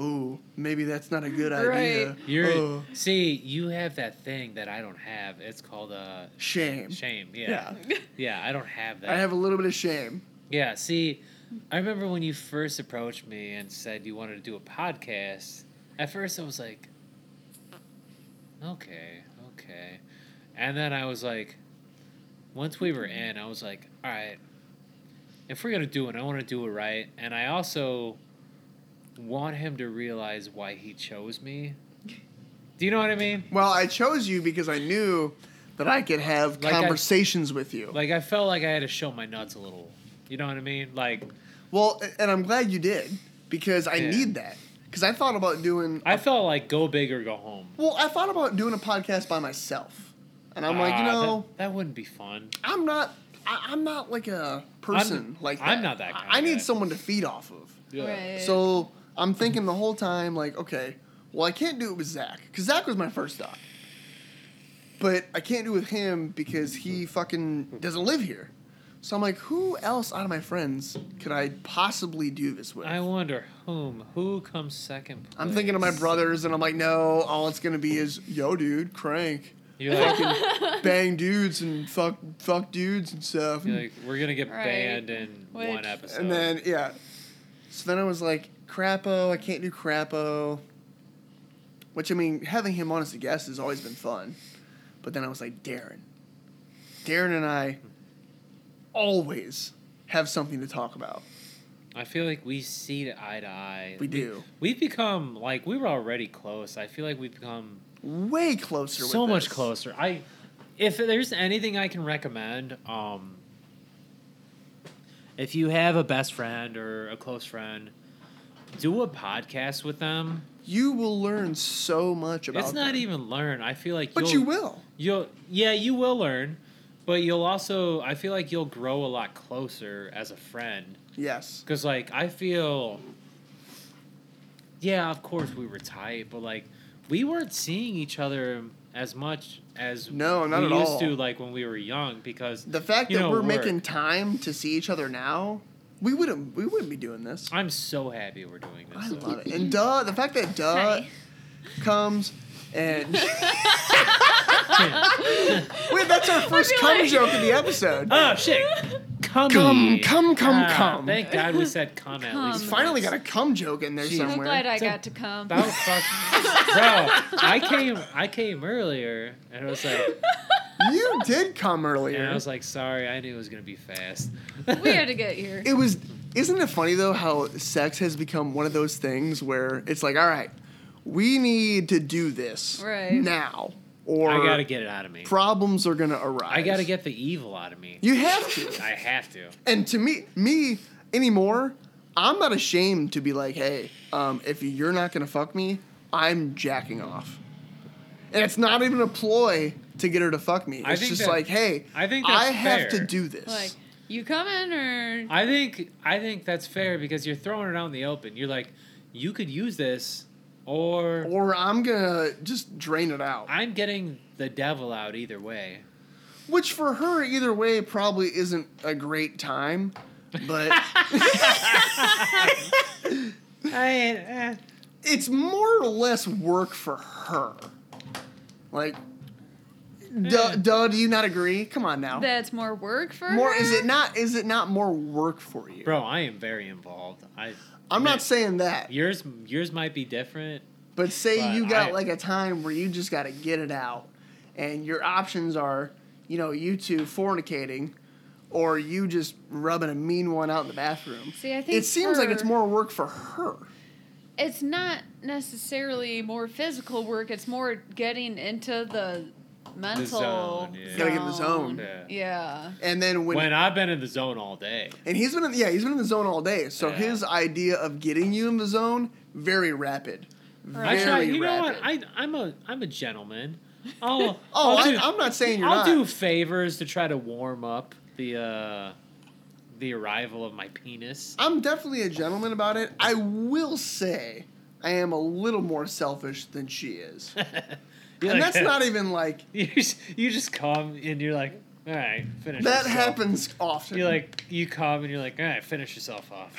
Speaker 1: ooh, maybe that's not a good idea.
Speaker 3: Right.
Speaker 2: You're
Speaker 1: Oh,
Speaker 2: see, you have that thing that I don't have. It's called uh,
Speaker 1: shame.
Speaker 2: shame. Yeah. yeah, I don't have that.
Speaker 1: I have a little bit of shame.
Speaker 2: yeah, see, I remember when you first approached me and said you wanted to do a podcast. At first, I was like, okay, okay, and then I was like, once we were in, I was like, all right, if we're gonna do it, I want to do it right, and I also want him to realize why he chose me. Do you know what I mean?
Speaker 1: Well, I chose you because I knew that I could have
Speaker 2: Like I-
Speaker 1: conversations with you.
Speaker 2: Like I felt like I had to show my nuts a little. You know what I mean? Like
Speaker 1: well, a- and I'm glad you did because I
Speaker 2: Yeah.
Speaker 1: need that. Because I thought about doing
Speaker 2: I felt like go big or go home.
Speaker 1: Well, I thought about doing a podcast by myself, and I'm like, you
Speaker 2: Ah, that-
Speaker 1: know,
Speaker 2: that, wouldn't be fun.
Speaker 1: I'm not, I, I'm not like a person like that.
Speaker 2: I'm not that kind
Speaker 1: I, I
Speaker 2: of
Speaker 1: need
Speaker 2: guy.
Speaker 1: someone to feed off of.
Speaker 3: Right.
Speaker 1: So I'm thinking the whole time, like, okay, well, I can't do it with Zach because Zach was my first doc, but I can't do it with him because he fucking doesn't live here. So I'm like, who else out of my friends could I possibly do this with?
Speaker 2: I wonder whom who comes second. Place?
Speaker 1: I'm thinking of my brothers, and I'm like, no, all it's gonna be is, yo, dude, crank.
Speaker 2: You're like, [LAUGHS]
Speaker 1: fucking bang dudes and fuck fuck dudes and stuff.
Speaker 2: you're like we're gonna get
Speaker 3: Right.
Speaker 2: banned in one
Speaker 3: Which-
Speaker 2: episode.
Speaker 1: and then yeah. So then I was like, Crapo, I can't do Crapo. Which I mean, having him on as a guest has always been fun. But then I was like, Darren. Darren and I always have something to talk about.
Speaker 2: I feel like we see the eye to eye.
Speaker 1: We do.
Speaker 2: We've become like we were already close. I feel like we've become
Speaker 1: Way closer
Speaker 2: so
Speaker 1: with
Speaker 2: much
Speaker 1: this.
Speaker 2: closer. I if there's anything I can recommend, um if you have a best friend or a close friend, do a podcast with them.
Speaker 1: You will learn so much about
Speaker 2: it's not
Speaker 1: them.
Speaker 2: even learn. I feel like
Speaker 1: But you
Speaker 2: you'll,
Speaker 1: will.
Speaker 2: You'll yeah, you will learn, but you'll also I feel like you'll grow a lot closer as a friend
Speaker 1: Yes.
Speaker 2: because like I feel yeah, of course we were tight, but like we weren't seeing each other as much as
Speaker 1: No, not
Speaker 2: we
Speaker 1: at
Speaker 2: used
Speaker 1: all.
Speaker 2: to like when we were young because
Speaker 1: The fact
Speaker 2: you
Speaker 1: that
Speaker 2: know,
Speaker 1: we're
Speaker 2: work.
Speaker 1: making time to see each other now, we wouldn't we wouldn't be doing this.
Speaker 2: I'm so happy we're doing this.
Speaker 1: I
Speaker 2: though. [LAUGHS]
Speaker 1: love it. And duh, the fact that duh
Speaker 3: Hi.
Speaker 1: comes
Speaker 3: [LAUGHS]
Speaker 1: and wait, that's our first
Speaker 3: feel
Speaker 1: cum
Speaker 3: like-
Speaker 1: joke of the
Speaker 3: [LAUGHS]
Speaker 1: episode.
Speaker 2: Oh shit! Come,
Speaker 1: Come, come, come,
Speaker 2: Ah,
Speaker 1: come.
Speaker 2: Thank God we said come at
Speaker 3: Come.
Speaker 2: least.
Speaker 1: Finally got
Speaker 2: once.
Speaker 1: a cum joke in there
Speaker 2: Jeez.
Speaker 3: I'm
Speaker 1: somewhere.
Speaker 3: glad I
Speaker 2: So-
Speaker 3: got to come.
Speaker 2: That was fuck- Bro, I came I came earlier and I was like
Speaker 3: uh,
Speaker 1: you did cum
Speaker 2: and I
Speaker 1: earlier.
Speaker 2: was like, sorry, I knew it was gonna be fast.
Speaker 3: [LAUGHS] we had to get here.
Speaker 1: It was. Isn't it funny though how sex has become one of those things where it's like, all right, we need to do this
Speaker 3: Right.
Speaker 1: now, or
Speaker 2: [LAUGHS] I gotta get it out of me.
Speaker 1: problems are gonna arise.
Speaker 2: I gotta get the evil out of me.
Speaker 1: You have to.
Speaker 2: I have to.
Speaker 1: and to me me anymore i'm not ashamed to be like hey um, if you're not gonna fuck me i'm jacking off and it's not even a ploy to get her to fuck me
Speaker 2: I
Speaker 1: it's
Speaker 2: think
Speaker 1: just
Speaker 2: that-
Speaker 1: like hey
Speaker 2: I think
Speaker 1: i
Speaker 2: that's
Speaker 1: have to
Speaker 2: fair.
Speaker 1: do this
Speaker 3: Like, you coming or
Speaker 2: I think I think that's fair because you're throwing it out in the open. You're like, you could use this or
Speaker 1: or i'm gonna just drain it out
Speaker 2: I'm getting the devil out either way.
Speaker 1: which for her either way probably isn't a great time
Speaker 2: [LAUGHS]
Speaker 1: but
Speaker 2: I, eh.
Speaker 1: it's more or less work for her like
Speaker 2: Hmm.
Speaker 1: duh, duh do you not agree come on now
Speaker 3: that's more work for
Speaker 1: more
Speaker 3: her?
Speaker 1: is it not is it not more work for you
Speaker 2: bro, I am very involved. I
Speaker 1: i'm
Speaker 2: man,
Speaker 1: not saying that
Speaker 2: yours yours might be different.
Speaker 1: but say
Speaker 2: but
Speaker 1: you got
Speaker 2: I-
Speaker 1: like a time where you just got to get it out and your options are you know you two fornicating or you just rubbing a mean one out in the bathroom
Speaker 3: See, I think
Speaker 1: it seems like it's
Speaker 3: her-
Speaker 1: more work for her
Speaker 3: It's not necessarily more physical work. It's more getting into the mental.
Speaker 2: zone, yeah.
Speaker 1: Gotta get in the zone.
Speaker 2: Yeah.
Speaker 3: Yeah.
Speaker 1: and then when,
Speaker 2: When, I've been in the zone all day.
Speaker 1: and he's been in, yeah he's been in the zone all day so
Speaker 2: Yeah.
Speaker 1: his idea of getting you in the zone very rapid
Speaker 3: Right.
Speaker 2: I try.
Speaker 1: Very
Speaker 2: You know what?
Speaker 1: rapid.
Speaker 2: I, I'm a I'm a gentleman. I'll
Speaker 1: [LAUGHS] oh
Speaker 2: I'll
Speaker 1: I,
Speaker 2: do,
Speaker 1: i'm not saying you're
Speaker 2: I'll
Speaker 1: not
Speaker 2: do favors to try to warm up the uh, the arrival of my penis. [LAUGHS]
Speaker 1: I'm definitely a gentleman about it. I will say I am a little more selfish than she is.
Speaker 2: [LAUGHS] You're
Speaker 1: and
Speaker 2: like,
Speaker 1: that's not even like
Speaker 2: [LAUGHS] You just, you just calm and you're like, all right, finish.
Speaker 1: that
Speaker 2: yourself." [LAUGHS]
Speaker 1: happens often.
Speaker 2: You like you calm and you're like, all right, finish yourself off.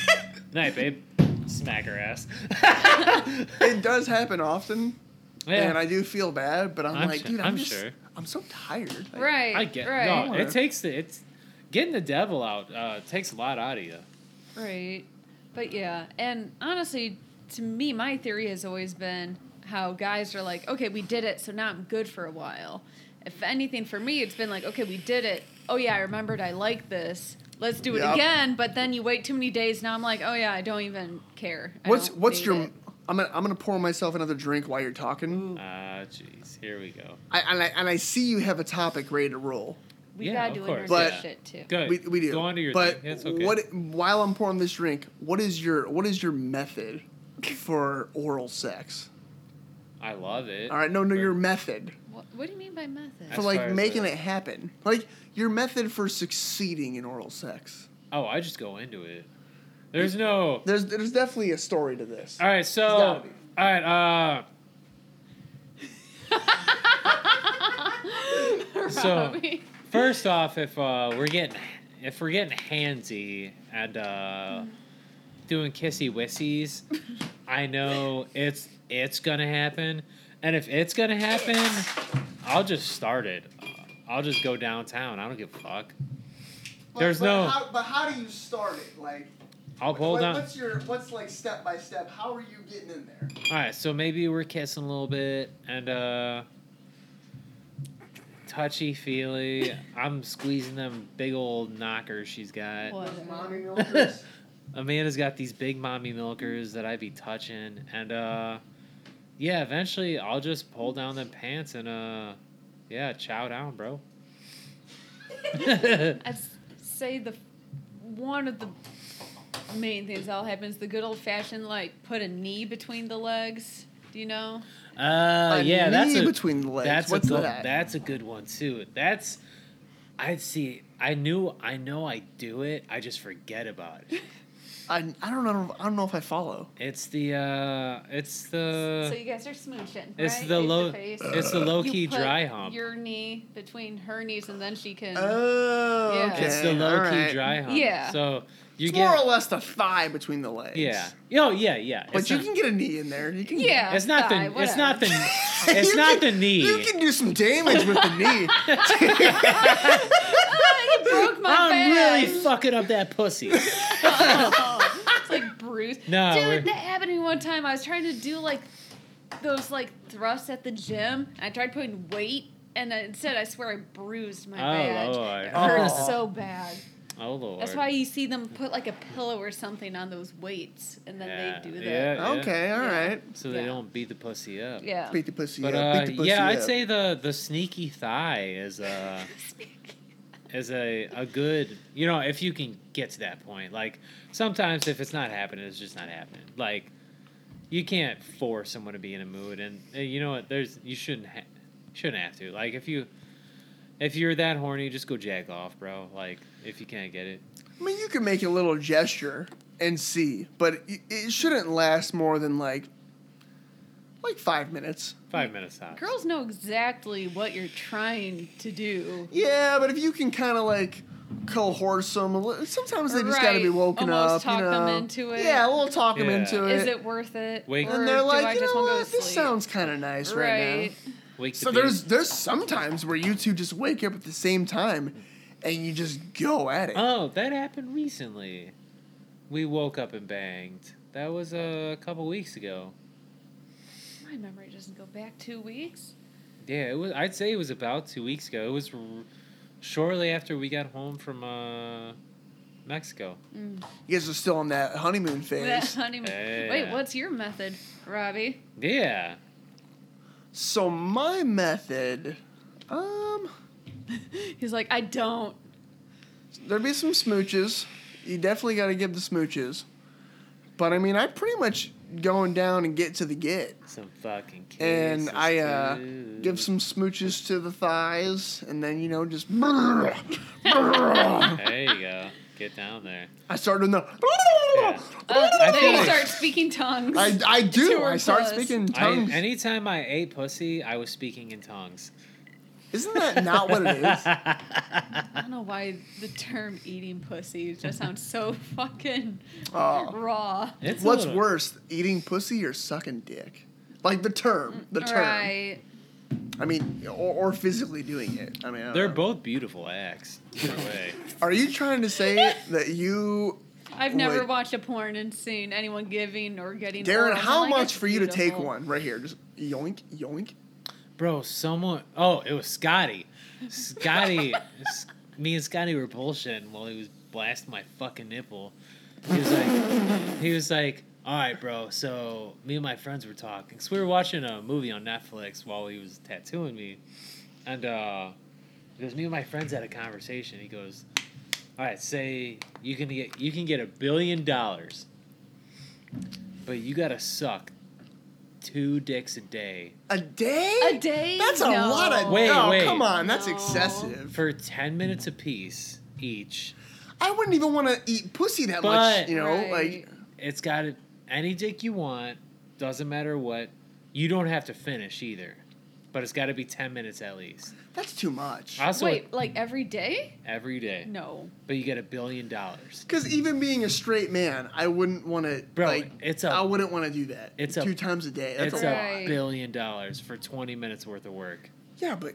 Speaker 2: [LAUGHS] Night, babe. Smack her ass.
Speaker 1: [LAUGHS]
Speaker 2: [LAUGHS]
Speaker 1: it does happen often,
Speaker 2: Yeah.
Speaker 1: and I do feel bad, but I'm,
Speaker 2: I'm
Speaker 1: like,
Speaker 2: su-
Speaker 1: dude, I'm,
Speaker 2: I'm
Speaker 1: just,
Speaker 2: sure.
Speaker 1: I'm so tired. Like,
Speaker 3: right.
Speaker 2: I get
Speaker 3: right.
Speaker 2: no.
Speaker 1: Right.
Speaker 2: It takes the it's getting the devil out uh, takes a lot out of you.
Speaker 3: Right. But yeah, and honestly, to me, my theory has always been how guys are like, okay, we did it, so now I'm good for a while. If anything, for me, it's been like, okay, we did it. Oh yeah, I remembered I like this. Let's do it
Speaker 1: Yep.
Speaker 3: again. But then you wait too many days. Now I'm like, oh yeah, I don't even care. I
Speaker 1: What's
Speaker 3: don't
Speaker 1: what's
Speaker 3: need
Speaker 1: your?
Speaker 3: it.
Speaker 1: I'm gonna I'm gonna pour myself another drink while you're talking.
Speaker 2: Ah, jeez, here we go.
Speaker 1: I, and I and I see you have a topic ready to roll.
Speaker 3: We
Speaker 2: Yeah,
Speaker 3: gotta
Speaker 2: of
Speaker 3: do
Speaker 2: course.
Speaker 3: internet
Speaker 1: But-
Speaker 3: shit too.
Speaker 2: Good.
Speaker 1: We, we do.
Speaker 2: Go on to your
Speaker 1: but
Speaker 2: thing. It's okay.
Speaker 1: what? While I'm pouring this drink, what is your what is your method for oral sex?
Speaker 2: I love it.
Speaker 1: All right, no, no,
Speaker 2: For-
Speaker 1: your method
Speaker 3: What, what do you mean by method? [LAUGHS]
Speaker 1: for
Speaker 2: As far
Speaker 1: like
Speaker 2: as uh,
Speaker 1: making
Speaker 2: the-
Speaker 1: it happen, like your method for succeeding in oral sex.
Speaker 2: Oh, I just go into it. There's no.
Speaker 1: There's there's definitely a story to this.
Speaker 2: All right,
Speaker 1: gotta
Speaker 2: so
Speaker 1: be.
Speaker 2: all right, uh, So-
Speaker 3: Robbie.
Speaker 2: uh, first off, if uh, we're getting if we're getting handsy and uh, doing kissy
Speaker 1: [LAUGHS]
Speaker 2: wissies, I know it's it's gonna happen, and if it's gonna happen, I'll just start it. I'll just go downtown. I don't give a fuck. There's no. Oh,
Speaker 1: but how do you start it? Like.
Speaker 2: I'll pull down.
Speaker 1: your what's like step by step? How are you getting in there?
Speaker 2: All right, so maybe we're kissing a little bit and uh touchy feely. I'm squeezing them big old knockers she's got.
Speaker 3: Whatever.
Speaker 1: milkers.
Speaker 2: Amanda's got these big mommy milkers that I be touching and uh yeah, eventually I'll just pull down them pants and uh yeah, chow down, bro. [LAUGHS]
Speaker 3: I'd s- say the one of the main things that'll happen is the good old fashioned like put a knee between the legs. Do you know?
Speaker 2: Uh, yeah, that's
Speaker 1: knee
Speaker 2: a,
Speaker 1: between the legs.
Speaker 2: That's
Speaker 1: What's
Speaker 2: a good,
Speaker 1: that?
Speaker 2: That's a good one too. That's I see. I knew. I know. I do it. I just forget about it.
Speaker 1: I, I don't know. I don't know if I follow.
Speaker 2: It's the. uh It's the.
Speaker 3: so you guys are smooching.
Speaker 2: Uh, it's
Speaker 3: right?
Speaker 2: the
Speaker 3: Face
Speaker 2: low-
Speaker 3: to face.
Speaker 2: it's the low
Speaker 3: You
Speaker 2: key
Speaker 3: put
Speaker 2: dry hump.
Speaker 3: Your knee between her knees, and then she can.
Speaker 1: Oh,
Speaker 3: Yeah.
Speaker 1: okay.
Speaker 2: it's the low
Speaker 1: all
Speaker 2: key
Speaker 1: right.
Speaker 2: dry hump.
Speaker 3: Yeah.
Speaker 2: So you
Speaker 1: It's
Speaker 2: get.
Speaker 1: more or less the thigh between the legs.
Speaker 2: yeah. Oh yeah yeah.
Speaker 1: but
Speaker 2: It's
Speaker 1: you
Speaker 2: not-
Speaker 1: can get a knee in there. You can.
Speaker 3: yeah.
Speaker 2: It's not
Speaker 3: thigh,
Speaker 2: the. It's not the.
Speaker 3: whatever.
Speaker 2: [LAUGHS]
Speaker 1: [LAUGHS]
Speaker 2: It's
Speaker 1: You
Speaker 2: not
Speaker 1: can-
Speaker 2: the knee.
Speaker 1: You can do some damage with the
Speaker 2: [LAUGHS]
Speaker 1: knee.
Speaker 3: [LAUGHS]
Speaker 1: [LAUGHS]
Speaker 3: Ah, you broke my
Speaker 2: I'm
Speaker 3: back.
Speaker 2: really fucking up
Speaker 1: [LAUGHS]
Speaker 2: that pussy.
Speaker 3: [LAUGHS] It's like bruise.
Speaker 2: No, we're-
Speaker 3: Dude, that happened to me one time. I was trying to do like those like thrusts at the gym. I tried putting weight, and I- instead, I swear I bruised my
Speaker 2: Oh,
Speaker 3: badge.
Speaker 2: Lord.
Speaker 3: It hurts
Speaker 1: Oh.
Speaker 3: so bad.
Speaker 2: oh lord.
Speaker 3: That's why you see them put like a pillow or something on those weights, and then
Speaker 2: Yeah,
Speaker 3: they do that.
Speaker 2: yeah, yeah.
Speaker 1: okay. All
Speaker 3: Yeah.
Speaker 1: right.
Speaker 2: So they
Speaker 3: Yeah.
Speaker 2: don't beat the pussy up.
Speaker 3: Yeah.
Speaker 1: Beat the pussy
Speaker 2: But
Speaker 1: up.
Speaker 2: uh,
Speaker 1: Beat the pussy
Speaker 2: yeah, I'd
Speaker 1: up.
Speaker 2: say the the sneaky thigh is uh is a a good you know if you can get to that point. Like sometimes if it's not happening, it's just not happening. Like you can't force someone to be in a mood, and uh, you know what? There's you shouldn't ha- shouldn't have to. Like if you if you're that horny, just go jack off, bro. Like if you can't get it,
Speaker 1: I mean, you can make a little gesture and see, but it, it shouldn't last more than like like five minutes.
Speaker 2: five minutes out.
Speaker 3: Girls know exactly what you're trying to do.
Speaker 1: Yeah, but if you can kind of like coerce them, a li- sometimes they just got to be
Speaker 3: Right.
Speaker 1: woken
Speaker 3: Almost
Speaker 1: up.
Speaker 3: talk
Speaker 1: you
Speaker 3: 'em
Speaker 1: know.
Speaker 3: into it.
Speaker 1: Yeah, we'll talk them
Speaker 2: Yeah.
Speaker 1: into it.
Speaker 3: Is it worth it?
Speaker 2: Wait.
Speaker 3: Or
Speaker 1: and they're
Speaker 3: do
Speaker 1: like,
Speaker 3: I
Speaker 1: you
Speaker 3: just
Speaker 1: know
Speaker 3: want to go
Speaker 1: what?
Speaker 3: to
Speaker 1: This
Speaker 3: sleep?
Speaker 1: sounds kind of nice right,
Speaker 3: right.
Speaker 1: now.
Speaker 2: Wake the
Speaker 1: So
Speaker 2: beast.
Speaker 1: there's there's sometimes where you two just wake up at the same time, and you just go at it.
Speaker 2: Oh, that happened recently. We woke up and banged. That was uh, a couple weeks ago.
Speaker 3: My memory doesn't go back two weeks.
Speaker 2: Yeah, it was. I'd say it was about two weeks ago. It was r- shortly after we got home from uh, Mexico.
Speaker 1: You guys are still in that
Speaker 3: [LAUGHS]
Speaker 1: honeymoon
Speaker 3: That
Speaker 1: phase.
Speaker 3: honeymoon.
Speaker 2: Yeah.
Speaker 3: Wait, what's your method,
Speaker 1: [LAUGHS]
Speaker 3: Robbie?
Speaker 2: Yeah,
Speaker 1: so my method, um.
Speaker 3: He's like, I don't.
Speaker 1: there'd be some smooches. You definitely got to give the smooches. But I mean, I pretty much going down and get to the get.
Speaker 2: some fucking kids.
Speaker 1: And I uh, give some [LAUGHS] smooches to the thighs, and then you know just brrr, brrr. [LAUGHS]
Speaker 2: [LAUGHS] There you go. Get down there.
Speaker 1: I start doing the.
Speaker 2: Yeah.
Speaker 3: Uh,
Speaker 1: [LAUGHS]
Speaker 2: I feel
Speaker 3: then you
Speaker 2: like-
Speaker 3: start speaking tongues.
Speaker 1: I, I do.
Speaker 3: [LAUGHS] Two
Speaker 1: I start
Speaker 3: plus.
Speaker 1: speaking in
Speaker 2: I,
Speaker 1: tongues.
Speaker 2: anytime I ate pussy, I was speaking in tongues.
Speaker 1: Isn't that not what it is?
Speaker 3: I don't know why the term eating pussy just
Speaker 1: [LAUGHS]
Speaker 3: sounds so fucking
Speaker 1: Oh.
Speaker 3: raw.
Speaker 2: [LAUGHS] It's a
Speaker 1: What's
Speaker 2: little-
Speaker 1: worse, eating pussy or sucking dick? Like the term, the term.
Speaker 3: Right.
Speaker 1: I mean, or, or physically doing it. I mean, I don't
Speaker 2: They're
Speaker 1: know.
Speaker 2: both beautiful acts. either way.
Speaker 1: Are you trying to
Speaker 3: [LAUGHS]
Speaker 1: say that you,
Speaker 3: I've never
Speaker 1: Wait.
Speaker 3: watched a porn and seen anyone giving or getting.
Speaker 1: Darren?
Speaker 3: oral. I'm
Speaker 1: How
Speaker 3: like,
Speaker 1: much
Speaker 3: that's
Speaker 1: for you to take
Speaker 3: beautiful.
Speaker 1: one right here? Just yoink, yoink.
Speaker 2: Bro, someone. Oh, it was Scotty. Scotty. s- me and Scotty were bullshitting while he was blasting my fucking nipple. He was like, he was like, all right, bro. So me and my friends were talking. So we were watching a movie on Netflix while he was tattooing me, and uh, because me and my friends had a conversation. He goes, all right, say you can get you can get a billion dollars, but you gotta suck two dicks a day
Speaker 1: A day?
Speaker 3: A day?
Speaker 1: That's a
Speaker 3: No.
Speaker 1: lot of.
Speaker 2: Wait,
Speaker 1: no,
Speaker 2: wait.
Speaker 1: come on, that's
Speaker 3: No.
Speaker 1: excessive.
Speaker 2: for 10 minutes apiece each.
Speaker 1: I wouldn't even want to eat pussy that much.
Speaker 2: But-
Speaker 1: You know,
Speaker 3: Right.
Speaker 1: like
Speaker 2: It's got it- any dick you want, doesn't matter what. You don't have to finish either, but it's got to be 10 minutes at least.
Speaker 1: that's too much.
Speaker 2: Also,
Speaker 3: Wait, like every day?
Speaker 2: every day,
Speaker 3: No.
Speaker 2: but you get a billion dollars.
Speaker 1: Because even being a straight man, I wouldn't want to.
Speaker 2: Bro,
Speaker 1: like,
Speaker 2: it's
Speaker 1: I
Speaker 2: a
Speaker 1: wouldn't want to do that.
Speaker 2: It's a-
Speaker 1: two times a day. That's
Speaker 2: it's
Speaker 1: a
Speaker 2: a
Speaker 1: lot.
Speaker 3: Right.
Speaker 2: billion dollars for 20 minutes worth of
Speaker 3: [LAUGHS]
Speaker 2: work.
Speaker 1: Yeah, but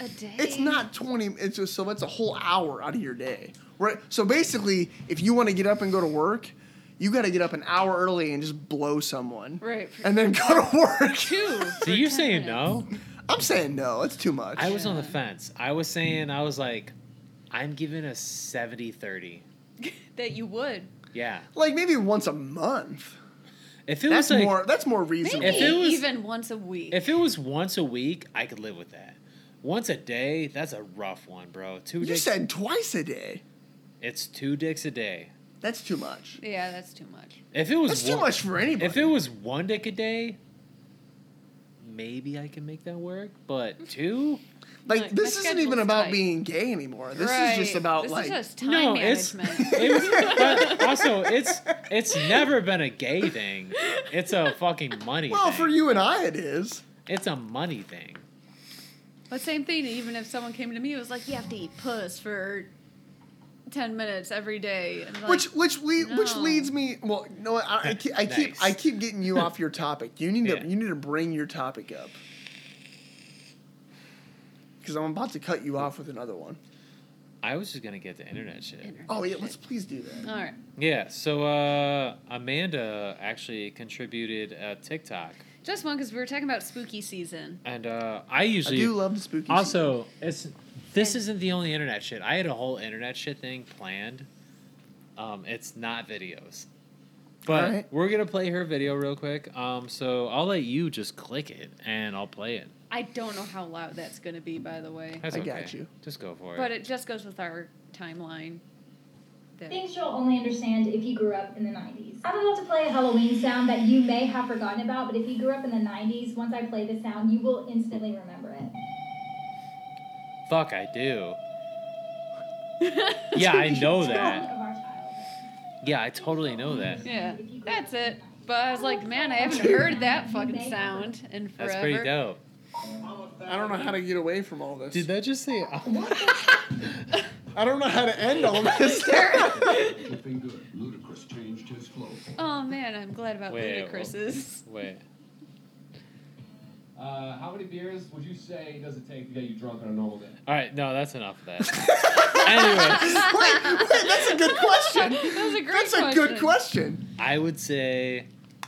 Speaker 3: A day.
Speaker 1: it's not twenty. It's just, so that's a whole hour out of your day, right? So basically, if you want to get up and go to work, you got to get up an hour early and just blow someone,
Speaker 3: Right.
Speaker 1: and then go to work.
Speaker 3: Two.
Speaker 2: So you saying no?
Speaker 1: I'm saying no, it's too much.
Speaker 2: I was on the
Speaker 3: Yeah.
Speaker 2: fence. I was saying I was like I'm giving a 70-30.
Speaker 3: That you would.
Speaker 2: Yeah.
Speaker 1: like maybe once a month.
Speaker 2: If it
Speaker 1: That's
Speaker 2: was like
Speaker 1: more. That's more
Speaker 3: Maybe
Speaker 1: reasonable.
Speaker 2: If it was-
Speaker 3: even once a week.
Speaker 2: If it was once a week, I could live with that. Once a day, that's a rough one, bro. Two
Speaker 1: you
Speaker 2: dicks.
Speaker 1: said twice a day.
Speaker 2: it's two dicks a day.
Speaker 1: That's too much.
Speaker 3: yeah, that's too much.
Speaker 2: If it was
Speaker 1: That's too
Speaker 2: one-
Speaker 1: much for anybody.
Speaker 2: If it was one dick a day, maybe I can make that work.
Speaker 3: Mm.
Speaker 2: But two?
Speaker 1: Like
Speaker 3: Like,
Speaker 1: this
Speaker 3: my
Speaker 1: isn't even
Speaker 3: schedule's
Speaker 1: about
Speaker 3: tight.
Speaker 1: being gay anymore. This
Speaker 3: right.
Speaker 1: is just about
Speaker 3: this
Speaker 1: like
Speaker 3: Is just time
Speaker 2: No, [LAUGHS] it's-
Speaker 3: management.
Speaker 2: It was, but also, it's it's never been a gay thing. It's a fucking money.
Speaker 1: well,
Speaker 2: thing.
Speaker 1: for you and I it is.
Speaker 2: it's a money thing.
Speaker 3: but same thing, even if someone came to me, it was like, you have to eat puss for 10 minutes every day. And like,
Speaker 1: which which we which
Speaker 3: no.
Speaker 1: leads me well no I,
Speaker 2: [LAUGHS]
Speaker 1: I keep I keep I
Speaker 2: Nice.
Speaker 1: keep getting you off your topic. You need
Speaker 2: Yeah.
Speaker 1: to you need to bring your topic up. Cuz I'm about to cut you off with another one.
Speaker 2: I was just gonna get the internet shit.
Speaker 3: Internet
Speaker 1: Oh yeah,
Speaker 3: shit.
Speaker 1: let's please do that.
Speaker 3: All right.
Speaker 2: Yeah. So uh, Amanda actually contributed a TikTok.
Speaker 3: Just one, because we were talking about spooky season.
Speaker 2: And uh, I
Speaker 1: I
Speaker 2: usually
Speaker 1: do love the spooky season.
Speaker 2: also it's this
Speaker 3: Okay.
Speaker 2: isn't the only internet shit. I had a whole internet shit thing planned. Um, it's not videos, but
Speaker 1: Alright.
Speaker 2: we're gonna play her video real quick. Um, so I'll let you just click it and I'll play it.
Speaker 3: I don't know how loud that's going to be, by the way.
Speaker 2: That's
Speaker 1: I
Speaker 2: okay.
Speaker 1: got you.
Speaker 2: Just go for
Speaker 3: But
Speaker 2: it.
Speaker 3: it just goes with our timeline. That- [LAUGHS]
Speaker 5: Things you'll only understand if you grew up in the 90s. I'm about to play a Halloween sound that you may have forgotten about, but if you grew up in the 90s, once I play this sound, you will instantly remember it.
Speaker 2: Fuck, I
Speaker 3: [LAUGHS]
Speaker 2: do. yeah, I know that.
Speaker 5: Of our childhood.
Speaker 2: Yeah, I totally know that.
Speaker 3: yeah, that's it. But I was like, man, I haven't heard that fucking sound in forever.
Speaker 2: That's pretty dope.
Speaker 1: I don't know how to get away from all this.
Speaker 2: Did that just
Speaker 1: "Oh,
Speaker 2: say?
Speaker 1: I don't know how to end [LAUGHS] all this.
Speaker 6: Looking good. Ludacris changed his flow.
Speaker 3: Oh man, I'm glad about
Speaker 2: Wait,
Speaker 3: Ludacris's.
Speaker 2: Wait.
Speaker 7: Uh, how many beers would you say does it take to get you drunk on a normal day?
Speaker 2: All right, no, that's enough of that. [LAUGHS] anyway.
Speaker 1: wait, wait, that's a good question.
Speaker 3: [LAUGHS] That was a great
Speaker 1: That's a good question.
Speaker 2: I would say,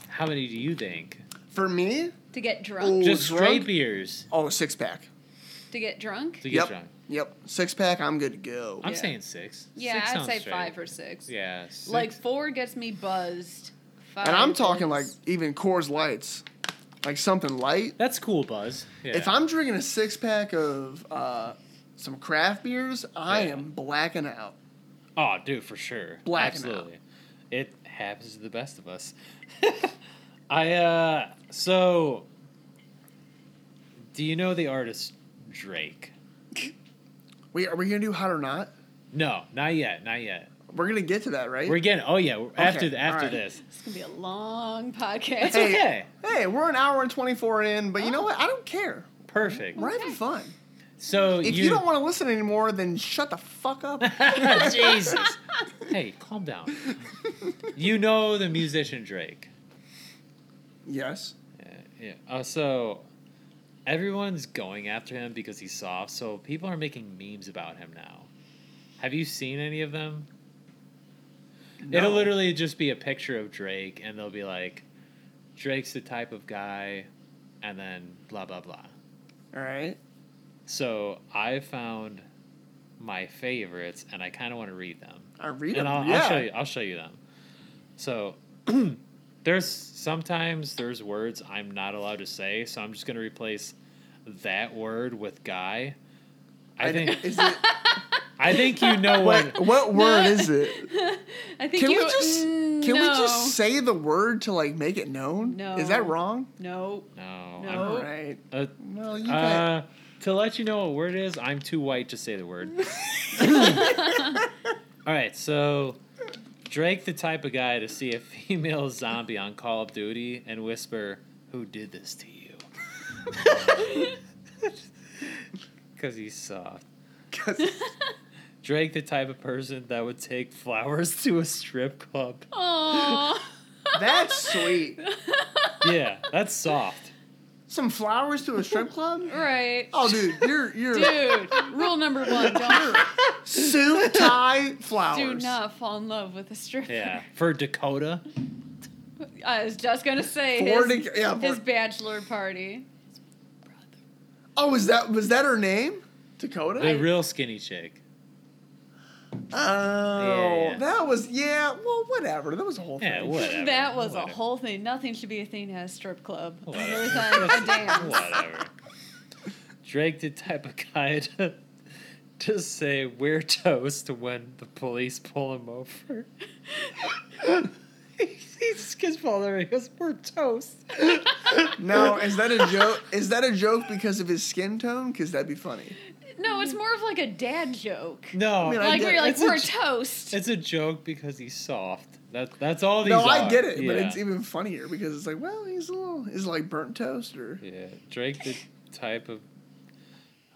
Speaker 2: how many do you think?
Speaker 1: For me,
Speaker 3: To get drunk.
Speaker 1: Ooh,
Speaker 2: Just straight
Speaker 1: drunk?
Speaker 2: beers
Speaker 1: oh, six pack.
Speaker 3: To get drunk?
Speaker 2: to get
Speaker 1: Yep.
Speaker 2: drunk.
Speaker 1: Yep. Six pack, I'm good to go.
Speaker 2: I'm
Speaker 3: Yeah.
Speaker 2: saying six.
Speaker 3: Yeah,
Speaker 2: six
Speaker 3: i I'd
Speaker 2: sounds
Speaker 3: say
Speaker 2: straight.
Speaker 3: five or six.
Speaker 2: Yeah, six.
Speaker 3: Like four gets me buzzed. Five
Speaker 1: And I'm talking
Speaker 3: is-
Speaker 1: like even Coors Lights, like something light.
Speaker 2: that's cool, Buzz. Yeah.
Speaker 1: If I'm drinking a six pack of uh, some craft beers, I
Speaker 2: Yeah.
Speaker 1: am blacking out.
Speaker 2: oh, dude, for sure,
Speaker 1: Blacking out.
Speaker 2: absolutely. It happens to the best of us. [LAUGHS] I uh, so do you know the artist Drake?
Speaker 1: Wait, are we gonna do hot or not?
Speaker 2: No, not yet, not yet.
Speaker 1: We're gonna get to that, right?
Speaker 2: We're getting. Oh yeah, after
Speaker 1: Okay,
Speaker 2: the, after
Speaker 1: alright.
Speaker 2: this,
Speaker 3: It's gonna be a long podcast.
Speaker 2: it's okay.
Speaker 1: hey, we're an hour and twenty four in, but you know what? I don't care.
Speaker 2: Perfect.
Speaker 1: We're having fun.
Speaker 2: So
Speaker 1: If you, don't want to listen anymore, then shut the fuck [LAUGHS]
Speaker 2: [LAUGHS]
Speaker 1: up.
Speaker 2: Jesus. Hey, calm down. You know the musician Drake.
Speaker 1: yes.
Speaker 2: Yeah. Uh, so everyone's going after him because he's soft. So people are making memes about him now. Have you seen any of them? It'll
Speaker 1: No.
Speaker 2: literally just be a picture of Drake, and they'll be like, "Drake's the type of guy," and then blah blah blah.
Speaker 1: All right.
Speaker 2: So I found my favorites, and I kind of want to read them.
Speaker 1: I read
Speaker 2: and
Speaker 1: them.
Speaker 2: I'll,
Speaker 1: yeah.
Speaker 2: I'll show you. I'll show you them. So [CLEARS THROAT] there's sometimes there's words I'm not allowed to say, so I'm just gonna replace that word with guy. I think
Speaker 1: Is it,
Speaker 2: [LAUGHS] I think you
Speaker 1: [LAUGHS]
Speaker 2: know
Speaker 1: what
Speaker 2: what.
Speaker 1: what word is it?
Speaker 3: [LAUGHS] I think
Speaker 1: Can
Speaker 3: you Mm,
Speaker 1: we just can
Speaker 3: no.
Speaker 1: we
Speaker 3: [LAUGHS]
Speaker 1: just say the word to like make it known?
Speaker 3: No.
Speaker 1: Is that wrong?
Speaker 3: no.
Speaker 2: No.
Speaker 3: No.
Speaker 1: All right.
Speaker 2: I'm-
Speaker 1: Well, you
Speaker 2: uh,
Speaker 1: got [LAUGHS]
Speaker 2: [LAUGHS] uh, to let you know what word is, I'm too white to say the word. All right, so Drake, the type of guy to see a female zombie on Call of Duty and whisper, "Who did this to you?" Because he's soft.
Speaker 1: 'cause-
Speaker 2: Drake, the type of person that would take flowers to a strip club.
Speaker 3: Aww.
Speaker 1: that's sweet.
Speaker 2: [LAUGHS] Yeah, that's soft.
Speaker 1: Some flowers to a strip club?
Speaker 3: [LAUGHS] right.
Speaker 1: Oh, dude, you're you're
Speaker 3: Dude, rule
Speaker 1: [LAUGHS]
Speaker 3: number one: don't
Speaker 1: suit tie flowers.
Speaker 3: [LAUGHS] do not fall in love with a stripper.
Speaker 2: Yeah, for Dakota,
Speaker 3: [LAUGHS] I was just gonna say
Speaker 1: Four
Speaker 3: his,
Speaker 1: to- yeah,
Speaker 3: his
Speaker 1: four-
Speaker 3: bachelor party.
Speaker 1: Oh, was that was that her name? Dakota.
Speaker 2: the real skinny chick.
Speaker 1: oh,
Speaker 2: Yeah, yeah.
Speaker 1: that was yeah. Well, whatever. That was a whole
Speaker 2: Yeah,
Speaker 1: thing.
Speaker 2: whatever.
Speaker 3: that was
Speaker 2: whatever.
Speaker 3: a whole thing. Nothing should be a thing at a strip club. There was
Speaker 2: Whatever.
Speaker 3: a, a dance.
Speaker 2: Whatever. Drake the type of guy to, to say we're toast when the police pull him
Speaker 3: [LAUGHS]
Speaker 2: over. he, he just gets pulled over. He goes, "We're toast."
Speaker 3: [LAUGHS]
Speaker 1: Now, is that a joke? Is that a joke because of his skin tone? Because that'd be funny.
Speaker 3: No, it's more of like a dad joke.
Speaker 2: No,
Speaker 1: I mean, I
Speaker 3: Like
Speaker 1: get
Speaker 3: where
Speaker 1: it.
Speaker 3: you're like
Speaker 2: it's a
Speaker 3: we're
Speaker 2: j-
Speaker 3: toast.
Speaker 2: it's a joke because he's soft. That that's all these.
Speaker 1: No,
Speaker 2: are.
Speaker 1: I get it, but
Speaker 2: Yeah.
Speaker 1: it's even funnier because it's like, well, he's a little, he's like burnt toast or
Speaker 2: yeah. Drake the type of.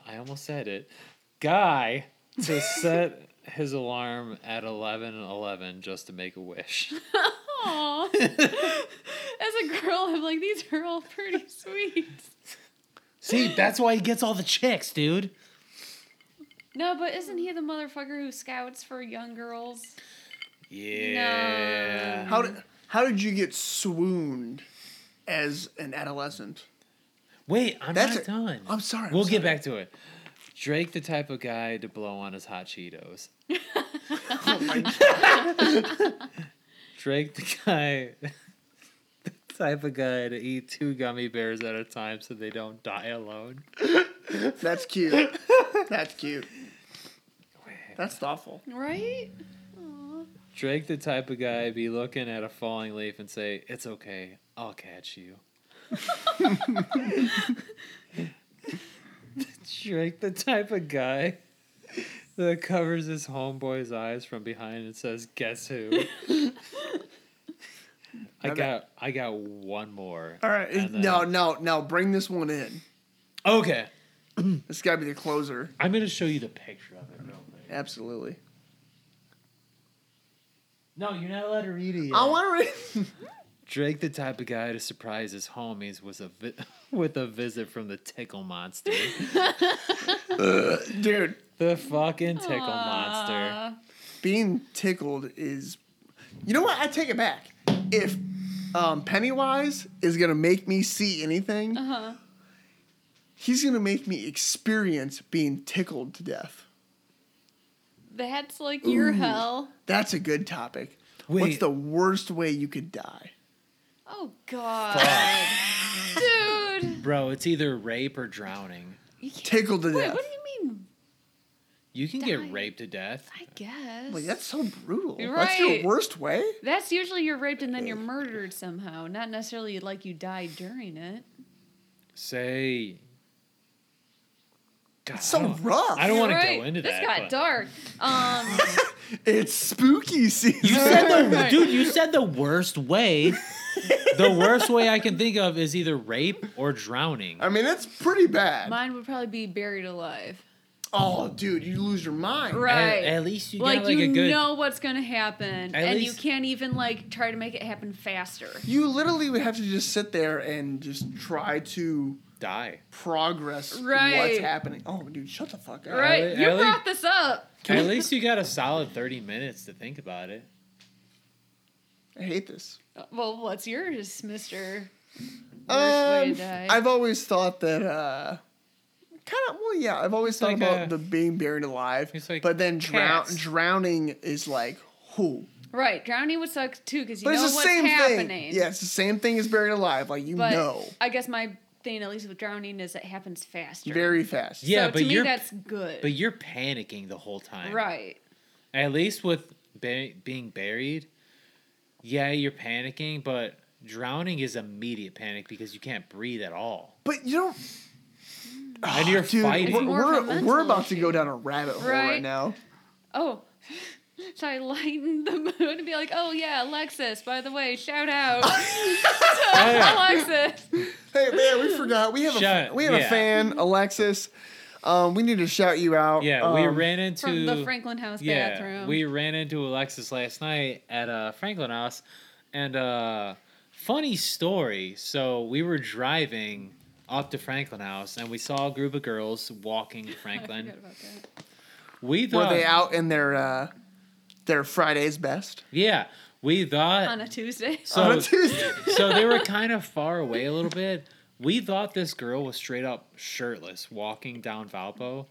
Speaker 2: I almost said it. Guy [LAUGHS] to set his alarm at eleven eleven just to make a wish.
Speaker 3: [LAUGHS] Aw. As a girl, I'm like these are all pretty sweet.
Speaker 2: See, that's why he gets all the chicks, dude.
Speaker 3: No, but isn't he the motherfucker who scouts for young girls?
Speaker 2: Yeah.
Speaker 1: how did how did you get swooned as an adolescent?
Speaker 2: Wait, I'm
Speaker 1: That's
Speaker 2: not
Speaker 1: a-
Speaker 2: done.
Speaker 1: I'm sorry, I'm
Speaker 2: we'll get
Speaker 1: sorry.
Speaker 2: back to it. Drake, the type of guy to blow on his hot Cheetos.
Speaker 1: [LAUGHS] Oh my God.
Speaker 2: [LAUGHS] Drake, the guy, [LAUGHS] the type of guy to eat two gummy bears at a time so they don't die alone.
Speaker 1: That's cute.
Speaker 2: [LAUGHS]
Speaker 1: That's cute. That's thoughtful.
Speaker 3: Right?
Speaker 2: Drake, the type of guy be looking at a falling leaf and say, "It's okay, I'll catch you." Drake, the type of guy that covers his homeboy's eyes from behind and says, "Guess who?" I
Speaker 1: Now that-
Speaker 2: got, I got one more.
Speaker 1: All right,
Speaker 2: And
Speaker 1: no,
Speaker 2: then-
Speaker 1: no, no. Bring this one in.
Speaker 2: Okay,
Speaker 1: This got to be the closer.
Speaker 2: I'm gonna show you the picture of it real quick.
Speaker 1: Absolutely.
Speaker 2: No, you're not allowed to read it. Yet.
Speaker 1: I want to read.
Speaker 2: Drake, the type of guy to surprise his homies, was a vi- [LAUGHS] with a visit from the Tickle Monster.
Speaker 1: [LAUGHS] Dude,
Speaker 2: [LAUGHS] The fucking tickle monster.
Speaker 1: being tickled is. You know what? I take it back. If um, Pennywise is going to make me see anything,
Speaker 3: Uh-huh.
Speaker 1: he's going to make me experience being tickled to death.
Speaker 3: That's like your hell.
Speaker 1: That's a good topic. What's
Speaker 2: Wait.
Speaker 1: the worst way you could die?
Speaker 3: Oh god. Dude.
Speaker 2: Bro, it's either rape or drowning.
Speaker 3: You can't-
Speaker 1: Tickled to
Speaker 3: Wait,
Speaker 1: death.
Speaker 3: what do you mean?
Speaker 2: You can
Speaker 3: Die.
Speaker 2: get raped to death.
Speaker 3: I guess.
Speaker 1: Like, that's so brutal.
Speaker 3: You're
Speaker 1: That's your
Speaker 3: right.
Speaker 1: worst way?
Speaker 3: That's usually you're raped and then you're murdered somehow, not necessarily like you died during it.
Speaker 2: Say God,
Speaker 1: so
Speaker 2: I don't-
Speaker 1: rough.
Speaker 2: I don't want to
Speaker 3: You're
Speaker 2: go
Speaker 3: right.
Speaker 2: into that.
Speaker 3: This got
Speaker 2: but-
Speaker 3: dark. Um,
Speaker 1: It's spooky season.
Speaker 2: You [LAUGHS] said the
Speaker 3: Right.
Speaker 2: dude. You said the worst way. the worst way I can think of is either rape or drowning.
Speaker 1: I mean, that's pretty bad.
Speaker 3: mine would probably be buried alive.
Speaker 1: oh, dude, you lose your mind.
Speaker 3: Right.
Speaker 2: At, at least you
Speaker 3: like,
Speaker 2: got like
Speaker 3: you
Speaker 2: a good.
Speaker 3: know what's gonna happen,
Speaker 2: At
Speaker 3: and you
Speaker 2: least-
Speaker 3: can't even like try to make it happen faster.
Speaker 1: You literally would have to just sit there and just try to
Speaker 2: die.
Speaker 1: progress what's
Speaker 3: Right.
Speaker 1: hate. Oh, dude, shut the fuck up.
Speaker 3: Right?
Speaker 2: Ellie-
Speaker 3: you
Speaker 2: Ellie-
Speaker 3: brought this up.
Speaker 2: At least you got a solid thirty minutes to think about it.
Speaker 1: I hate this.
Speaker 3: Uh, Well, what's yours, Mister?
Speaker 1: Um,
Speaker 3: way to die.
Speaker 1: I've always thought that, uh, kind of, well, yeah, I've always thought
Speaker 2: like
Speaker 1: about
Speaker 2: a-
Speaker 1: the being buried alive,
Speaker 2: It's like
Speaker 1: but then drown,
Speaker 2: cats.
Speaker 1: drowning is like, who?
Speaker 3: Right, drowning would suck too because you
Speaker 1: But
Speaker 3: know
Speaker 1: it's the
Speaker 3: what's
Speaker 1: same
Speaker 3: happening.
Speaker 1: thing. Yeah, it's the same thing as buried alive. Like, you
Speaker 3: but
Speaker 1: know,
Speaker 3: I guess my thing, at least with drowning, is it happens faster.
Speaker 1: very fast.
Speaker 2: Yeah,
Speaker 3: so
Speaker 2: but
Speaker 3: to me
Speaker 2: you're-
Speaker 3: that's good.
Speaker 2: But you're panicking the whole time.
Speaker 3: right.
Speaker 2: At least with ba- being buried, yeah, you're panicking, but drowning is immediate panic because you can't breathe at all.
Speaker 1: But you don't.
Speaker 2: And you're
Speaker 1: Ah, [SIGHS] Dude,
Speaker 2: fighting.
Speaker 1: we're,
Speaker 3: It's more of a
Speaker 1: we're,
Speaker 3: mental
Speaker 1: we're about to
Speaker 3: issue.
Speaker 1: go down a rabbit hole right,
Speaker 3: Right.
Speaker 1: now.
Speaker 3: Oh. [LAUGHS] So I lighten the mood and be like, oh yeah, Alexis, by the way,
Speaker 2: [LAUGHS]
Speaker 3: shout out [LAUGHS] to Alexis.
Speaker 1: Hey man,
Speaker 2: [LAUGHS]
Speaker 1: we forgot we have
Speaker 2: Shut-
Speaker 1: a we have a
Speaker 2: yeah.
Speaker 1: fan, Alexis. Um, we need to shout you out.
Speaker 2: Yeah, we
Speaker 1: Um,
Speaker 2: ran into
Speaker 3: From the Franklin House
Speaker 2: yeah,
Speaker 3: bathroom.
Speaker 2: we ran into Alexis last night at uh, Franklin House, and uh, funny story. So we were driving up to Franklin House, and we saw a group of girls
Speaker 1: [LAUGHS]
Speaker 2: walking to
Speaker 3: I forgot
Speaker 2: Franklin.
Speaker 3: about that.
Speaker 2: we
Speaker 1: Were
Speaker 2: thought,
Speaker 1: they out in their uh, their Friday's best
Speaker 2: yeah, we thought
Speaker 3: On a Tuesday. [LAUGHS]
Speaker 2: so.
Speaker 1: on a Tuesday?
Speaker 2: so they were kind of far away a little bit. We thought this girl was straight up shirtless walking down Valpo.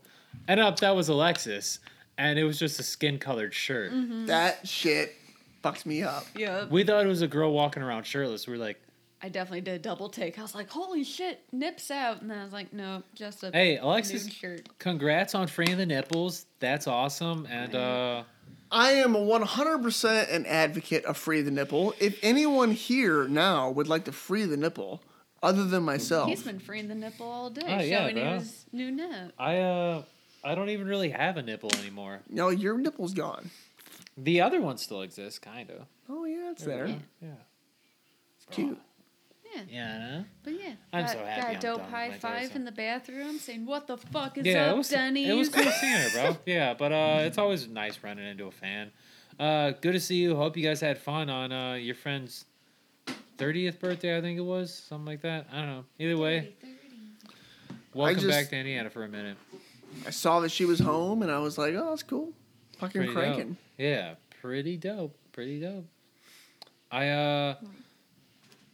Speaker 2: Ended up that was Alexis, and it was just a skin colored
Speaker 1: [LAUGHS]
Speaker 2: shirt.
Speaker 1: Mm-hmm. that shit fucks me up.
Speaker 3: yeah.
Speaker 2: We thought it was a girl walking around shirtless. We were like,
Speaker 3: I definitely did a double take. I was like, holy shit, nips out. And then I was like, no, just a
Speaker 2: "Hey, Alexis,
Speaker 3: nude shirt.
Speaker 2: congrats on freeing the nipples. That's awesome." And uh,
Speaker 1: I am 100% an advocate of free the nipple. If anyone here now would like to free the nipple, other than myself,
Speaker 3: He's been freeing the nipple all day,
Speaker 2: Oh, yeah,
Speaker 3: showing
Speaker 2: bro.
Speaker 3: his new nip.
Speaker 2: I uh, I don't even really have a nipple anymore.
Speaker 1: no, your nipple's gone.
Speaker 2: The other one still exists, kind of.
Speaker 1: Oh yeah, it's there.
Speaker 3: Yeah.
Speaker 2: Yeah.
Speaker 1: It's cute.
Speaker 3: Yeah.
Speaker 2: Yeah. I know.
Speaker 3: But yeah,
Speaker 2: I'm
Speaker 3: got,
Speaker 2: so happy
Speaker 3: got a
Speaker 2: I'm
Speaker 3: dope
Speaker 2: done with
Speaker 3: high
Speaker 2: my
Speaker 3: five
Speaker 2: torso.
Speaker 3: in the bathroom saying, What the fuck is
Speaker 2: yeah,
Speaker 3: up,
Speaker 2: it was,
Speaker 3: Denny's?
Speaker 2: It was cool seeing her,
Speaker 1: [LAUGHS]
Speaker 2: bro. Yeah, but uh, it's always nice running into a fan. Uh, good to see you. Hope you guys had fun on uh, your friend's thirtieth birthday. I think it was something like that. I don't know. Either
Speaker 3: [LAUGHS]
Speaker 2: way, welcome
Speaker 1: just-
Speaker 2: back to Indiana for a minute.
Speaker 1: I saw that she was home, and I was like, oh, that's cool. Fucking
Speaker 2: Pretty
Speaker 1: cranking.
Speaker 2: dope. Yeah, pretty dope. Pretty dope. I uh,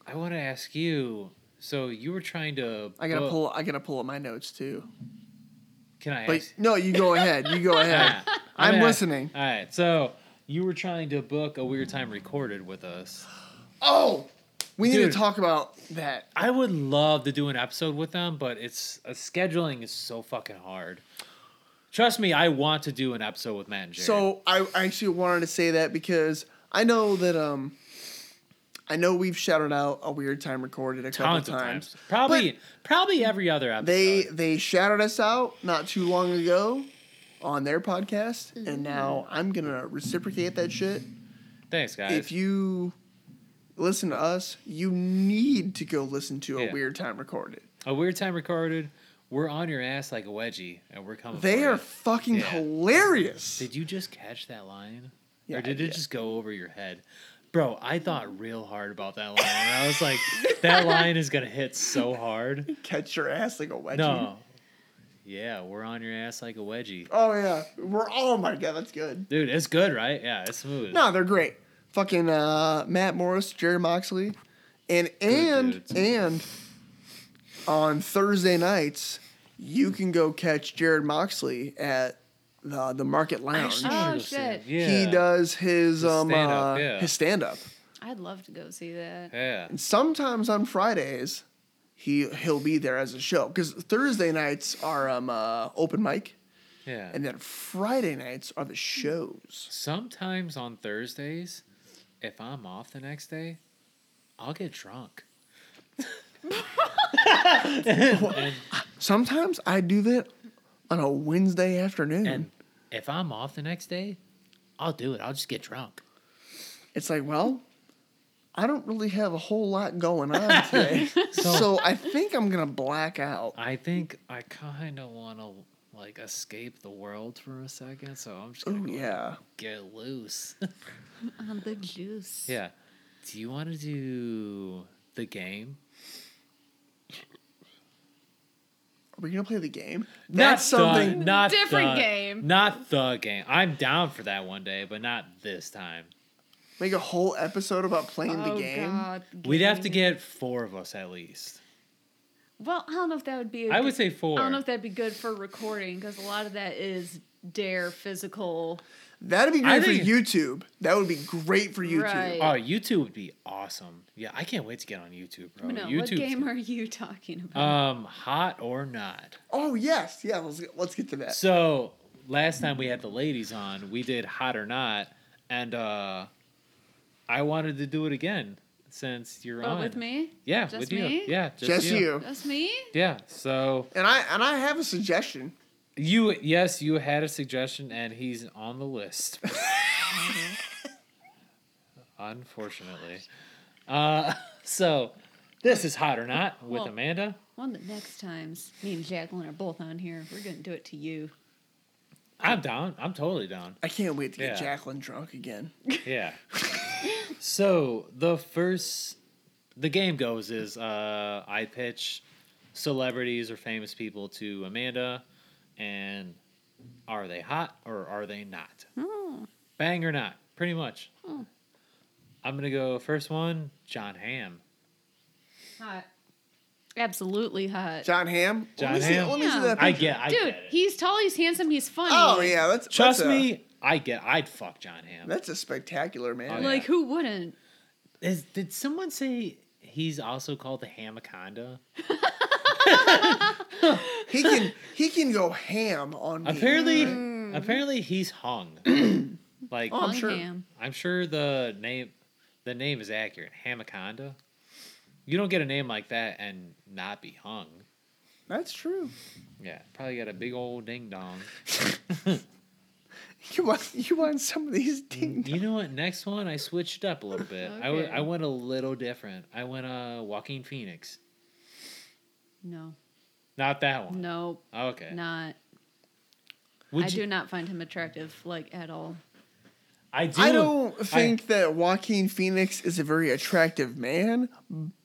Speaker 2: I want to ask you. So you were trying to.
Speaker 1: I gotta
Speaker 2: book-
Speaker 1: pull. I gotta pull up my notes too.
Speaker 2: Can I?
Speaker 1: But
Speaker 2: ask?
Speaker 1: no, you go ahead. You go ahead.
Speaker 2: Ah,
Speaker 1: [LAUGHS] I'm
Speaker 2: gonna-
Speaker 1: listening.
Speaker 2: All right. So you were trying to book a weird time recorded with us.
Speaker 1: Oh, we need
Speaker 2: Dude.
Speaker 1: to talk about that.
Speaker 2: I would love to do an episode with them, but it's uh, scheduling is so fucking hard. Trust me, I want to do an episode with Matt and Jared.
Speaker 1: So I I actually wanted to say that because I know that um, I know we've shouted out a weird time recorded a couple
Speaker 2: tons
Speaker 1: times.
Speaker 2: of times, probably probably every other episode.
Speaker 1: They they shouted us out not too long ago on their podcast, and now I'm gonna reciprocate that shit.
Speaker 2: Thanks, guys.
Speaker 1: if you listen to us, you need to go listen to a
Speaker 2: Yeah.
Speaker 1: weird time recorded.
Speaker 2: a weird time recorded. We're on your ass like a wedgie, and we're coming.
Speaker 1: They
Speaker 2: for
Speaker 1: are
Speaker 2: you.
Speaker 1: fucking
Speaker 2: Oh, Yeah.
Speaker 1: hilarious.
Speaker 2: Did you just catch that line?
Speaker 1: Yeah,
Speaker 2: or did it
Speaker 1: yeah.
Speaker 2: just go over your head? Bro, I thought real hard about that line. and I was like, that line is going to hit
Speaker 1: [LAUGHS]
Speaker 2: so hard.
Speaker 1: Catch your ass like a wedgie.
Speaker 2: No. Yeah, we're on your ass like a wedgie.
Speaker 1: Oh yeah, we're oh my god, that's good.
Speaker 2: Dude, it's good, right? Yeah, it's smooth.
Speaker 1: No, they're great. Fucking uh, Matt Morris, Jerry Moxley, and and
Speaker 2: dudes.
Speaker 1: and on Thursday nights you can go catch Jared Moxley at the the Market Lounge.
Speaker 2: I
Speaker 3: Oh,
Speaker 2: should've said-
Speaker 3: shit.
Speaker 2: Yeah.
Speaker 1: He does his, um
Speaker 2: stand-up,
Speaker 1: uh,
Speaker 2: yeah.
Speaker 1: his stand up.
Speaker 3: I'd love to go see that.
Speaker 2: Yeah.
Speaker 1: And sometimes on Fridays, he he'll be there as a show because Thursday nights are um uh, open mic,
Speaker 2: Yeah.
Speaker 1: and then Friday nights are the shows.
Speaker 2: Sometimes on Thursdays, if I'm off the next day, I'll get drunk.
Speaker 1: Sometimes I do that on a Wednesday afternoon.
Speaker 2: And if I'm off the next day, I'll do it. I'll just
Speaker 1: [LAUGHS]
Speaker 2: get drunk.
Speaker 1: it's like, well, I don't really have a whole lot going
Speaker 2: [LAUGHS]
Speaker 1: on today.
Speaker 2: Oh.
Speaker 1: so I think I'm going to black out.
Speaker 2: I think I kind of want to like escape the world for a second, so I'm just gonna
Speaker 1: Oh,
Speaker 2: go
Speaker 1: yeah.
Speaker 2: get loose. [LAUGHS]
Speaker 3: On Oh, the juice.
Speaker 2: yeah. Do you want to do the game?
Speaker 1: Are we going to play the game? That's something.
Speaker 2: The, not
Speaker 3: Different
Speaker 2: the-
Speaker 3: game.
Speaker 2: Not the game. I'm down for that one day, but not this time.
Speaker 1: Make a whole episode about playing
Speaker 3: Oh,
Speaker 1: the game.
Speaker 2: We'd have to get four of us at least.
Speaker 3: Well, I don't know if that would be. I
Speaker 2: I would say four.
Speaker 3: I don't know if that'd be good for recording because a lot of that is dare physical.
Speaker 1: That'd be
Speaker 2: I
Speaker 1: great for
Speaker 2: think-
Speaker 1: YouTube. That would be great for YouTube.
Speaker 3: Right.
Speaker 2: Oh, YouTube would be awesome. Yeah, I can't wait to get on YouTube, bro.
Speaker 3: no,
Speaker 2: YouTube.
Speaker 3: what game are you talking about?
Speaker 2: um, hot or not?
Speaker 1: Oh, yes. Yeah, let's get, let's get to that.
Speaker 2: So last time we had the ladies on, we did hot or not, and uh, I wanted to do it again since you're
Speaker 3: oh,
Speaker 2: on
Speaker 3: with me?
Speaker 2: Yeah,
Speaker 3: Just
Speaker 2: with you.
Speaker 3: me?
Speaker 2: Yeah, just,
Speaker 1: Just you.
Speaker 3: That's me.
Speaker 2: Yeah. So
Speaker 1: And I and I have a suggestion.
Speaker 2: you, yes, you had a suggestion, and he's on the list. Unfortunately, uh, [LAUGHS] so this is hot or not with
Speaker 3: Well-
Speaker 2: Amanda.
Speaker 3: One that next times me and Jacqueline are both on here. We're gonna do it to you.
Speaker 2: I'm down. I'm totally down.
Speaker 1: I can't wait to get
Speaker 2: Yeah.
Speaker 1: Jacqueline drunk again.
Speaker 2: Yeah. so the first the game goes is uh, I pitch celebrities or famous people to Amanda, and are they hot or are they not? Oh. Bang or not? Pretty much. I'm gonna go first one. John Hamm.
Speaker 3: Hot. Absolutely hot.
Speaker 1: John Ham.
Speaker 2: John
Speaker 1: let me see-
Speaker 2: Hamm?
Speaker 1: let me see
Speaker 3: Yeah.
Speaker 1: that
Speaker 2: I
Speaker 1: picture.
Speaker 2: get. I
Speaker 3: Dude,
Speaker 2: get it.
Speaker 3: he's tall, he's handsome, he's funny.
Speaker 1: Oh yeah, that's that's
Speaker 2: Trust
Speaker 1: a-
Speaker 2: me. I get. I'd fuck John Hamm.
Speaker 1: That's a spectacular man.
Speaker 2: Oh, yeah.
Speaker 3: Like who wouldn't?
Speaker 2: Is, did someone say he's also called the Hamaconda?
Speaker 1: He can he can go ham on me.
Speaker 2: Apparently, apparently he's hung.
Speaker 1: [CLEARS THROAT]
Speaker 2: like
Speaker 1: Oh, I'm sure.
Speaker 3: Cunningham.
Speaker 2: I'm sure the name the name is accurate. Hamaconda. You don't get a name like that and not be hung.
Speaker 1: That's true.
Speaker 2: Yeah, probably got a big old ding dong.
Speaker 1: You want you want some of these ding
Speaker 2: Mm, you know what? Next one, I switched up a little bit. I, w-
Speaker 3: Okay.
Speaker 2: I went a little different. I went uh Walking Phoenix.
Speaker 3: No.
Speaker 2: Not that one.
Speaker 3: No.
Speaker 2: Okay.
Speaker 3: Not.
Speaker 2: Would
Speaker 3: I
Speaker 2: you-
Speaker 3: do not find him attractive, like at all.
Speaker 2: I do.
Speaker 1: I don't think that Joaquin Phoenix is a very attractive man,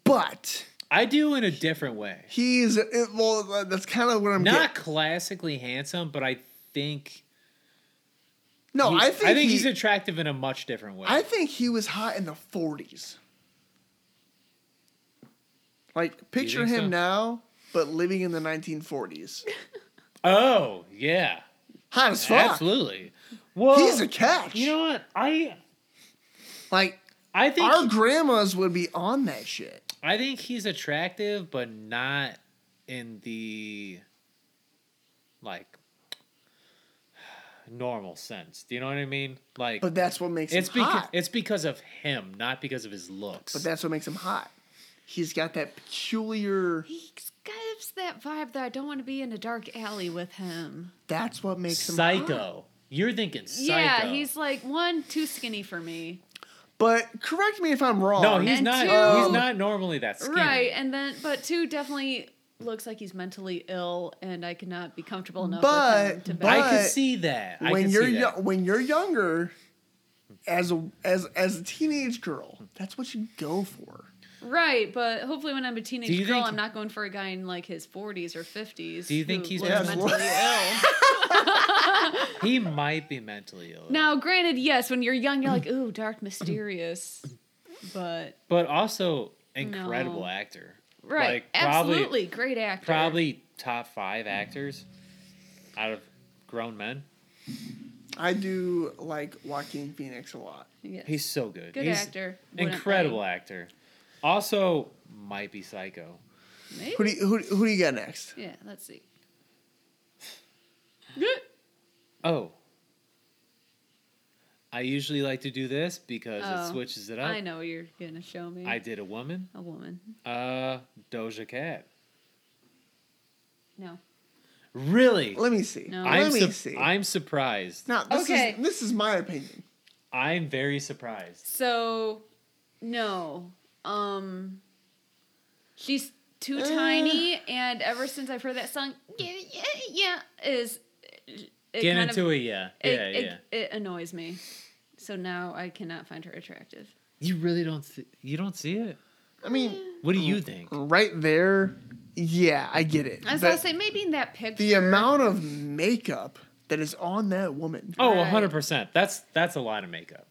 Speaker 1: but
Speaker 2: I do in a different way.
Speaker 1: he's it- well. That's kind of what I'm
Speaker 2: Not
Speaker 1: getting-
Speaker 2: classically handsome, but I think
Speaker 1: No,
Speaker 2: He's-
Speaker 1: I think he-
Speaker 2: he's attractive in a much different way.
Speaker 1: I think he was hot in the 40s. Like picture
Speaker 2: think
Speaker 1: him
Speaker 2: so?
Speaker 1: now, but living in the 1940s.
Speaker 2: oh yeah,
Speaker 1: Hot as fuck.
Speaker 2: absolutely. Well,
Speaker 1: He's a catch.
Speaker 2: you know what I
Speaker 1: like
Speaker 2: I think
Speaker 1: our grandmas would be on that shit.
Speaker 2: I think he's attractive, but not in the like normal sense. Do you know what I mean? Like
Speaker 1: But that's what makes
Speaker 2: it's
Speaker 1: him
Speaker 2: because
Speaker 1: hot.
Speaker 2: it's because of him, not because of his looks.
Speaker 1: But that's what makes him hot. He's got that peculiar.
Speaker 3: He gives that vibe that I don't want to be in a dark alley with him.
Speaker 1: That's what makes him hot.
Speaker 2: psycho. You're thinking psycho.
Speaker 3: Yeah, he's like one too skinny for me.
Speaker 1: But correct me if I'm wrong.
Speaker 2: no, he's
Speaker 3: And
Speaker 2: not.
Speaker 3: two-
Speaker 2: he's not normally that skinny.
Speaker 3: Right, and then but two definitely looks like he's mentally ill, and I could not be comfortable enough
Speaker 1: But-
Speaker 3: with him to
Speaker 1: but-
Speaker 2: I
Speaker 3: back.
Speaker 2: can see that. I
Speaker 1: when
Speaker 2: can
Speaker 1: you're
Speaker 2: see
Speaker 1: yo-
Speaker 2: that.
Speaker 1: when you're younger, as a as as a teenage girl, that's what you go for.
Speaker 3: Right, but hopefully when I'm a teenage
Speaker 2: Do you
Speaker 3: girl,
Speaker 2: think-
Speaker 3: I'm not going for a guy in like his 40s or 50s.
Speaker 2: Do you think
Speaker 3: who
Speaker 2: he's
Speaker 3: looks
Speaker 2: Yeah,
Speaker 3: mentally ill?
Speaker 2: He might be mentally ill.
Speaker 3: Now, granted, yes, when you're young, you're like, ooh, dark, mysterious, but
Speaker 2: But also incredible
Speaker 3: No.
Speaker 2: actor.
Speaker 3: right,
Speaker 2: Like, probably-
Speaker 3: absolutely great actor.
Speaker 2: Probably top five actors out of grown men.
Speaker 1: I do like Joaquin Phoenix a lot.
Speaker 3: Yes.
Speaker 2: He's so good.
Speaker 3: good
Speaker 2: He's
Speaker 3: actor, wouldn't
Speaker 2: Incredible actor. Also might be psycho.
Speaker 3: blame. Maybe?
Speaker 1: Who do you, who, who do you got next?
Speaker 3: Yeah, let's see.
Speaker 2: Oh. I usually like to do this because
Speaker 3: Oh,
Speaker 2: it switches it up.
Speaker 3: I know what you're gonna show me
Speaker 2: I did a woman.
Speaker 3: a woman.
Speaker 2: Uh Doja Cat.
Speaker 3: No,
Speaker 2: Really?
Speaker 1: Let me see.
Speaker 3: No.
Speaker 1: Let
Speaker 2: I'm
Speaker 1: me
Speaker 2: sup-
Speaker 1: see.
Speaker 2: I'm surprised.
Speaker 1: now this
Speaker 3: Okay.
Speaker 1: is this is my opinion.
Speaker 2: I'm very surprised.
Speaker 3: So, no. Um, she's too
Speaker 1: Uh.
Speaker 3: tiny, and ever since I've heard that song, yeah, yeah, yeah, is it
Speaker 2: Get
Speaker 3: kind
Speaker 2: into
Speaker 3: of,
Speaker 2: it, yeah.
Speaker 3: It,
Speaker 2: yeah,
Speaker 3: it,
Speaker 2: yeah.
Speaker 3: it annoys me. So now I cannot find her attractive.
Speaker 2: You really don't see you don't see it?
Speaker 1: I mean,
Speaker 2: What do
Speaker 3: Oh,
Speaker 2: you think?
Speaker 1: right there, yeah, I get it.
Speaker 3: I was
Speaker 1: But
Speaker 3: gonna say maybe in that picture.
Speaker 1: the amount of makeup that is on that woman.
Speaker 2: Oh,
Speaker 3: Right.
Speaker 2: 100%. That's that's a lot of makeup.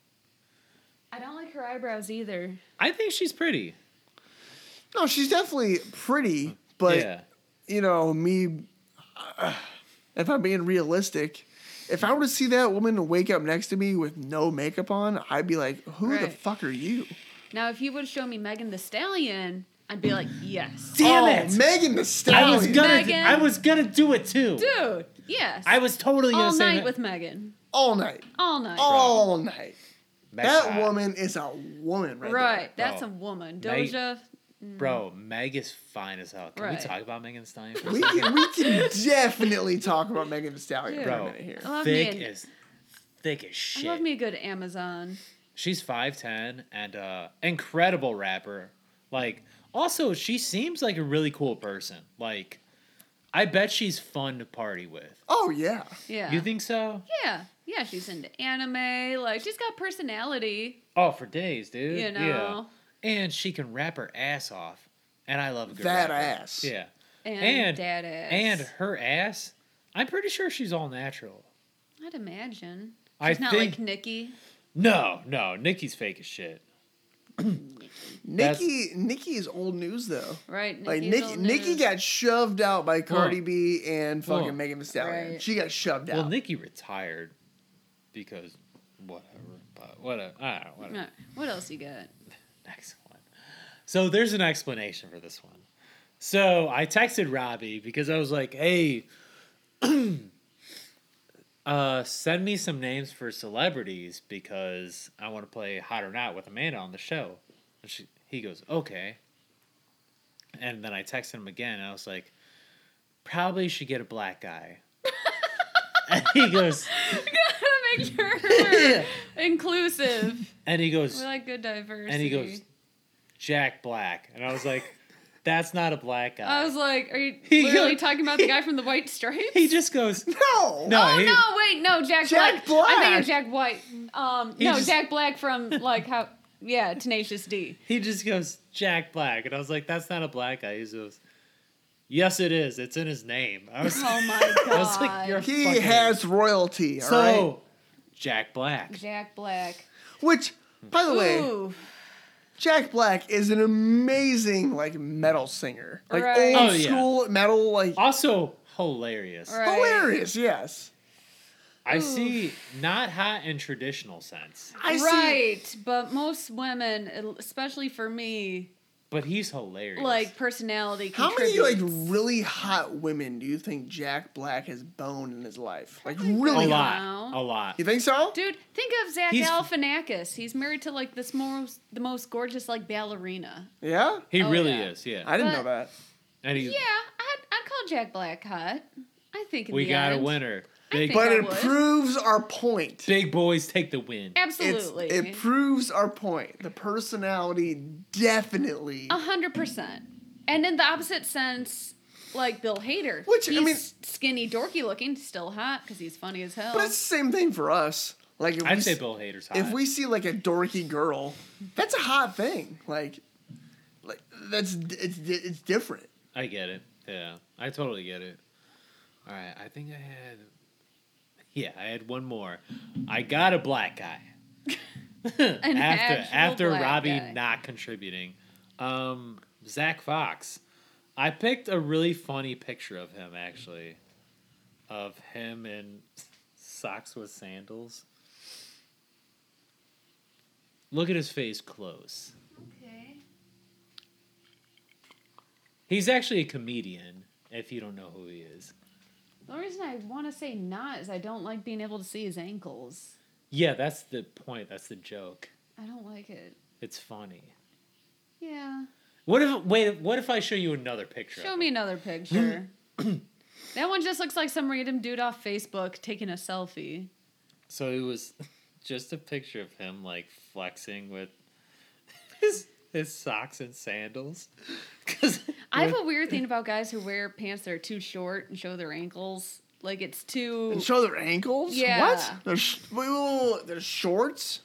Speaker 3: I don't like her eyebrows either.
Speaker 2: I think she's pretty.
Speaker 1: No, she's definitely pretty, but
Speaker 2: yeah.
Speaker 1: you know me. if I'm being realistic, if I were to see that woman wake up next to me with no makeup on, I'd be like, "Who the
Speaker 3: Right.
Speaker 1: fuck are you?"
Speaker 3: Now, if you would show me Megan the Stallion, I'd be like, yes,
Speaker 2: Damn
Speaker 1: oh,
Speaker 2: it!
Speaker 1: Megan the
Speaker 2: I
Speaker 1: Stallion.
Speaker 2: was gonna
Speaker 3: Megan.
Speaker 2: I was gonna do it too.
Speaker 3: dude, yes.
Speaker 2: I was totally gonna
Speaker 3: all
Speaker 2: say
Speaker 3: night
Speaker 2: that.
Speaker 3: with Megan,
Speaker 1: all night,
Speaker 3: all night.
Speaker 1: all night.
Speaker 2: That's
Speaker 1: that
Speaker 2: hot.
Speaker 1: woman is a woman, right?
Speaker 3: right,
Speaker 1: there.
Speaker 3: that's
Speaker 2: Bro.
Speaker 3: a woman.
Speaker 2: Meg-
Speaker 3: Doja,
Speaker 2: Bro, Meg is fine as hell. Can
Speaker 3: Right.
Speaker 2: we talk about Megan Stein?
Speaker 1: We can, we can definitely talk about Megan Thee Stallion for a
Speaker 2: Bro.
Speaker 1: minute here.
Speaker 3: I love
Speaker 2: thick
Speaker 3: me. an-
Speaker 2: as thick as
Speaker 3: I
Speaker 2: shit.
Speaker 3: love me a good Amazon.
Speaker 2: She's five ten and uh incredible rapper. Like also she seems like a really cool person. Like I bet she's fun to party with.
Speaker 1: Oh yeah,
Speaker 3: Yeah.
Speaker 2: You think so?
Speaker 3: yeah. Yeah, she's into anime. Like, she's got personality,
Speaker 2: Oh, for days, dude.
Speaker 3: you know?
Speaker 2: Yeah. And she can rap her ass off. And I love a good
Speaker 1: That
Speaker 2: rapper.
Speaker 1: ass.
Speaker 2: Yeah.
Speaker 3: And,
Speaker 2: And-
Speaker 3: dad ass.
Speaker 2: And her ass, I'm pretty sure she's all natural.
Speaker 3: I'd imagine.
Speaker 2: I
Speaker 3: She's not like
Speaker 2: think-
Speaker 3: Nikki.
Speaker 2: No, no, Nikki's fake as shit. That's-
Speaker 1: Nikki. Nikki is old news though.
Speaker 3: Right.
Speaker 1: Like
Speaker 3: Nikki's
Speaker 1: Nikki,
Speaker 3: old
Speaker 1: Nikki
Speaker 3: news.
Speaker 1: got shoved out by Cardi B and fucking
Speaker 2: Whoa.
Speaker 1: Megan Thee Stallion.
Speaker 3: Right.
Speaker 1: She got shoved
Speaker 2: Well,
Speaker 1: out.
Speaker 2: Nikki retired because whatever, but whatever. I don't know, whatever.
Speaker 3: Alright, What else you
Speaker 2: [LAUGHS]
Speaker 3: got?
Speaker 2: Next one. So there's an explanation for this one. So I texted Robbie because I was like, hey, [CLEARS THROAT] uh, send me some names for celebrities because I want to play Hot or Not with Amanda on the show. And she, he goes, okay. And then I texted him again and I was like, probably should get a black guy. and he goes,
Speaker 3: gotta [LAUGHS] make sure we're
Speaker 2: [LAUGHS]
Speaker 3: inclusive.
Speaker 2: and he goes,
Speaker 3: We like good diversity.
Speaker 2: and he goes, Jack Black. And I was
Speaker 3: [LAUGHS]
Speaker 2: like, that's not a black guy.
Speaker 3: I was like, are you
Speaker 2: He
Speaker 3: literally
Speaker 2: goes-
Speaker 3: talking about the guy from the White Stripes?
Speaker 2: [LAUGHS] He just goes,
Speaker 1: no,
Speaker 2: no,
Speaker 3: oh
Speaker 2: he,
Speaker 3: no, wait, no, Jack,
Speaker 1: Jack
Speaker 3: Black. I
Speaker 1: Black.
Speaker 3: think Jack White. Um,
Speaker 2: He
Speaker 3: no,
Speaker 2: just-
Speaker 3: Jack Black from like how? Yeah, Tenacious D.
Speaker 2: he just goes Jack Black, and I was like, that's not a black guy. He goes, yes, it is. It's in his name. I was,
Speaker 3: Oh [LAUGHS] my god,
Speaker 2: I was like, you're
Speaker 1: he
Speaker 2: fucking-
Speaker 1: has royalty. all
Speaker 2: so
Speaker 1: right.
Speaker 2: Jack Black.
Speaker 3: Jack Black.
Speaker 1: Which, by the way,
Speaker 3: Ooh,
Speaker 1: Jack Black is an amazing like metal singer, like
Speaker 3: Right.
Speaker 1: old
Speaker 2: Oh, yeah.
Speaker 1: school metal, like
Speaker 2: Also hilarious.
Speaker 3: Right.
Speaker 1: hilarious. Yes,
Speaker 2: I see, not hot in traditional sense,
Speaker 1: I see.
Speaker 3: right, but most women, especially for me,
Speaker 2: but he's hilarious.
Speaker 3: like personality.
Speaker 1: How many like
Speaker 3: contributes.
Speaker 1: really hot women do you think Jack Black has boned in his life? Like
Speaker 2: a
Speaker 1: really hot.
Speaker 2: lot, a
Speaker 3: Wow.
Speaker 2: lot.
Speaker 1: You think so?
Speaker 3: Dude, think of Zach
Speaker 2: He's-
Speaker 3: Galifianakis. He's married to like this most the most gorgeous like ballerina.
Speaker 1: Yeah,
Speaker 2: He
Speaker 3: Oh,
Speaker 2: really
Speaker 3: yeah.
Speaker 2: is, yeah.
Speaker 1: I didn't
Speaker 3: But-
Speaker 1: know that.
Speaker 2: And
Speaker 3: Yeah,
Speaker 2: he,
Speaker 3: I'd, I'd call Jack Black hot. I think in
Speaker 2: we
Speaker 3: the
Speaker 2: got a
Speaker 3: end.
Speaker 2: winner.
Speaker 3: I
Speaker 2: Big,
Speaker 3: think-
Speaker 1: But
Speaker 3: I
Speaker 1: it
Speaker 3: would.
Speaker 1: proves our point.
Speaker 2: big boys take the win.
Speaker 1: It's,
Speaker 3: Absolutely,
Speaker 1: it proves our point. The personality definitely.
Speaker 3: a hundred percent. And in the opposite sense, like Bill Hader,
Speaker 1: Which, I
Speaker 3: he's
Speaker 1: mean-
Speaker 3: skinny, dorky looking, still hot because he's funny as hell.
Speaker 1: but it's the same thing for us. Like if we
Speaker 2: I'd say
Speaker 1: s-
Speaker 2: Bill Hader's hot.
Speaker 1: if we see like a dorky girl, that's a hot thing. Like, like that's d- it's d- it's different.
Speaker 2: I get it. Yeah, I totally get it. All right, I think I had. Yeah, I had one more. I got a black guy.
Speaker 3: An
Speaker 2: after
Speaker 3: actual
Speaker 2: after
Speaker 3: black
Speaker 2: Robbie
Speaker 3: guy.
Speaker 2: not contributing, um, Zach Fox. I picked a really funny picture of him actually, of him in socks with sandals. Look at his face close.
Speaker 3: okay.
Speaker 2: He's actually a comedian. If you don't know who he is.
Speaker 3: The only reason I want to say not is I don't like being able to see his ankles.
Speaker 2: Yeah, that's the point. That's the joke.
Speaker 3: I don't like it.
Speaker 2: It's funny.
Speaker 3: Yeah.
Speaker 2: What if wait? What if I show you another picture?
Speaker 3: Show
Speaker 2: of
Speaker 3: me
Speaker 2: him? [CLEARS THROAT]
Speaker 3: another picture. That one just looks like some random dude off Facebook taking a selfie.
Speaker 2: So it was [LAUGHS] just a picture of him like flexing with [LAUGHS] his his socks and sandals. [LAUGHS] Because
Speaker 3: I have a weird thing about guys who wear pants that are too short and show their ankles. Like it's too.
Speaker 1: And show their ankles?
Speaker 3: Yeah.
Speaker 1: What? They're, sh- wait, wait, wait, wait, they're shorts?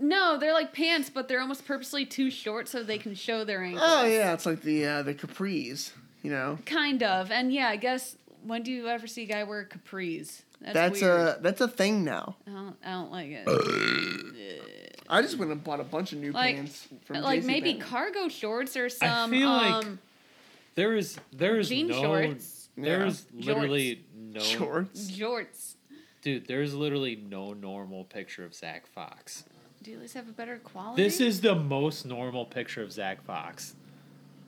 Speaker 3: No, they're like pants, but they're almost purposely too short so they can show their ankles.
Speaker 1: Oh, yeah. It's like the uh, the capris, you know?
Speaker 3: Kind of. And yeah, I guess when do you ever see a guy wear capris?
Speaker 1: That's,
Speaker 3: weird.
Speaker 1: a that's a thing now.
Speaker 3: I don't, I don't like it.
Speaker 1: I just went and bought a bunch of new
Speaker 3: Like-
Speaker 1: pants from
Speaker 3: like maybe
Speaker 1: JCPenney.
Speaker 3: cargo shorts or some.
Speaker 2: feel like-
Speaker 3: um,
Speaker 2: there is there is
Speaker 3: Jean
Speaker 2: no
Speaker 3: shorts.
Speaker 2: there
Speaker 1: Yeah.
Speaker 2: is literally no
Speaker 1: shorts.
Speaker 3: jorts.
Speaker 2: dude. There is literally no normal picture of Zach Fox.
Speaker 3: Do you at least have a better quality?
Speaker 2: This is the most normal picture of Zach Fox,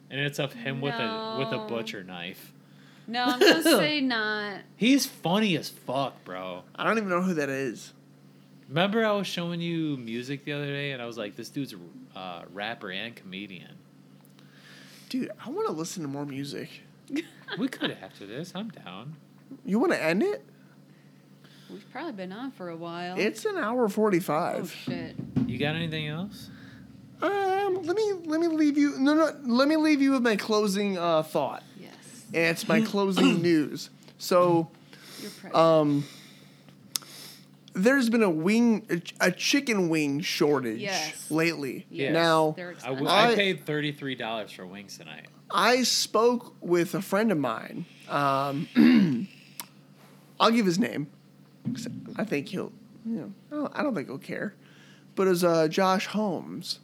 Speaker 2: and it's of him with a with
Speaker 3: No.
Speaker 2: a butcher knife.
Speaker 3: No,
Speaker 2: [LAUGHS]
Speaker 3: I'm gonna say not.
Speaker 2: He's funny as fuck, bro.
Speaker 1: I don't even know who that is.
Speaker 2: Remember, I was showing you music the other day, and I was like, "This dude's a uh, rapper and comedian."
Speaker 1: Dude, I want to listen to more music.
Speaker 2: We could after this. I'm down.
Speaker 1: You want to end it?
Speaker 3: We've probably been on for a while.
Speaker 1: It's an hour
Speaker 3: oh
Speaker 1: 45.
Speaker 3: shit.
Speaker 2: You got anything else?
Speaker 3: Oh.
Speaker 1: Um, let me let me leave you no no let me leave you with my closing uh, thought.
Speaker 3: Yes,
Speaker 1: And it's
Speaker 3: [CLEARS THROAT]
Speaker 1: my closing news. So
Speaker 3: you're pregnant.
Speaker 1: um there's been a wing a, a chicken wing shortage
Speaker 3: Yes.
Speaker 1: lately.
Speaker 3: Yes.
Speaker 1: Now
Speaker 3: They're
Speaker 2: I, w-
Speaker 1: I-
Speaker 2: I paid thirty three dollars for wings tonight.
Speaker 1: I spoke with a friend of mine. Um, [CLEARS THROAT] I'll give his name. 'cause I think he'll, you know, I don't- I don't think he'll care. But it was uh, Josh Holmes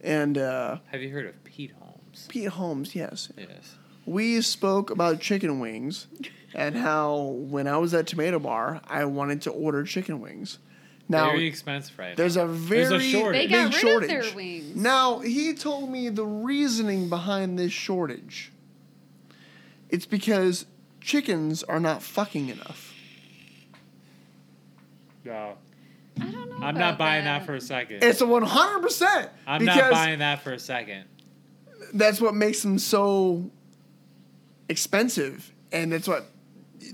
Speaker 1: and uh,
Speaker 2: Have you heard of Pete Holmes?
Speaker 1: Pete Holmes, yes.
Speaker 2: Yes.
Speaker 1: We spoke about chicken wings and how when I was at Tomato Bar, I wanted to order chicken wings. Now,
Speaker 2: very expensive right
Speaker 1: there's
Speaker 2: now.
Speaker 1: a very
Speaker 2: shortage.
Speaker 3: They
Speaker 1: big
Speaker 3: got rid
Speaker 1: shortage.
Speaker 3: of their wings.
Speaker 1: Now, he told me the reasoning behind this shortage. It's because chickens are not fucking enough.
Speaker 2: No,
Speaker 3: I don't know.
Speaker 2: I'm not
Speaker 3: about
Speaker 2: buying that.
Speaker 3: that
Speaker 2: for a second.
Speaker 1: It's a 100%.
Speaker 2: I'm
Speaker 1: because
Speaker 2: not buying that for a second.
Speaker 1: That's what makes them so expensive. And that's what,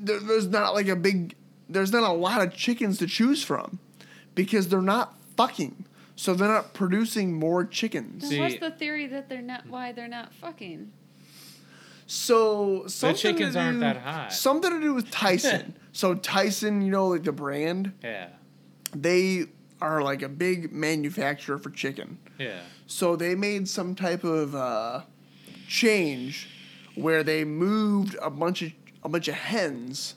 Speaker 1: there, there's not like a big, there's not a lot of chickens to choose from because they're not fucking. So they're not producing more chickens.
Speaker 3: Then what's
Speaker 2: See-
Speaker 3: the theory that they're not? Why they're not fucking?
Speaker 1: So something
Speaker 2: chickens
Speaker 1: to do,
Speaker 2: aren't that hot.
Speaker 1: Something to do with
Speaker 2: [LAUGHS]
Speaker 1: Tyson. so Tyson, you know, like the brand,
Speaker 2: Yeah,
Speaker 1: they are like a big manufacturer for chicken.
Speaker 2: yeah.
Speaker 1: So they made some type of uh, change where they moved a bunch of a bunch of hens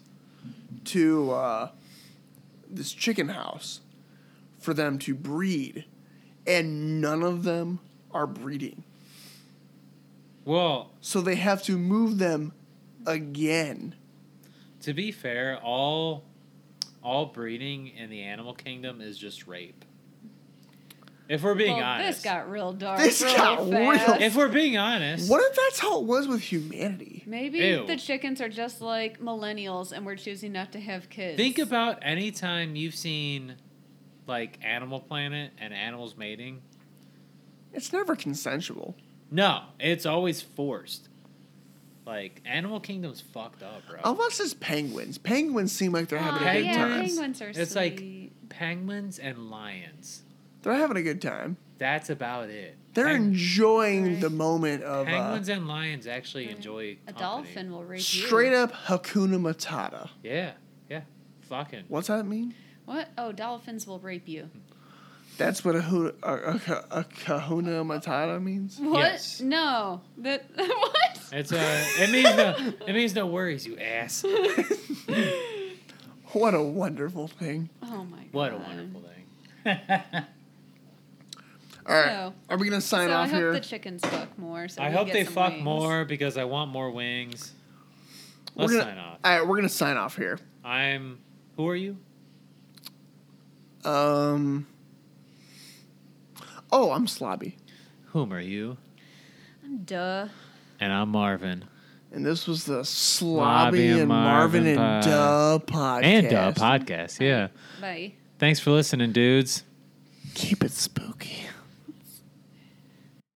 Speaker 1: to uh, this chicken house for them to breed, and none of them are breeding.
Speaker 2: Well,
Speaker 1: So they have to move them again.
Speaker 2: to be fair, all all breeding in the animal kingdom is just rape. If we're being
Speaker 3: well,
Speaker 2: honest,
Speaker 3: this got real dark.
Speaker 1: This
Speaker 3: real
Speaker 1: got real-
Speaker 3: fast.
Speaker 2: if we're being honest,
Speaker 1: What if that's how it was with humanity?
Speaker 3: Maybe
Speaker 2: Ew.
Speaker 3: the chickens are just like millennials, and we're choosing not to have kids.
Speaker 2: Think about any time you've seen like Animal Planet and animals mating.
Speaker 1: It's never consensual.
Speaker 2: No, it's always forced. Like Animal Kingdom's fucked up, bro.
Speaker 3: Oh.
Speaker 1: Unless it's penguins. Penguins seem like they're having
Speaker 3: Aw,
Speaker 1: a
Speaker 2: Peg
Speaker 1: good
Speaker 3: yeah,
Speaker 1: time.
Speaker 3: penguins are
Speaker 2: it's
Speaker 3: sweet.
Speaker 2: like penguins and lions.
Speaker 1: They're having a good time.
Speaker 2: That's about it.
Speaker 1: They're
Speaker 2: Peng-
Speaker 1: enjoying
Speaker 3: Right.
Speaker 1: the moment of uh,
Speaker 2: penguins and lions actually enjoy
Speaker 3: a
Speaker 2: company.
Speaker 3: dolphin will rape
Speaker 1: straight
Speaker 3: you.
Speaker 1: up Hakuna Matata.
Speaker 2: Yeah, yeah, fucking.
Speaker 1: What's that mean?
Speaker 3: What? Oh, dolphins will rape you.
Speaker 1: That's what a, hu- a, a, ca- a Kahuna Matata means?
Speaker 3: What?
Speaker 2: Yes.
Speaker 3: No. That [LAUGHS] what?
Speaker 2: [LAUGHS] It's uh, it means no, it means no worries, you
Speaker 3: [LAUGHS]
Speaker 2: ass.
Speaker 1: What a wonderful thing.
Speaker 3: Oh my god.
Speaker 2: What a wonderful thing. [LAUGHS]
Speaker 1: All right.
Speaker 3: So-
Speaker 1: Are we going to sign
Speaker 3: So I
Speaker 1: off
Speaker 3: hope
Speaker 1: here?
Speaker 3: the chickens fuck more. So
Speaker 2: I
Speaker 3: we
Speaker 2: hope
Speaker 3: get
Speaker 2: they
Speaker 3: some
Speaker 2: fuck
Speaker 3: wings.
Speaker 2: more because I want more wings. Let's
Speaker 1: we're gonna,
Speaker 2: sign off.
Speaker 1: All right. We're going to sign off here.
Speaker 2: I'm. Who are you?
Speaker 1: Um. Oh, I'm slobby.
Speaker 2: Whom are you?
Speaker 3: Duh.
Speaker 2: And I'm Marvin.
Speaker 1: And this was the Slobby and,
Speaker 2: and
Speaker 1: Marvin,
Speaker 2: Marvin
Speaker 1: and
Speaker 2: pod-
Speaker 1: Duh podcast.
Speaker 2: And uh, podcast. Yeah.
Speaker 3: Bye.
Speaker 2: Thanks for listening, dudes.
Speaker 1: Keep it spooky.